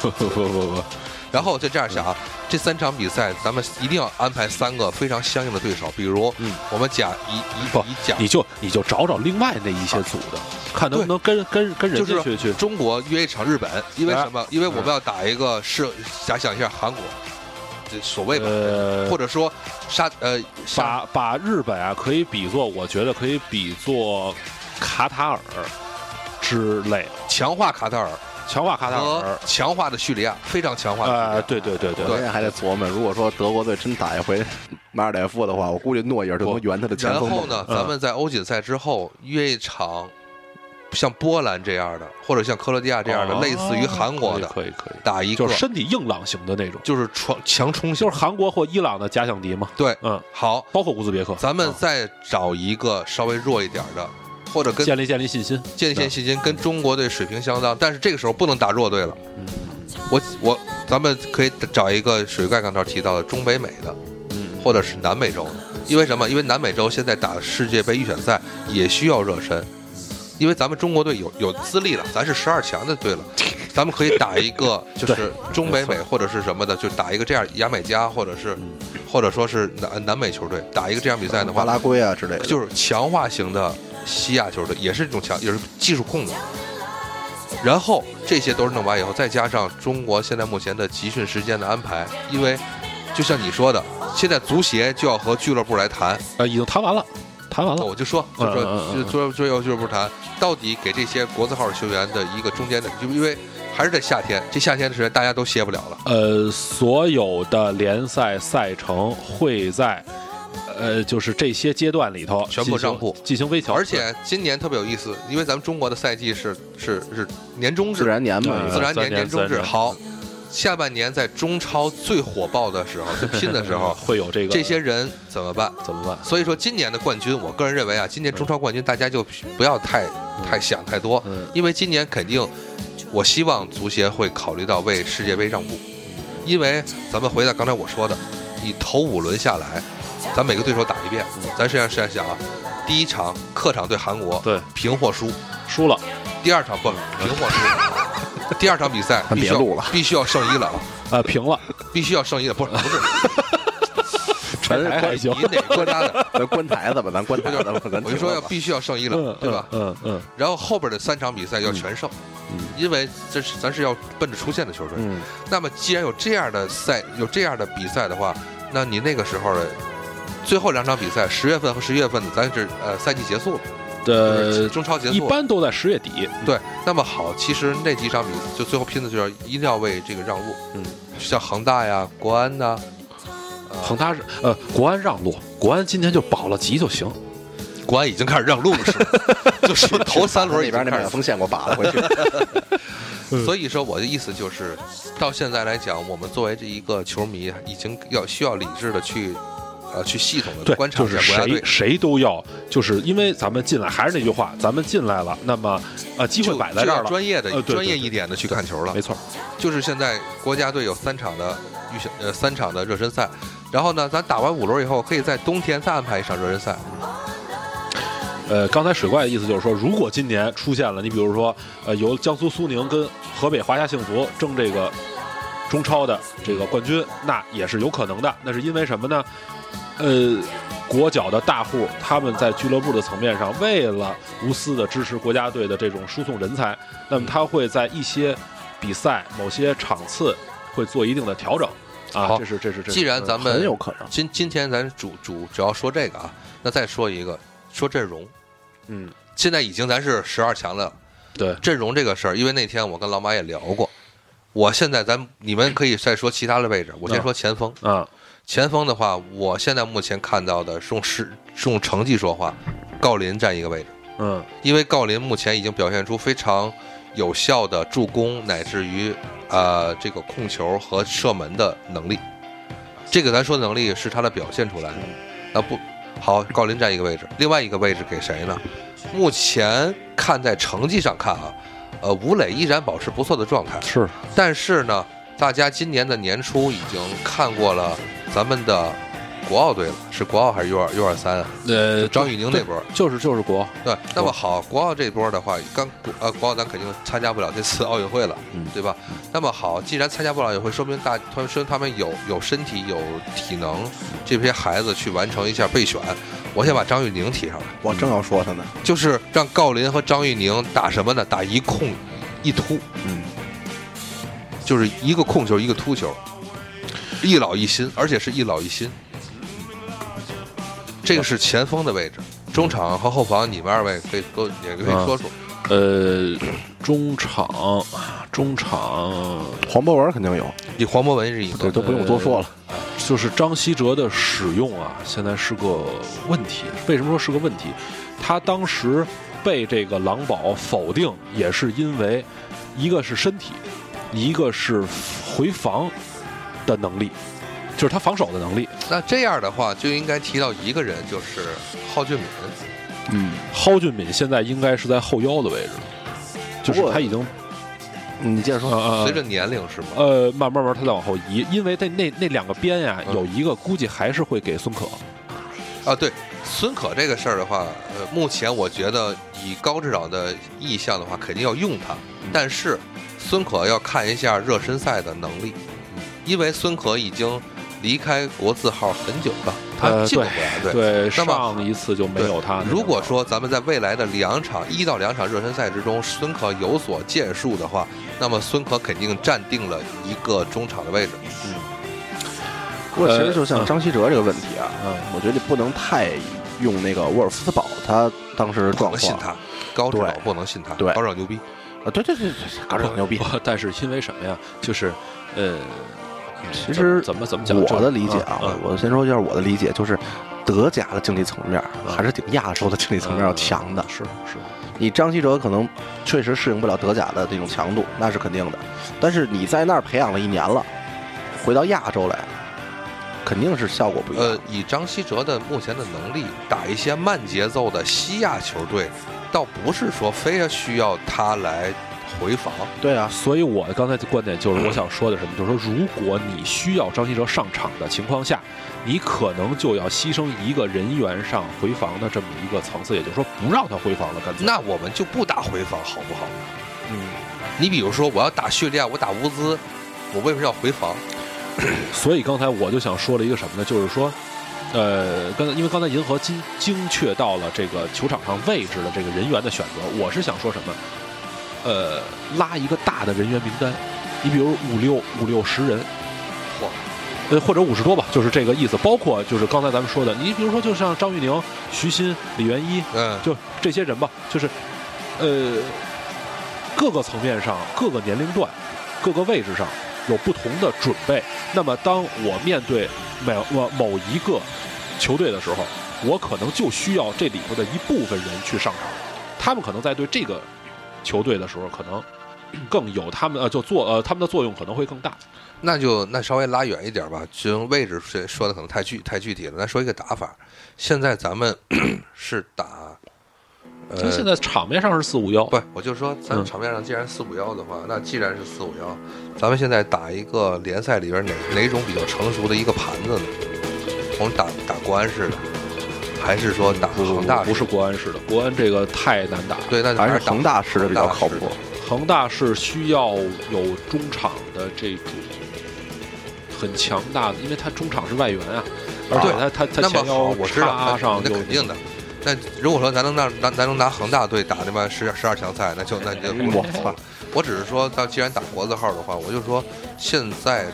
Speaker 3: 不不不不，
Speaker 2: 然后就这样想啊，这三场比赛咱们一定要安排三个非常相应的对手，比如
Speaker 3: 嗯
Speaker 2: 我们甲乙乙
Speaker 3: 不
Speaker 2: 乙甲，
Speaker 3: 你就你就找找另外那一些组的，看能不能跟跟跟人
Speaker 2: 就
Speaker 3: 家
Speaker 2: 是
Speaker 3: 去去
Speaker 2: 中国约一场日本，因为
Speaker 3: 哎
Speaker 2: 什么？因为我们要打一个是假想一下韩国，这所谓吧，
Speaker 3: 呃
Speaker 2: 或者说沙呃沙
Speaker 3: 把把日本啊可以比作，我觉得可以比作卡塔尔之类，
Speaker 2: 强化卡塔尔啊
Speaker 3: 强化卡塔
Speaker 2: 和
Speaker 3: 尔。
Speaker 2: 强化的叙利亚，非常强化的叙利亚
Speaker 3: 呃，对对对对
Speaker 4: 我，现在还得琢磨，如果说德国队真打一回马尔代夫的话，我估计诺伊尔就能圆他的前
Speaker 2: 然
Speaker 4: 锋
Speaker 2: 后
Speaker 4: 梦
Speaker 2: 呢，
Speaker 3: 嗯
Speaker 2: 咱们在欧锦赛之后约一场像波兰这样的，或者像克罗地亚这样的，
Speaker 3: 哦
Speaker 2: 类似于韩国的，
Speaker 3: 可以可以可
Speaker 2: 打一
Speaker 3: 以，
Speaker 2: 个
Speaker 3: 就是身体硬朗型的那种，
Speaker 2: 就是闯强冲型
Speaker 3: 就是。韩国或伊朗的假想敌嘛。
Speaker 2: 对，
Speaker 3: 嗯，
Speaker 2: 好，
Speaker 3: 包括乌兹别克，
Speaker 2: 咱们
Speaker 3: 嗯
Speaker 2: 再找一个稍微弱一点的，或者跟
Speaker 3: 建立建立信心。
Speaker 2: 建立一些信心，跟中国队水平相当，但是这个时候不能打弱队了。我我咱们可以找一个水怪刚才提到的中北美的，或者是南美洲的，因为什么？因为南美洲现在打世界杯预选赛也需要热身，因为咱们中国队有有资历了，咱是十二强的队了，咱们可以打一个就是中北美或者是什么的，就打一个这样牙买加或者是或者说是南南美球队打一个这样比赛的
Speaker 4: 巴
Speaker 2: 话，
Speaker 4: 拉圭啊之类的。
Speaker 2: 就是强化型的西亚球队，也是这种强，也是技术控的。然后这些都是弄完以后，再加上中国现在目前的集训时间的安排，因为就像你说的，现在足协就要和俱乐部来谈。
Speaker 3: 呃，已经谈完了，谈完了。
Speaker 2: 我就说，就说
Speaker 3: 嗯嗯嗯
Speaker 2: 就说就要俱乐部谈，到底给这些国字号球员的一个中间的，就因为还是在夏天，这夏天的时间大家都歇不了了。
Speaker 3: 呃，所有的联赛赛程会在，呃，就是这些阶段里头
Speaker 2: 全部
Speaker 3: 进行
Speaker 2: 让步
Speaker 3: 进行微调，
Speaker 2: 而且今年特别有意思，因为咱们中国的赛季是是是年终制
Speaker 4: 自，然年嘛
Speaker 3: 嗯，
Speaker 2: 自然
Speaker 3: 三
Speaker 2: 年
Speaker 3: 年
Speaker 2: 年终
Speaker 3: 三
Speaker 2: 制
Speaker 3: 年
Speaker 2: 好，下半年在中超最火爆的时候，最拼的时
Speaker 3: 呃
Speaker 2: 候，
Speaker 3: 会有这个
Speaker 2: 这些人怎么办？
Speaker 3: 怎么办？
Speaker 2: 所以说今年的冠军，我个人认为啊，今年中超冠军大家就不要太太想太多，
Speaker 3: 嗯
Speaker 2: 因为今年肯定，我希望足协会考虑到为世界杯让步，因为咱们回到刚才我说的，你头五轮下来，咱每个对手打一遍，
Speaker 3: 嗯
Speaker 2: 咱实际上是在想啊，第一场客场对韩国，
Speaker 3: 对
Speaker 2: 平或输，
Speaker 3: 输了，
Speaker 2: 第二场不平或输，第二场比赛
Speaker 4: 咱
Speaker 2: 必须
Speaker 4: 别
Speaker 2: 要
Speaker 4: 录了
Speaker 2: 必须要胜伊朗，
Speaker 3: 呃，平了，
Speaker 2: 必须要圣衣的，不是不 是，你
Speaker 4: 咱关
Speaker 2: 哪个国家的？
Speaker 4: 咱关台子吧，咱关台子吧， 咱
Speaker 2: 我就说要必须要圣衣了，对吧？
Speaker 3: 嗯嗯
Speaker 2: 然后后边的三场比赛要全胜，因为这是咱是要奔着出线的球队。
Speaker 4: 嗯，
Speaker 2: 那么既然有这样的赛，有这样的比赛的话，那你那个时候的最后两场比赛，十月份和十一月份的，咱是呃赛季结束了，就是
Speaker 3: 呃，
Speaker 2: 中超结
Speaker 3: 一
Speaker 2: 束了。
Speaker 3: 般都在十月底。
Speaker 2: 对，那么好，其实那几场比赛就最后拼的就是要一定要为这个让路，
Speaker 3: 嗯，
Speaker 2: 像恒大呀、国安呐、呃
Speaker 5: 恒大是呃，国安让路，国安今天就保了级就行。
Speaker 2: 国安已经开始让路了，是 吧？就说头三轮
Speaker 4: 那
Speaker 2: 已
Speaker 4: 边
Speaker 2: 经
Speaker 4: 那
Speaker 2: 开
Speaker 4: 满
Speaker 2: 始
Speaker 4: 风线给我拔了回 去。
Speaker 2: 所以说我的意思就是，到现在来讲，我们作为这一个球迷，已经要需要理智的去，呃，去系统的
Speaker 3: 对
Speaker 2: 观，察
Speaker 3: 就
Speaker 2: 一
Speaker 3: 是
Speaker 2: 下国家
Speaker 3: 谁
Speaker 2: 队。
Speaker 3: 谁都要，就是因为咱们进来，还是那句话，咱们进来了，那么呃，机会
Speaker 2: 就
Speaker 3: 摆在
Speaker 2: 就
Speaker 3: 这
Speaker 2: 要
Speaker 3: 儿了，
Speaker 2: 专业的、
Speaker 3: 呃对
Speaker 2: 专业
Speaker 3: 对
Speaker 2: 一点的去看球了
Speaker 3: 没。错，
Speaker 2: 就是现在国家队有三场的预选，呃，三场的热身赛。然后呢，咱打完五轮以后，可以在冬天再安排一场热身赛。
Speaker 3: 呃，刚才水怪的意思就是说，如果今年出现了，你比如说，呃，由江苏苏宁跟河北华夏幸福争这个中超的这个冠军，那也是有可能的。那是因为什么呢？呃，国脚的大户他们在俱乐部的层面上，为了无私的支持国家队的这种输送人才，那么他会在一些比赛、某些场次会做一定的调整。啊，
Speaker 2: 好
Speaker 3: 这是这是这是。
Speaker 2: 既然咱
Speaker 4: 很
Speaker 2: 们
Speaker 4: 有可能。
Speaker 2: 今今天咱主主主要说这个啊，那再说一个，说阵容。
Speaker 3: 嗯，
Speaker 2: 现在已经咱是十二强了，
Speaker 3: 对
Speaker 2: 阵容这个事儿，因为那天我跟老马也聊过，我现在咱你们可以再说其他的位置，我先说前锋。
Speaker 3: 啊，
Speaker 2: 前锋的话，我现在目前看到的是用是是用成绩说话，郜林占一个位置，
Speaker 3: 嗯
Speaker 2: 因为郜林目前已经表现出非常有效的助攻，乃至于呃这个控球和射门的能力。这个咱说的能力是他的表现出来的。那不好，郜林占一个位置，另外一个位置给谁呢？目前看在成绩上看啊，呃，吴磊依然保持不错的状态，
Speaker 5: 是，
Speaker 2: 但是呢，大家今年的年初已经看过了咱们的国奥队了，是国奥还是 U 二 U 二三啊？
Speaker 5: 呃，
Speaker 2: 张玉宁那波。
Speaker 5: 就是就是国，
Speaker 2: 对，那么好，国奥这波的话，刚呃，国奥咱肯定参加不了这次奥运会了，
Speaker 5: 嗯
Speaker 2: 对吧？那么好，既然参加不了奥运会，说明大他们说明他们有有身体有体能，这些孩子去完成一下备选。我先把张玉宁提上来，
Speaker 4: 我正要说他呢，
Speaker 2: 就是让郜林和张玉宁打什么呢？打一控一突，
Speaker 4: 嗯，
Speaker 2: 就是一个控球一个突球，一老一新，而且是一老一新。这个是前锋的位置，中场和后防你们二位可以都也可以说说。
Speaker 5: 呃，中场呃中场呃
Speaker 4: 黄博文肯定有，
Speaker 2: 你黄博文是一
Speaker 4: 嗯对，
Speaker 2: 个，
Speaker 4: 都不用多说了。
Speaker 5: 就是张稀哲的使用啊，现在是个问题。为什么说是个问题？他当时被这个狼堡否定，也是因为一个是身体，一个是回防的能力，就是他防守的能力。
Speaker 2: 那这样的话就应该提到一个人，就是郝俊敏。
Speaker 4: 嗯，
Speaker 5: 蒿俊闵现在应该是在后腰的位置，就是
Speaker 4: 不过
Speaker 5: 他已经
Speaker 4: 你接着
Speaker 5: 呃
Speaker 4: 说。
Speaker 5: 呃
Speaker 2: 随着年龄是吗？
Speaker 5: 呃慢慢慢慢他在往后移，因为在那那两个边呀、
Speaker 2: 嗯
Speaker 5: 有一个估计还是会给孙可。
Speaker 2: 啊，对，孙可这个事儿的话，呃，目前我觉得以高指导的意向的话，肯定要用他，
Speaker 5: 嗯
Speaker 2: 但是孙可要看一下热身赛的能力，嗯因为孙可已经离开国字号很久了，他
Speaker 5: 呃
Speaker 2: 进不
Speaker 5: 对
Speaker 2: 回来，对。
Speaker 5: 对，
Speaker 2: 那么
Speaker 5: 上一次就没
Speaker 2: 对
Speaker 5: 有他那个。
Speaker 2: 如果说咱们在未来的两场一到两场热身赛之中，孙可有所建树的话，那么孙可肯定占定了一个中场的位置。
Speaker 4: 不过其实就像张稀哲这个问题啊，
Speaker 5: 嗯
Speaker 4: 我觉得不能太用那个沃尔夫斯堡他当时
Speaker 2: 不
Speaker 4: 状
Speaker 2: 能信
Speaker 4: 况。
Speaker 2: 他，高指导
Speaker 4: 对
Speaker 2: 不能信他，
Speaker 4: 对
Speaker 2: 高指导牛逼。
Speaker 4: 啊，对对对对，高指导牛逼。
Speaker 5: 不， 但是因为什么呀？就是，呃，哎
Speaker 4: 其实
Speaker 5: 怎么怎么怎么讲？
Speaker 4: 我的理解啊，
Speaker 5: 嗯
Speaker 4: 我我先说一下我的理解，就是德甲的竞技层面
Speaker 5: 嗯
Speaker 4: 还是挺亚洲的竞技层面要强的。
Speaker 5: 是是，
Speaker 4: 你张稀哲可能确实适应不了德甲的这种强度，那是肯定的。但是你在那儿培养了一年了，回到亚洲来，肯定是效果不一样。
Speaker 2: 呃，以张稀哲的目前的能力，打一些慢节奏的西亚球队，倒不是说非要需要他来回防。
Speaker 4: 对啊，
Speaker 5: 所以我刚才的观点就是， 我想说的什么，就是说，如果你需要张稀哲上场的情况下，你可能就要牺牲一个人员上回防的这么一个层次，也就是说，不让他回防了，干脆。
Speaker 2: 那我们就不打回防，好不好？嗯，你比如说，我要打叙利亚，我打乌兹，我为什么要回防？
Speaker 3: 所以刚才我就想说了一个什么呢？就是说，呃，刚才因为刚才银河精精确到了这个球场上位置的这个人员的选择，我是想说什么？呃，拉一个大的人员名单，你比如五六五六十人，
Speaker 2: 嚯，
Speaker 3: 呃，或者五十多吧，就是这个意思。包括就是刚才咱们说的，你比如说就像张玉宁、徐新、李元一，
Speaker 2: 嗯，
Speaker 3: 就这些人吧，就是呃各个层面上、各个年龄段、各个位置上有不同的准备。那么，当我面对某某某一个球队的时候，我可能就需要这里头的一部分人去上场，他们可能在对这个球队的时候，可能更有他们呃就作呃他们的作用可能会更大。
Speaker 2: 那就那稍微拉远一点吧，就位置说说的可能太具太具体了。咱说一个打法，现在咱们 是打，
Speaker 3: 因为
Speaker 2: 呃，
Speaker 3: 现在场面上是四五幺，
Speaker 2: 不，我就说咱
Speaker 3: 嗯
Speaker 2: 场面上既然四五幺的话，那既然是四五幺，咱们现在打一个联赛里边哪哪种比较成熟的一个盘子呢？我们打打国安式的，还是说打恒大式
Speaker 3: 不
Speaker 2: 的？
Speaker 3: 是国安式的，国安这个太难打了。
Speaker 2: 对，那就
Speaker 4: 还
Speaker 2: 是
Speaker 4: 是
Speaker 2: 打
Speaker 4: 恒大式的比较靠
Speaker 2: 恒
Speaker 4: 谱
Speaker 2: 大式。
Speaker 3: 恒大是需要有中场的这种很强大的，因为他中场是外援啊，而且他他他
Speaker 2: 那么
Speaker 3: 前
Speaker 2: 好，
Speaker 3: 腰
Speaker 2: 我知
Speaker 3: 插
Speaker 2: 道，那
Speaker 3: 上
Speaker 2: 那
Speaker 3: 有
Speaker 2: 肯定的。那如果说咱能拿咱咱能拿恒大队打他妈十十二强赛，那就那就
Speaker 4: 哎我操！
Speaker 2: 我只是说，到既然打国字号的话，我就说现在，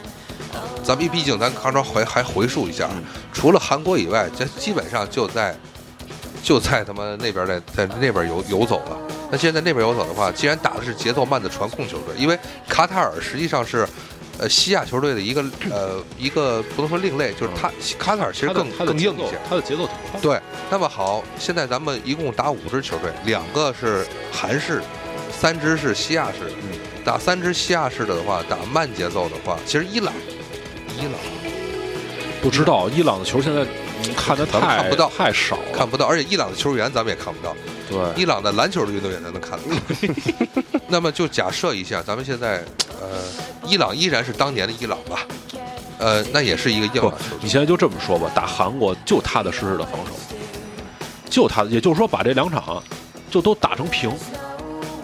Speaker 2: 咱们毕竟咱刚才回还回溯一下，
Speaker 4: 嗯
Speaker 2: 除了韩国以外，这基本上就在就在他妈那边在在那边游游走了。那现在那边游走的话，既然打的是节奏慢的传控球队，因为卡塔尔实际上是。呃，西亚球队的一个呃一个不能说另类，就是他卡塔尔其实
Speaker 3: 他的
Speaker 2: 更
Speaker 3: 他的
Speaker 2: 更
Speaker 3: 节
Speaker 2: 硬一
Speaker 3: 奏
Speaker 2: 些，
Speaker 3: 他的节奏挺快。
Speaker 2: 对，那么好，现在咱们一共打五支球队，两个是韩式，三支是西亚式。
Speaker 4: 嗯
Speaker 2: 打三支西亚式的的话，打慢节奏的话，其实伊朗，伊朗
Speaker 3: 不知道伊朗的球现在嗯看的
Speaker 2: 咱们
Speaker 3: 太
Speaker 2: 看不到
Speaker 3: 太少了，
Speaker 2: 看不到，而且伊朗的球员咱们也看不到，
Speaker 3: 对
Speaker 2: 伊朗的篮球的运动员咱能看到。 那么就假设一下，咱们现在，呃，伊朗依然是当年的伊朗吧，呃，那也是一个硬
Speaker 3: 不
Speaker 2: 朗球，
Speaker 3: 你
Speaker 2: 队。
Speaker 3: 现在就这么说吧，打韩国就踏踏实实的防守，就踏，也就是说把这两场就都打成平，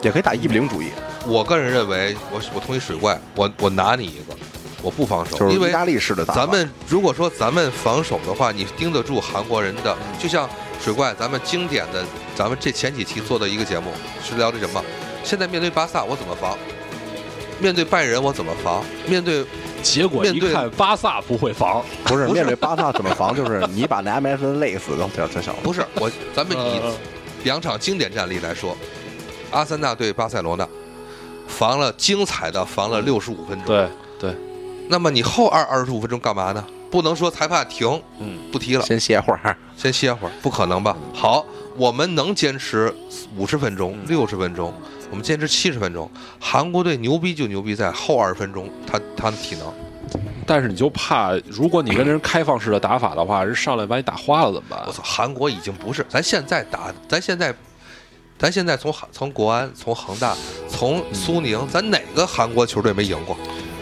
Speaker 4: 也可以打一比零主义，
Speaker 2: 我个人认为，我我同意水怪，我我拿你一个，我不防守，
Speaker 4: 就是
Speaker 2: 因为
Speaker 4: 意大利式的打法。
Speaker 2: 咱们如果说咱们防守的话，你盯得住韩国人的，就像水怪，咱们经典的，咱们这前几期做的一个节目是聊的什么？现在面对巴萨，我怎么防？面对拜仁，我怎么防？面对
Speaker 3: 结果
Speaker 2: 面
Speaker 3: 一
Speaker 2: 对
Speaker 3: 看巴萨不会防，
Speaker 4: 不是面对巴萨怎么防，就是你把那 MSN 累死都这这小子。
Speaker 2: 不 是我，咱们以
Speaker 3: 呃
Speaker 2: 两场经典战例来说，阿森纳对巴塞罗那，防了精彩的防了六十五分钟。
Speaker 3: 对对。
Speaker 2: 那么你后二二十五分钟干嘛呢？不能说裁判停，
Speaker 3: 嗯，
Speaker 2: 不踢了，
Speaker 4: 先歇会儿，
Speaker 2: 先歇会儿，不可能吧？好，我们能坚持五十分
Speaker 4: 嗯
Speaker 2: 钟、六十分钟，我们坚持七十分钟。韩国队牛逼就牛逼在后二十分钟，他他的体能，
Speaker 4: 啊
Speaker 3: 但是你就怕，如果你跟人开放式的打法的话，人上来把你打花了怎么办
Speaker 2: 我？操，韩国已经不是咱现在打，咱现在，咱现在从韩从国安、从恒大、从苏
Speaker 4: 嗯
Speaker 2: 宁，咱哪个韩国球队没赢过？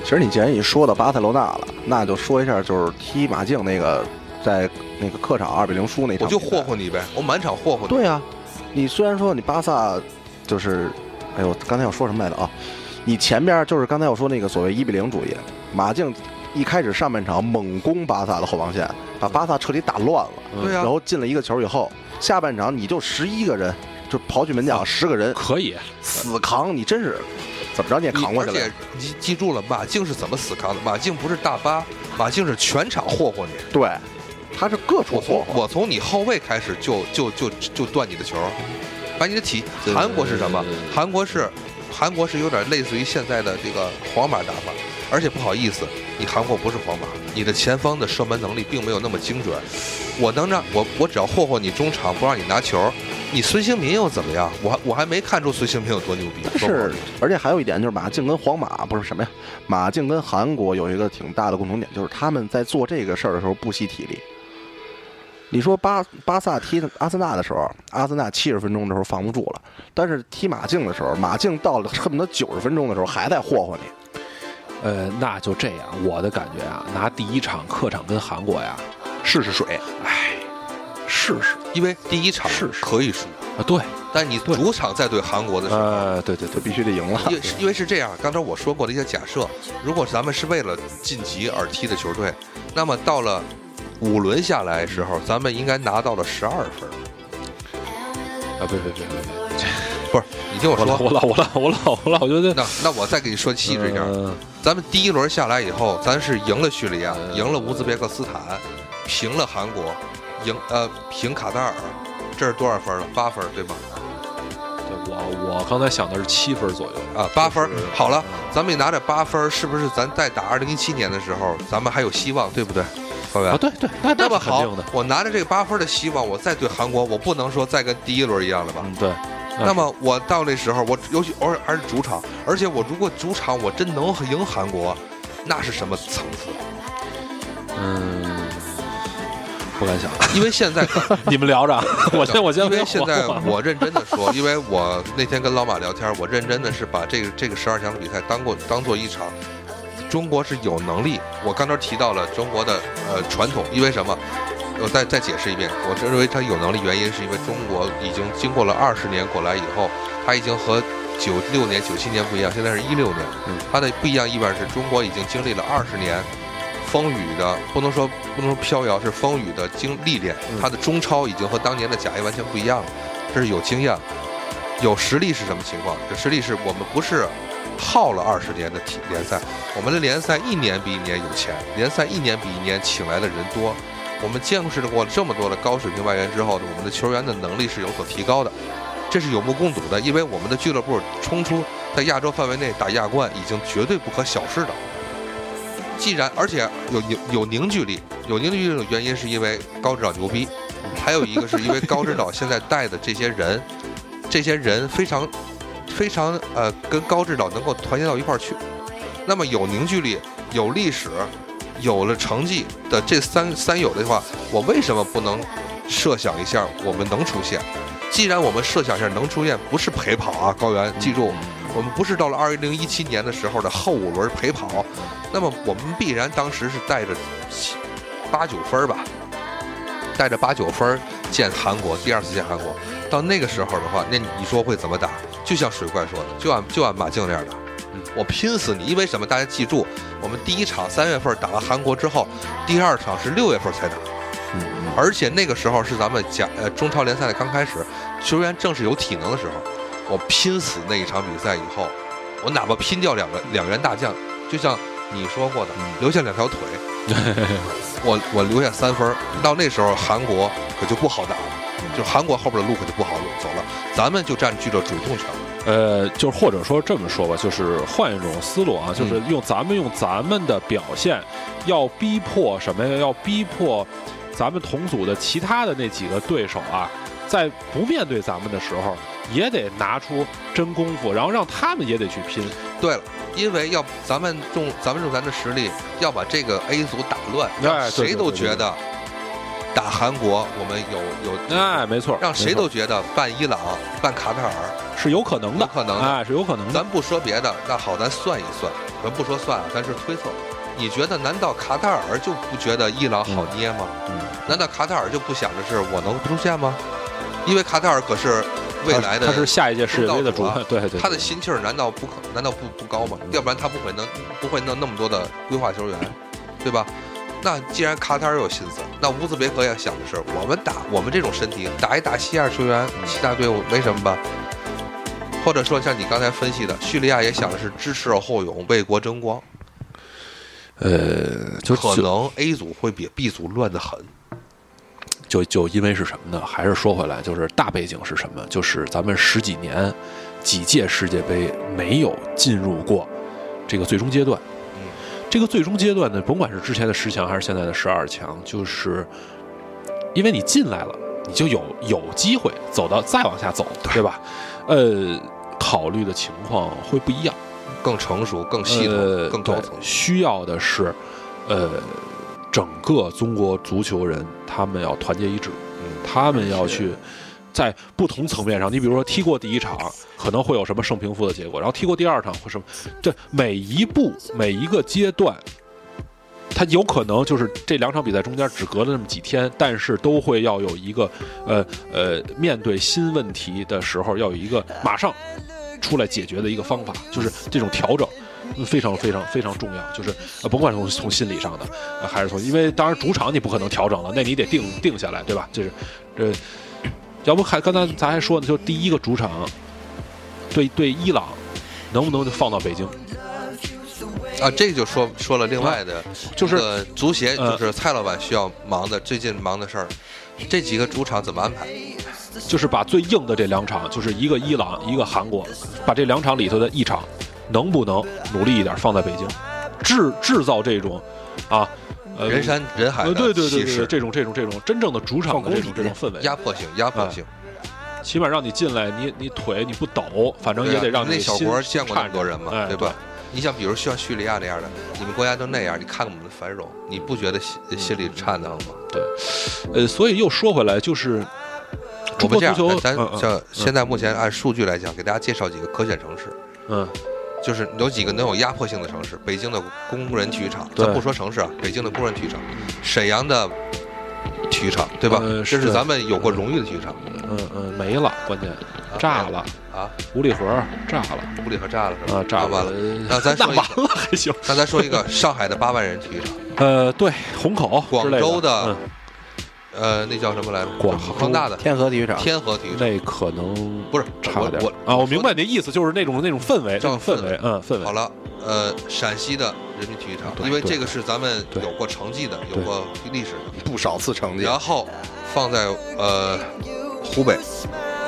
Speaker 4: 其实你既然一说到巴塞罗那了，那就说一下就是踢马竞那个在那个客场二比零输那
Speaker 2: 我
Speaker 4: 场比
Speaker 2: 就
Speaker 4: 赛。
Speaker 2: 霍霍你呗，我满场霍霍你。
Speaker 4: 对啊，你虽然说你巴萨就是，哎呦，刚才要说什么来着啊？你前边就是刚才我说那个所谓一比零主义，马竞一开始上半场猛攻巴萨的后防线，把巴萨彻底打乱了，
Speaker 2: 对啊
Speaker 4: 然，后进了一个球以后，下半场你就十一个人，就刨去门将十个人
Speaker 3: 可以，
Speaker 4: 死扛，你真是怎么着你也
Speaker 2: 你
Speaker 4: 扛过去
Speaker 2: 而
Speaker 4: 了
Speaker 2: 且。你记住了，马竞是怎么死扛的？马竞不是大巴，马竞是全场霍霍你。
Speaker 4: 对，他是各处
Speaker 2: 我
Speaker 4: 霍
Speaker 2: 从
Speaker 4: 霍。
Speaker 2: 我从你后卫开始就就就就断你的球，把你的体。
Speaker 3: 对
Speaker 2: 韩国是什么
Speaker 3: 对对对？对
Speaker 2: 韩国是韩国是有点类似于现在的这个皇马打法，而且不好意思，你韩国不是皇马，你的前方的射门能力并没有那么精准。我能让我我只要霍霍你中场，不让你拿球，你孙兴民又怎么样？我还我还没看出孙兴民有多牛逼。
Speaker 4: 但
Speaker 2: 说不好
Speaker 4: 是
Speaker 2: 听，
Speaker 4: 而且还有一点就是马竞跟皇马不是什么呀？马竞跟韩国有一个挺大的共同点，就是他们在做这个事儿的时候不惜体力。你说巴巴萨踢阿森纳的时候，阿森纳七十分钟的时候防不住了，但是踢马竞的时候，马竞到了恨不得九十分钟的时候还在霍霍你。
Speaker 3: 呃，那就这样。我的感觉啊，拿第一场客场跟韩国呀，试试水，哎，试试。
Speaker 2: 因为第一场
Speaker 3: 是是
Speaker 2: 可以输，
Speaker 3: 啊，对，
Speaker 2: 但你
Speaker 3: 对
Speaker 2: 主场再对韩国的时候，
Speaker 3: 呃，对对
Speaker 4: 就
Speaker 3: 对，
Speaker 4: 必须得赢了。
Speaker 2: 因为是因为是这样，刚才我说过的一些假设，如果咱们是为了晋级而踢的球队，那么到了五轮下来的时候，咱们应该拿到了十二分。
Speaker 3: 啊，别别别别别，
Speaker 2: 不是，你听我
Speaker 3: 我老
Speaker 2: 说，
Speaker 3: 我老我老我老我老我觉得
Speaker 2: 那那我再给你说细致一点，
Speaker 3: 呃
Speaker 2: 咱们第一轮下来以后，咱是赢了叙利亚，
Speaker 3: 嗯
Speaker 2: 赢了乌兹别克斯坦，平了韩国，赢呃平卡塔尔，这是多少分了？八分对吗？
Speaker 3: 对我我刚才想的是七分左右，
Speaker 2: 啊，八分。好了，
Speaker 3: 嗯
Speaker 2: 咱们也拿着八分，是不是咱再打二零一七年的时候，咱们还有希望，对不对？各位
Speaker 3: 啊，对对，那
Speaker 2: 那
Speaker 3: 是
Speaker 2: 么
Speaker 3: 肯
Speaker 2: 好
Speaker 3: 定的，，
Speaker 2: 我拿着这个八分的希望，我再对韩国，我不能说再跟第一轮一样了吧？
Speaker 3: 嗯，对，那
Speaker 2: 那么我到那时候，我尤其偶尔还是主场，而且我如果主场我真能赢韩国，那是什么层 次？
Speaker 3: 嗯，不敢想，
Speaker 2: 因为现在，
Speaker 3: 你们聊着啊，我先我先
Speaker 2: 因为现在
Speaker 3: 缓缓
Speaker 2: 我认真的说，因为我那天跟老马聊天，我认真的是把这个这个十二强的比赛当过当做一场。中国是有能力，我刚才提到了中国的呃传统，因为什么？我再再解释一遍，我认为他有能力，原因是因为中国已经经过了二十年过来以后，他已经和九六年、九七年不一样，现在是一六年
Speaker 3: 嗯，
Speaker 2: 他的不一样意味是中国已经经历了二十年风雨的，不能说不能说飘摇，是风雨的经历练，他的中超已经和当年的甲 A 完全不一样了，这是有经验，有实力是什么情况？这实力是我们不是耗了二十年的体联赛，我们的联赛一年比一年有钱，联赛一年比一年请来的人多。我们见识过这么多的高水平外援之后呢，我们的球员的能力是有所提高的，这是有目共睹的。因为我们的俱乐部冲出在亚洲范围内打亚冠，已经绝对不可小视的。既然而且有有有凝聚力，有凝聚力的原因是因为高指导牛逼，还有一个是因为高指导现在带的这些人，这些人非常非常呃跟高指导能够团结到一块儿去。那么有凝聚力、有历史、有了成绩的这三三有的话，我为什么不能设想一下我们能出现？既然我们设想一下能出现，不是陪跑啊，高原，记住，我们不是到了二零一七年的时候的后五轮陪跑，那么我们必然当时是带着七八九分儿吧，带着八九分儿见韩国，第二次见韩国。到那个时候的话，那你你说会怎么打？就像水怪说的，就按就按马竞那样打。我拼死你！因为什么？大家记住，我们第一场三月份打了韩国之后，第二场是六月份才打，
Speaker 4: 嗯
Speaker 2: 而且那个时候是咱们甲呃中超联赛的刚开始，球员正是有体能的时候。我拼死那一场比赛以后，我哪怕拼掉两个两员大将，就像你说过的，
Speaker 3: 嗯
Speaker 2: 留下两条 腿，我我留下三分儿。到那时候韩国可就不好打
Speaker 3: 嗯
Speaker 2: 了，就韩国后边的路可就不好走了，咱们就占据了主动权了。
Speaker 3: 呃，就是或者说这么说吧，就是换一种思路啊，
Speaker 2: 嗯
Speaker 3: 就是用咱们用咱们的表现，要逼迫什么呀？要逼迫咱们同组的其他的那几个对手啊，在不面对咱们的时候，也得拿出真功夫，然后让他们也得去拼。
Speaker 2: 对了，因为要咱们用咱们用咱的实力，要把这个 A 组打乱，让
Speaker 3: 哎
Speaker 2: 谁
Speaker 3: 对对
Speaker 2: 都
Speaker 3: 对
Speaker 2: 觉
Speaker 3: 对
Speaker 2: 得打韩国我们有有，
Speaker 3: 哎，没错，
Speaker 2: 让谁
Speaker 3: 没错
Speaker 2: 都觉得办伊朗、办卡塔尔，
Speaker 3: 是有可能的，
Speaker 2: 有可能的
Speaker 3: 哎，是有可能的。
Speaker 2: 咱不说别的，那好，咱算一算，咱不说算，咱是推测。你觉得难道卡塔尔就不觉得伊朗好捏吗？
Speaker 3: 嗯
Speaker 2: 难道卡塔尔就不想着是我能出现吗？因为卡塔尔可是未来的
Speaker 3: 他是下一届世界杯的主
Speaker 2: 主导
Speaker 3: 办，对对，对嗯
Speaker 2: 他的心气儿难道不可难道不不高吗？要不然他不会能不会弄那么多的规划球员，对吧？那既然卡塔尔有心思，那乌兹别克也想的是，我们打我们这种身体打一打西亚球员，
Speaker 3: 嗯
Speaker 2: 其他队伍没什么吧？或者说像你刚才分析的，叙利亚也想的是知耻后勇，为国争光，
Speaker 3: 呃，就
Speaker 2: 可
Speaker 3: 就
Speaker 2: 能 A 组会比 B 组乱得很。
Speaker 3: 就就因为是什么呢？还是说回来，就是大背景是什么？就是咱们十几年、几届世界杯没有进入过这个最终阶段。
Speaker 2: 嗯
Speaker 3: 这个最终阶段呢，甭管是之前的十强还是现在的十二强，就是因为你进来了，你就有有机会走到再往下走，对吧？呃，考虑的情况会不一样。
Speaker 2: 更成熟、更系统、
Speaker 3: 呃、
Speaker 2: 更高
Speaker 3: 对
Speaker 2: 层。
Speaker 3: 需要的是，呃，整个中国足球人他们要团结一致，
Speaker 2: 嗯
Speaker 3: 他们要去。在不同层面上，你比如说踢过第一场，可能会有什么胜平负的结果，然后踢过第二场会什么，这每一步每一个阶段，它他有可能就是这两场比赛中间只隔了那么几天，但是都会要有一个呃呃面对新问题的时候要有一个马上出来解决的一个方法，就是这种调整。嗯非常非常非常重要，就是呃，甭管从从心理上的，呃还是从，因为当然主场你不可能调整了，那你得定定下来，对吧？这是，这，要不还刚才咱还说呢，就第一个主场对对伊朗，能不能就放到北京？
Speaker 2: 啊，这就说说了另外的，
Speaker 3: 啊就是
Speaker 2: 一个足协，
Speaker 3: 呃
Speaker 2: 就是蔡老板需要忙的，最近忙的事儿，这几个主场怎么安排？
Speaker 3: 就是把最硬的这两场，就是一个伊朗，一个韩国，把这两场里头的一场，能不能努力一点放在北京，制制造这种啊，呃，
Speaker 2: 人山人海
Speaker 3: 呃，
Speaker 2: 的
Speaker 3: 对对对
Speaker 2: 气
Speaker 3: 对，对
Speaker 2: 势，
Speaker 3: 这种这种这种真正的主场的这种这
Speaker 4: 放
Speaker 3: 啊
Speaker 4: 空
Speaker 3: 种氛围，
Speaker 2: 压迫性，压迫性。
Speaker 3: 起码让你进来，你你腿你不抖，反正
Speaker 2: 对
Speaker 3: 也
Speaker 2: 啊
Speaker 3: 得让你
Speaker 2: 那小
Speaker 3: 心
Speaker 2: 国见过那么
Speaker 3: 颤
Speaker 2: 多
Speaker 3: 着
Speaker 2: 人嘛，
Speaker 3: 哎
Speaker 2: 对吧？你像比如像叙利亚这样的，你们国家都那样，你看看我们的繁荣，你不觉得心
Speaker 3: 嗯
Speaker 2: 心里颤荡吗？
Speaker 3: 呃，所以又说回来，就是
Speaker 2: 我
Speaker 3: 中
Speaker 2: 们
Speaker 3: 国
Speaker 2: 这
Speaker 3: 足
Speaker 2: 样
Speaker 3: 球，，
Speaker 2: 咱
Speaker 3: 嗯嗯
Speaker 2: 像现在目前按数据来讲，给大家介绍几个可选城市，
Speaker 3: 嗯，
Speaker 2: 就是有几个能有压迫性的城市，北京的工人体育场，
Speaker 3: 对
Speaker 2: 咱不说城市啊，北京的工人体育场，沈阳的体育场，对吧？
Speaker 3: 呃
Speaker 2: 这
Speaker 3: 是
Speaker 2: 是咱们有过荣誉的体育场，
Speaker 3: 嗯嗯没了，关键
Speaker 2: 哎
Speaker 3: 炸了，
Speaker 2: 啊，
Speaker 3: 五里河炸了
Speaker 2: 五里河炸了是吧？
Speaker 3: 啊，炸
Speaker 2: 完了。
Speaker 3: 了，
Speaker 2: 那咱 说
Speaker 3: 那
Speaker 2: 一
Speaker 3: 完
Speaker 2: 个，
Speaker 3: 了还行。
Speaker 2: 那咱说一 个上海的八万人体育场，
Speaker 3: 呃，对，虹口之
Speaker 2: 广
Speaker 3: 类
Speaker 2: 州
Speaker 3: 的，嗯
Speaker 2: 的呃，那叫什么来着？
Speaker 3: 广州
Speaker 2: 恒大的
Speaker 4: 天河体育场，
Speaker 2: 天河体育
Speaker 3: 嗯
Speaker 2: 场，
Speaker 3: 那可能
Speaker 2: 不是
Speaker 3: 差点
Speaker 2: 我
Speaker 3: 儿啊。我明白你的意思，就是那种那种氛围，这
Speaker 2: 这
Speaker 3: 种
Speaker 2: 种
Speaker 3: 氛
Speaker 2: 氛
Speaker 3: 围
Speaker 2: 围，
Speaker 3: 嗯，氛
Speaker 2: 好
Speaker 3: 围。
Speaker 2: 了，呃，陕西的人民体育场，
Speaker 3: 对
Speaker 2: 因为
Speaker 3: 对
Speaker 2: 这个是咱们
Speaker 3: 对
Speaker 2: 有过成绩的，有
Speaker 3: 对
Speaker 2: 过历史的，
Speaker 4: 不少次成绩，
Speaker 2: 然后放在呃湖北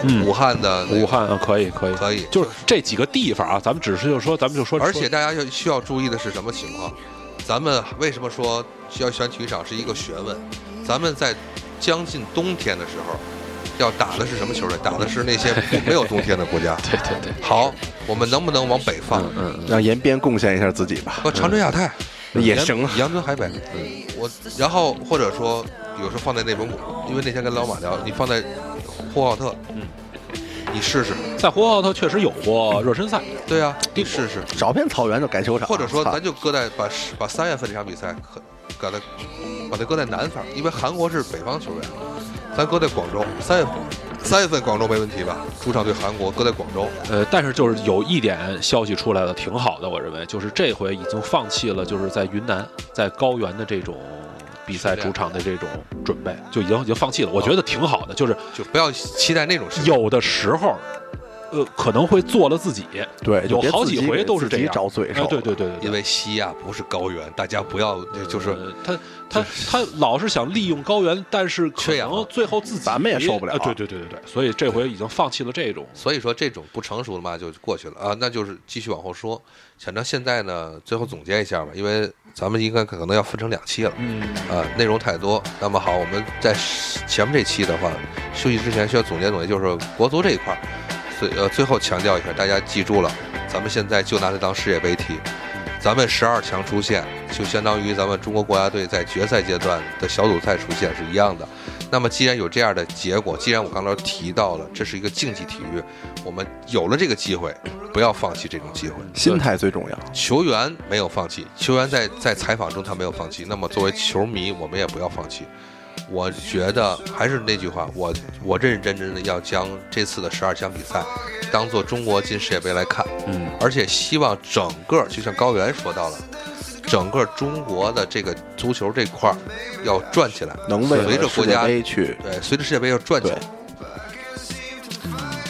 Speaker 3: 嗯
Speaker 2: 武，汉的那个
Speaker 3: 武汉啊，可以可以，
Speaker 2: 可以，
Speaker 3: 就是这几个地方啊，咱们只是就说，咱们就说，
Speaker 2: 而且大家要需要注意的是什么情况？咱们为什么说需要选体育场是一个学问？咱们在将近冬天的时候，要打的是什么球队？打的是那些没有冬天的国家。
Speaker 3: 对对对，
Speaker 2: 好，我们能不能往北放？
Speaker 3: 嗯
Speaker 4: 让呃延边贡献一下自己吧，
Speaker 2: 说长春亚泰
Speaker 4: 也
Speaker 3: 啊
Speaker 4: 行。
Speaker 2: 阳春海北，嗯我然后或者说，比如说放在内蒙古，因为那天跟老马聊，你放在呼和浩特，
Speaker 3: 嗯，
Speaker 2: 你试试，
Speaker 3: 嗯，在呼和浩特确实有过热身赛，
Speaker 2: 对啊，你试试，
Speaker 4: 找片草原就改球场，
Speaker 2: 或者说
Speaker 4: 操
Speaker 2: 咱就搁在把十把三月份这场比赛可把它把它搁在南方，因为韩国是北方球员，咱搁在广州三月份。三月份广州没问题吧？主场对韩国，搁在广州，
Speaker 3: 呃，但是就是有一点消息出来了，挺好的，我认为就是这回已经放弃了，就是在云南在高原的这种比赛
Speaker 2: 训练
Speaker 3: 主场的这种准备，就已经已经放
Speaker 4: 哦
Speaker 3: 弃了，我觉得挺好的，就是
Speaker 2: 就不要期待那种事情。
Speaker 3: 有的时候。呃，可能会做了自己，
Speaker 4: 对，就
Speaker 3: 有
Speaker 4: 别
Speaker 3: 好
Speaker 4: 自己
Speaker 3: 几回
Speaker 4: 给
Speaker 3: 都是
Speaker 4: 自
Speaker 3: 这
Speaker 4: 己
Speaker 3: 样
Speaker 4: 找罪受
Speaker 3: 哎，对对对对，对
Speaker 2: 因为西亚不是高原，大家不要就是
Speaker 3: 呃他他他老是想利用高原，但是可
Speaker 2: 缺氧
Speaker 3: 能最后自己
Speaker 4: 啊咱们也受不了啊
Speaker 3: 呃对对对对对，所以这回已经放弃了这种
Speaker 2: 所以说这种不成熟的嘛就过去了啊，那就是继续往后说。想到现在呢，最后总结一下吧，因为咱们应该可能要分成两期了，嗯啊，内容太多。那么好，我们在前面这期的话，休息之前需要总结总结，就是国足这一块儿，最呃最后强调一下，大家记住了，咱们现在就拿它当世界杯踢。咱们十二强出线，就相当于咱们中国国家队在决赛阶段的小组赛出线是一样的。那么既然有这样的结果，既然我刚才提到了这是一个竞技体育，我们有了这个机会，不要放弃这种机会。
Speaker 4: 心态最重要。
Speaker 2: 球员没有放弃，球员在在采访中他没有放弃。那么作为球迷，我们也不要放弃。我觉得还是那句话，我我认认真真的要将这次的十二强比赛当做中国进世界杯来看，
Speaker 5: 嗯，
Speaker 2: 而且希望整个就像高原说到了，整个中国的这个足球这块儿要转起来，
Speaker 4: 能为
Speaker 2: 随着国
Speaker 4: 了世界
Speaker 2: 家
Speaker 4: 杯去，
Speaker 2: 对随着世界杯要转起来
Speaker 4: 对。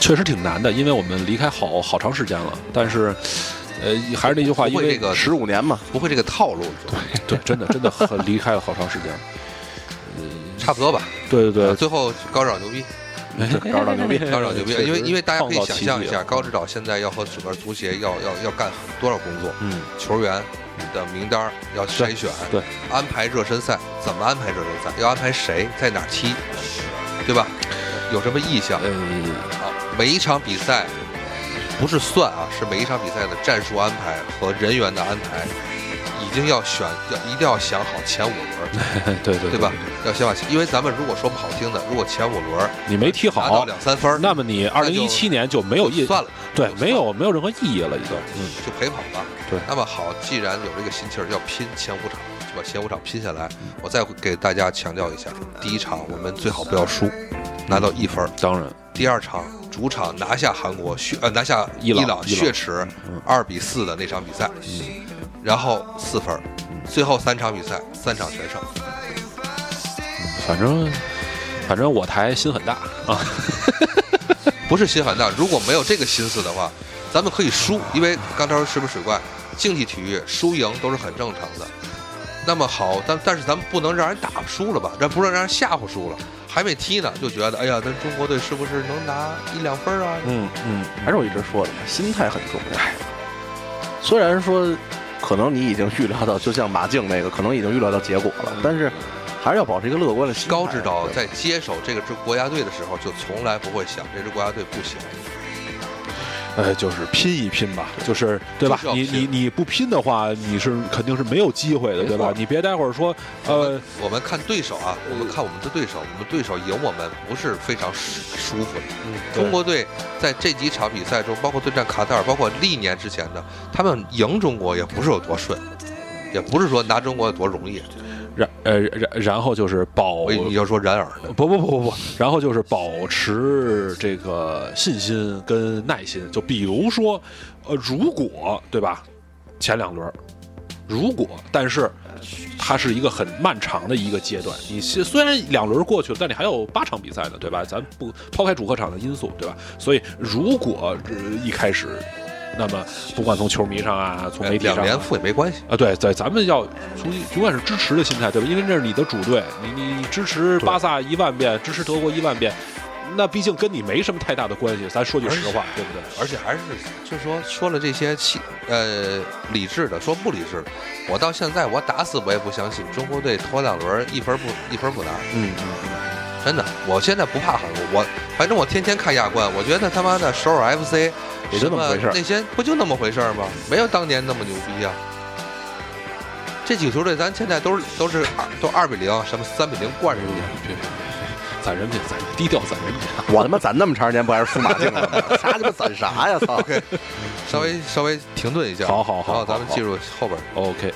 Speaker 3: 确实挺难的，因为我们离开好好长时间了，但是，呃，还是那句话，因
Speaker 2: 不会
Speaker 3: 为
Speaker 2: 这个
Speaker 4: 十五年嘛，
Speaker 2: 不会这个套路，
Speaker 3: 对，真的真的很 离开了好长时间了。
Speaker 2: 差不多吧。
Speaker 3: 对对
Speaker 2: 最后高指导牛逼，
Speaker 3: 对，
Speaker 4: 高指导 牛逼
Speaker 2: 高指导牛逼，因为因为大家可以想象一下，高指
Speaker 3: 指
Speaker 2: 导现在要和整个足协要要要干多少工作？
Speaker 3: 嗯，
Speaker 2: 球员的名单要筛选，
Speaker 3: 对，
Speaker 2: 安排热身赛，怎么安排热身赛？要安排谁在哪儿踢，对吧？有什么意向
Speaker 3: 呃，
Speaker 2: 啊？每一场比赛不是算啊，是每一场比赛的战术安排和人员的安排，已经要选，要一定要想好前五轮，
Speaker 3: 对对
Speaker 2: 对吧？？要想好，因为咱们如果说不好听的，如果前五轮
Speaker 3: 你没踢
Speaker 2: 拿到
Speaker 3: 好，
Speaker 2: 两三分儿，
Speaker 3: 那么你二
Speaker 2: 那
Speaker 3: 零
Speaker 2: 就
Speaker 3: 一七年就没有意
Speaker 2: 算了，
Speaker 3: 对，
Speaker 2: 就算
Speaker 3: 没
Speaker 2: 了
Speaker 3: 有没有任何意义了，已经。嗯，
Speaker 2: 就陪跑吧。
Speaker 3: 对
Speaker 2: 那么好，既然有这个心气儿，要拼前五场，把前五场拼下来。我再给大家强调一下，第一场我们最好不要输，拿到一分儿；
Speaker 3: 当然，
Speaker 2: 第二场主场拿下韩国血呃拿下
Speaker 3: 伊朗伊朗嗯
Speaker 2: 血池二比四的那场比赛，然后四分儿，最后三场比赛三场全胜。
Speaker 3: 反正反正我台心很大啊，
Speaker 2: 不是心很大，如果没有这个心思的话，咱们可以输，因为刚才是不是水怪？竞技体育输赢都是很正常的。那么好，但但是咱们不能让人打输了吧？咱不能让人吓唬输了，还没踢呢就觉得，哎呀，咱中国队是不是能拿一两分啊？
Speaker 4: 嗯嗯，还是我一直说的，心态很重要。虽然说，可能你已经预料到，就像马竞那个，可能已经预料到结果了，但是还是要保持一个乐观的心态。
Speaker 2: 高指导
Speaker 4: 对
Speaker 2: 在接手这个支国家队的时候，就从来不会想这支国家队不行。
Speaker 3: 呃，就是拼一拼吧，就是对吧
Speaker 2: 就是？要
Speaker 3: 你
Speaker 2: 拼
Speaker 3: 你你不拼的话，你是肯定是没有机会的，对吧
Speaker 4: 没？错
Speaker 3: 你别待会儿说，呃，
Speaker 2: 我们看对手啊，我们看我们的对手，我们对手赢我们不是非常舒舒服的。中国队在这几场比赛中，包括对战卡塔尔，包括历年之前的，他们赢中国也不是有多顺，也不是说拿中国有多容易。
Speaker 3: 然呃然然后就是保
Speaker 2: 我以你要说然而呢，
Speaker 3: 不不不不不，然后就是保持这个信心跟耐心。就比如说，呃，如果对吧，前两轮儿，如果，但是它是一个很漫长的一个阶段。你是虽然两轮过去了，但你还有八场比赛呢，对吧？咱不抛开主客场的因素，对吧？所以如果、呃、一开始，那么不管从球迷上啊，从
Speaker 2: 哎
Speaker 3: 媒体上、
Speaker 2: 两
Speaker 3: 啊，
Speaker 2: 连负也没关系。
Speaker 3: 啊，对对，咱们要从永远是支持的心态，对吧？因为这是你的主队，你你你支持巴萨一万遍，支持德国一万遍，那毕竟跟你没什么太大的关系。咱说句实话，对不对？
Speaker 2: 而且还是就是说说了这些气呃理智的，说不理智的，我到现在我打死我也不相信中国队头两轮一分不一分不拿。
Speaker 4: 嗯
Speaker 2: 真的，我现在不怕韩国，我反正我天天看亚冠，我觉得他妈的首尔 FC
Speaker 4: 也就那么回事儿
Speaker 2: 什那些不就那么回事儿吗？没有当年那么牛逼啊。这几个球队咱现在都是都是二都二比零，什么三比零灌人家，
Speaker 3: 别别别，攒人品，攒低调，攒人品。
Speaker 4: 我他妈攒那么长时间，不还是输马竞了吗？啥他妈攒啥呀？操！嗯
Speaker 2: 稍微稍微停顿一下，
Speaker 3: 好好好
Speaker 2: 然后咱们进入后边儿。
Speaker 3: OK，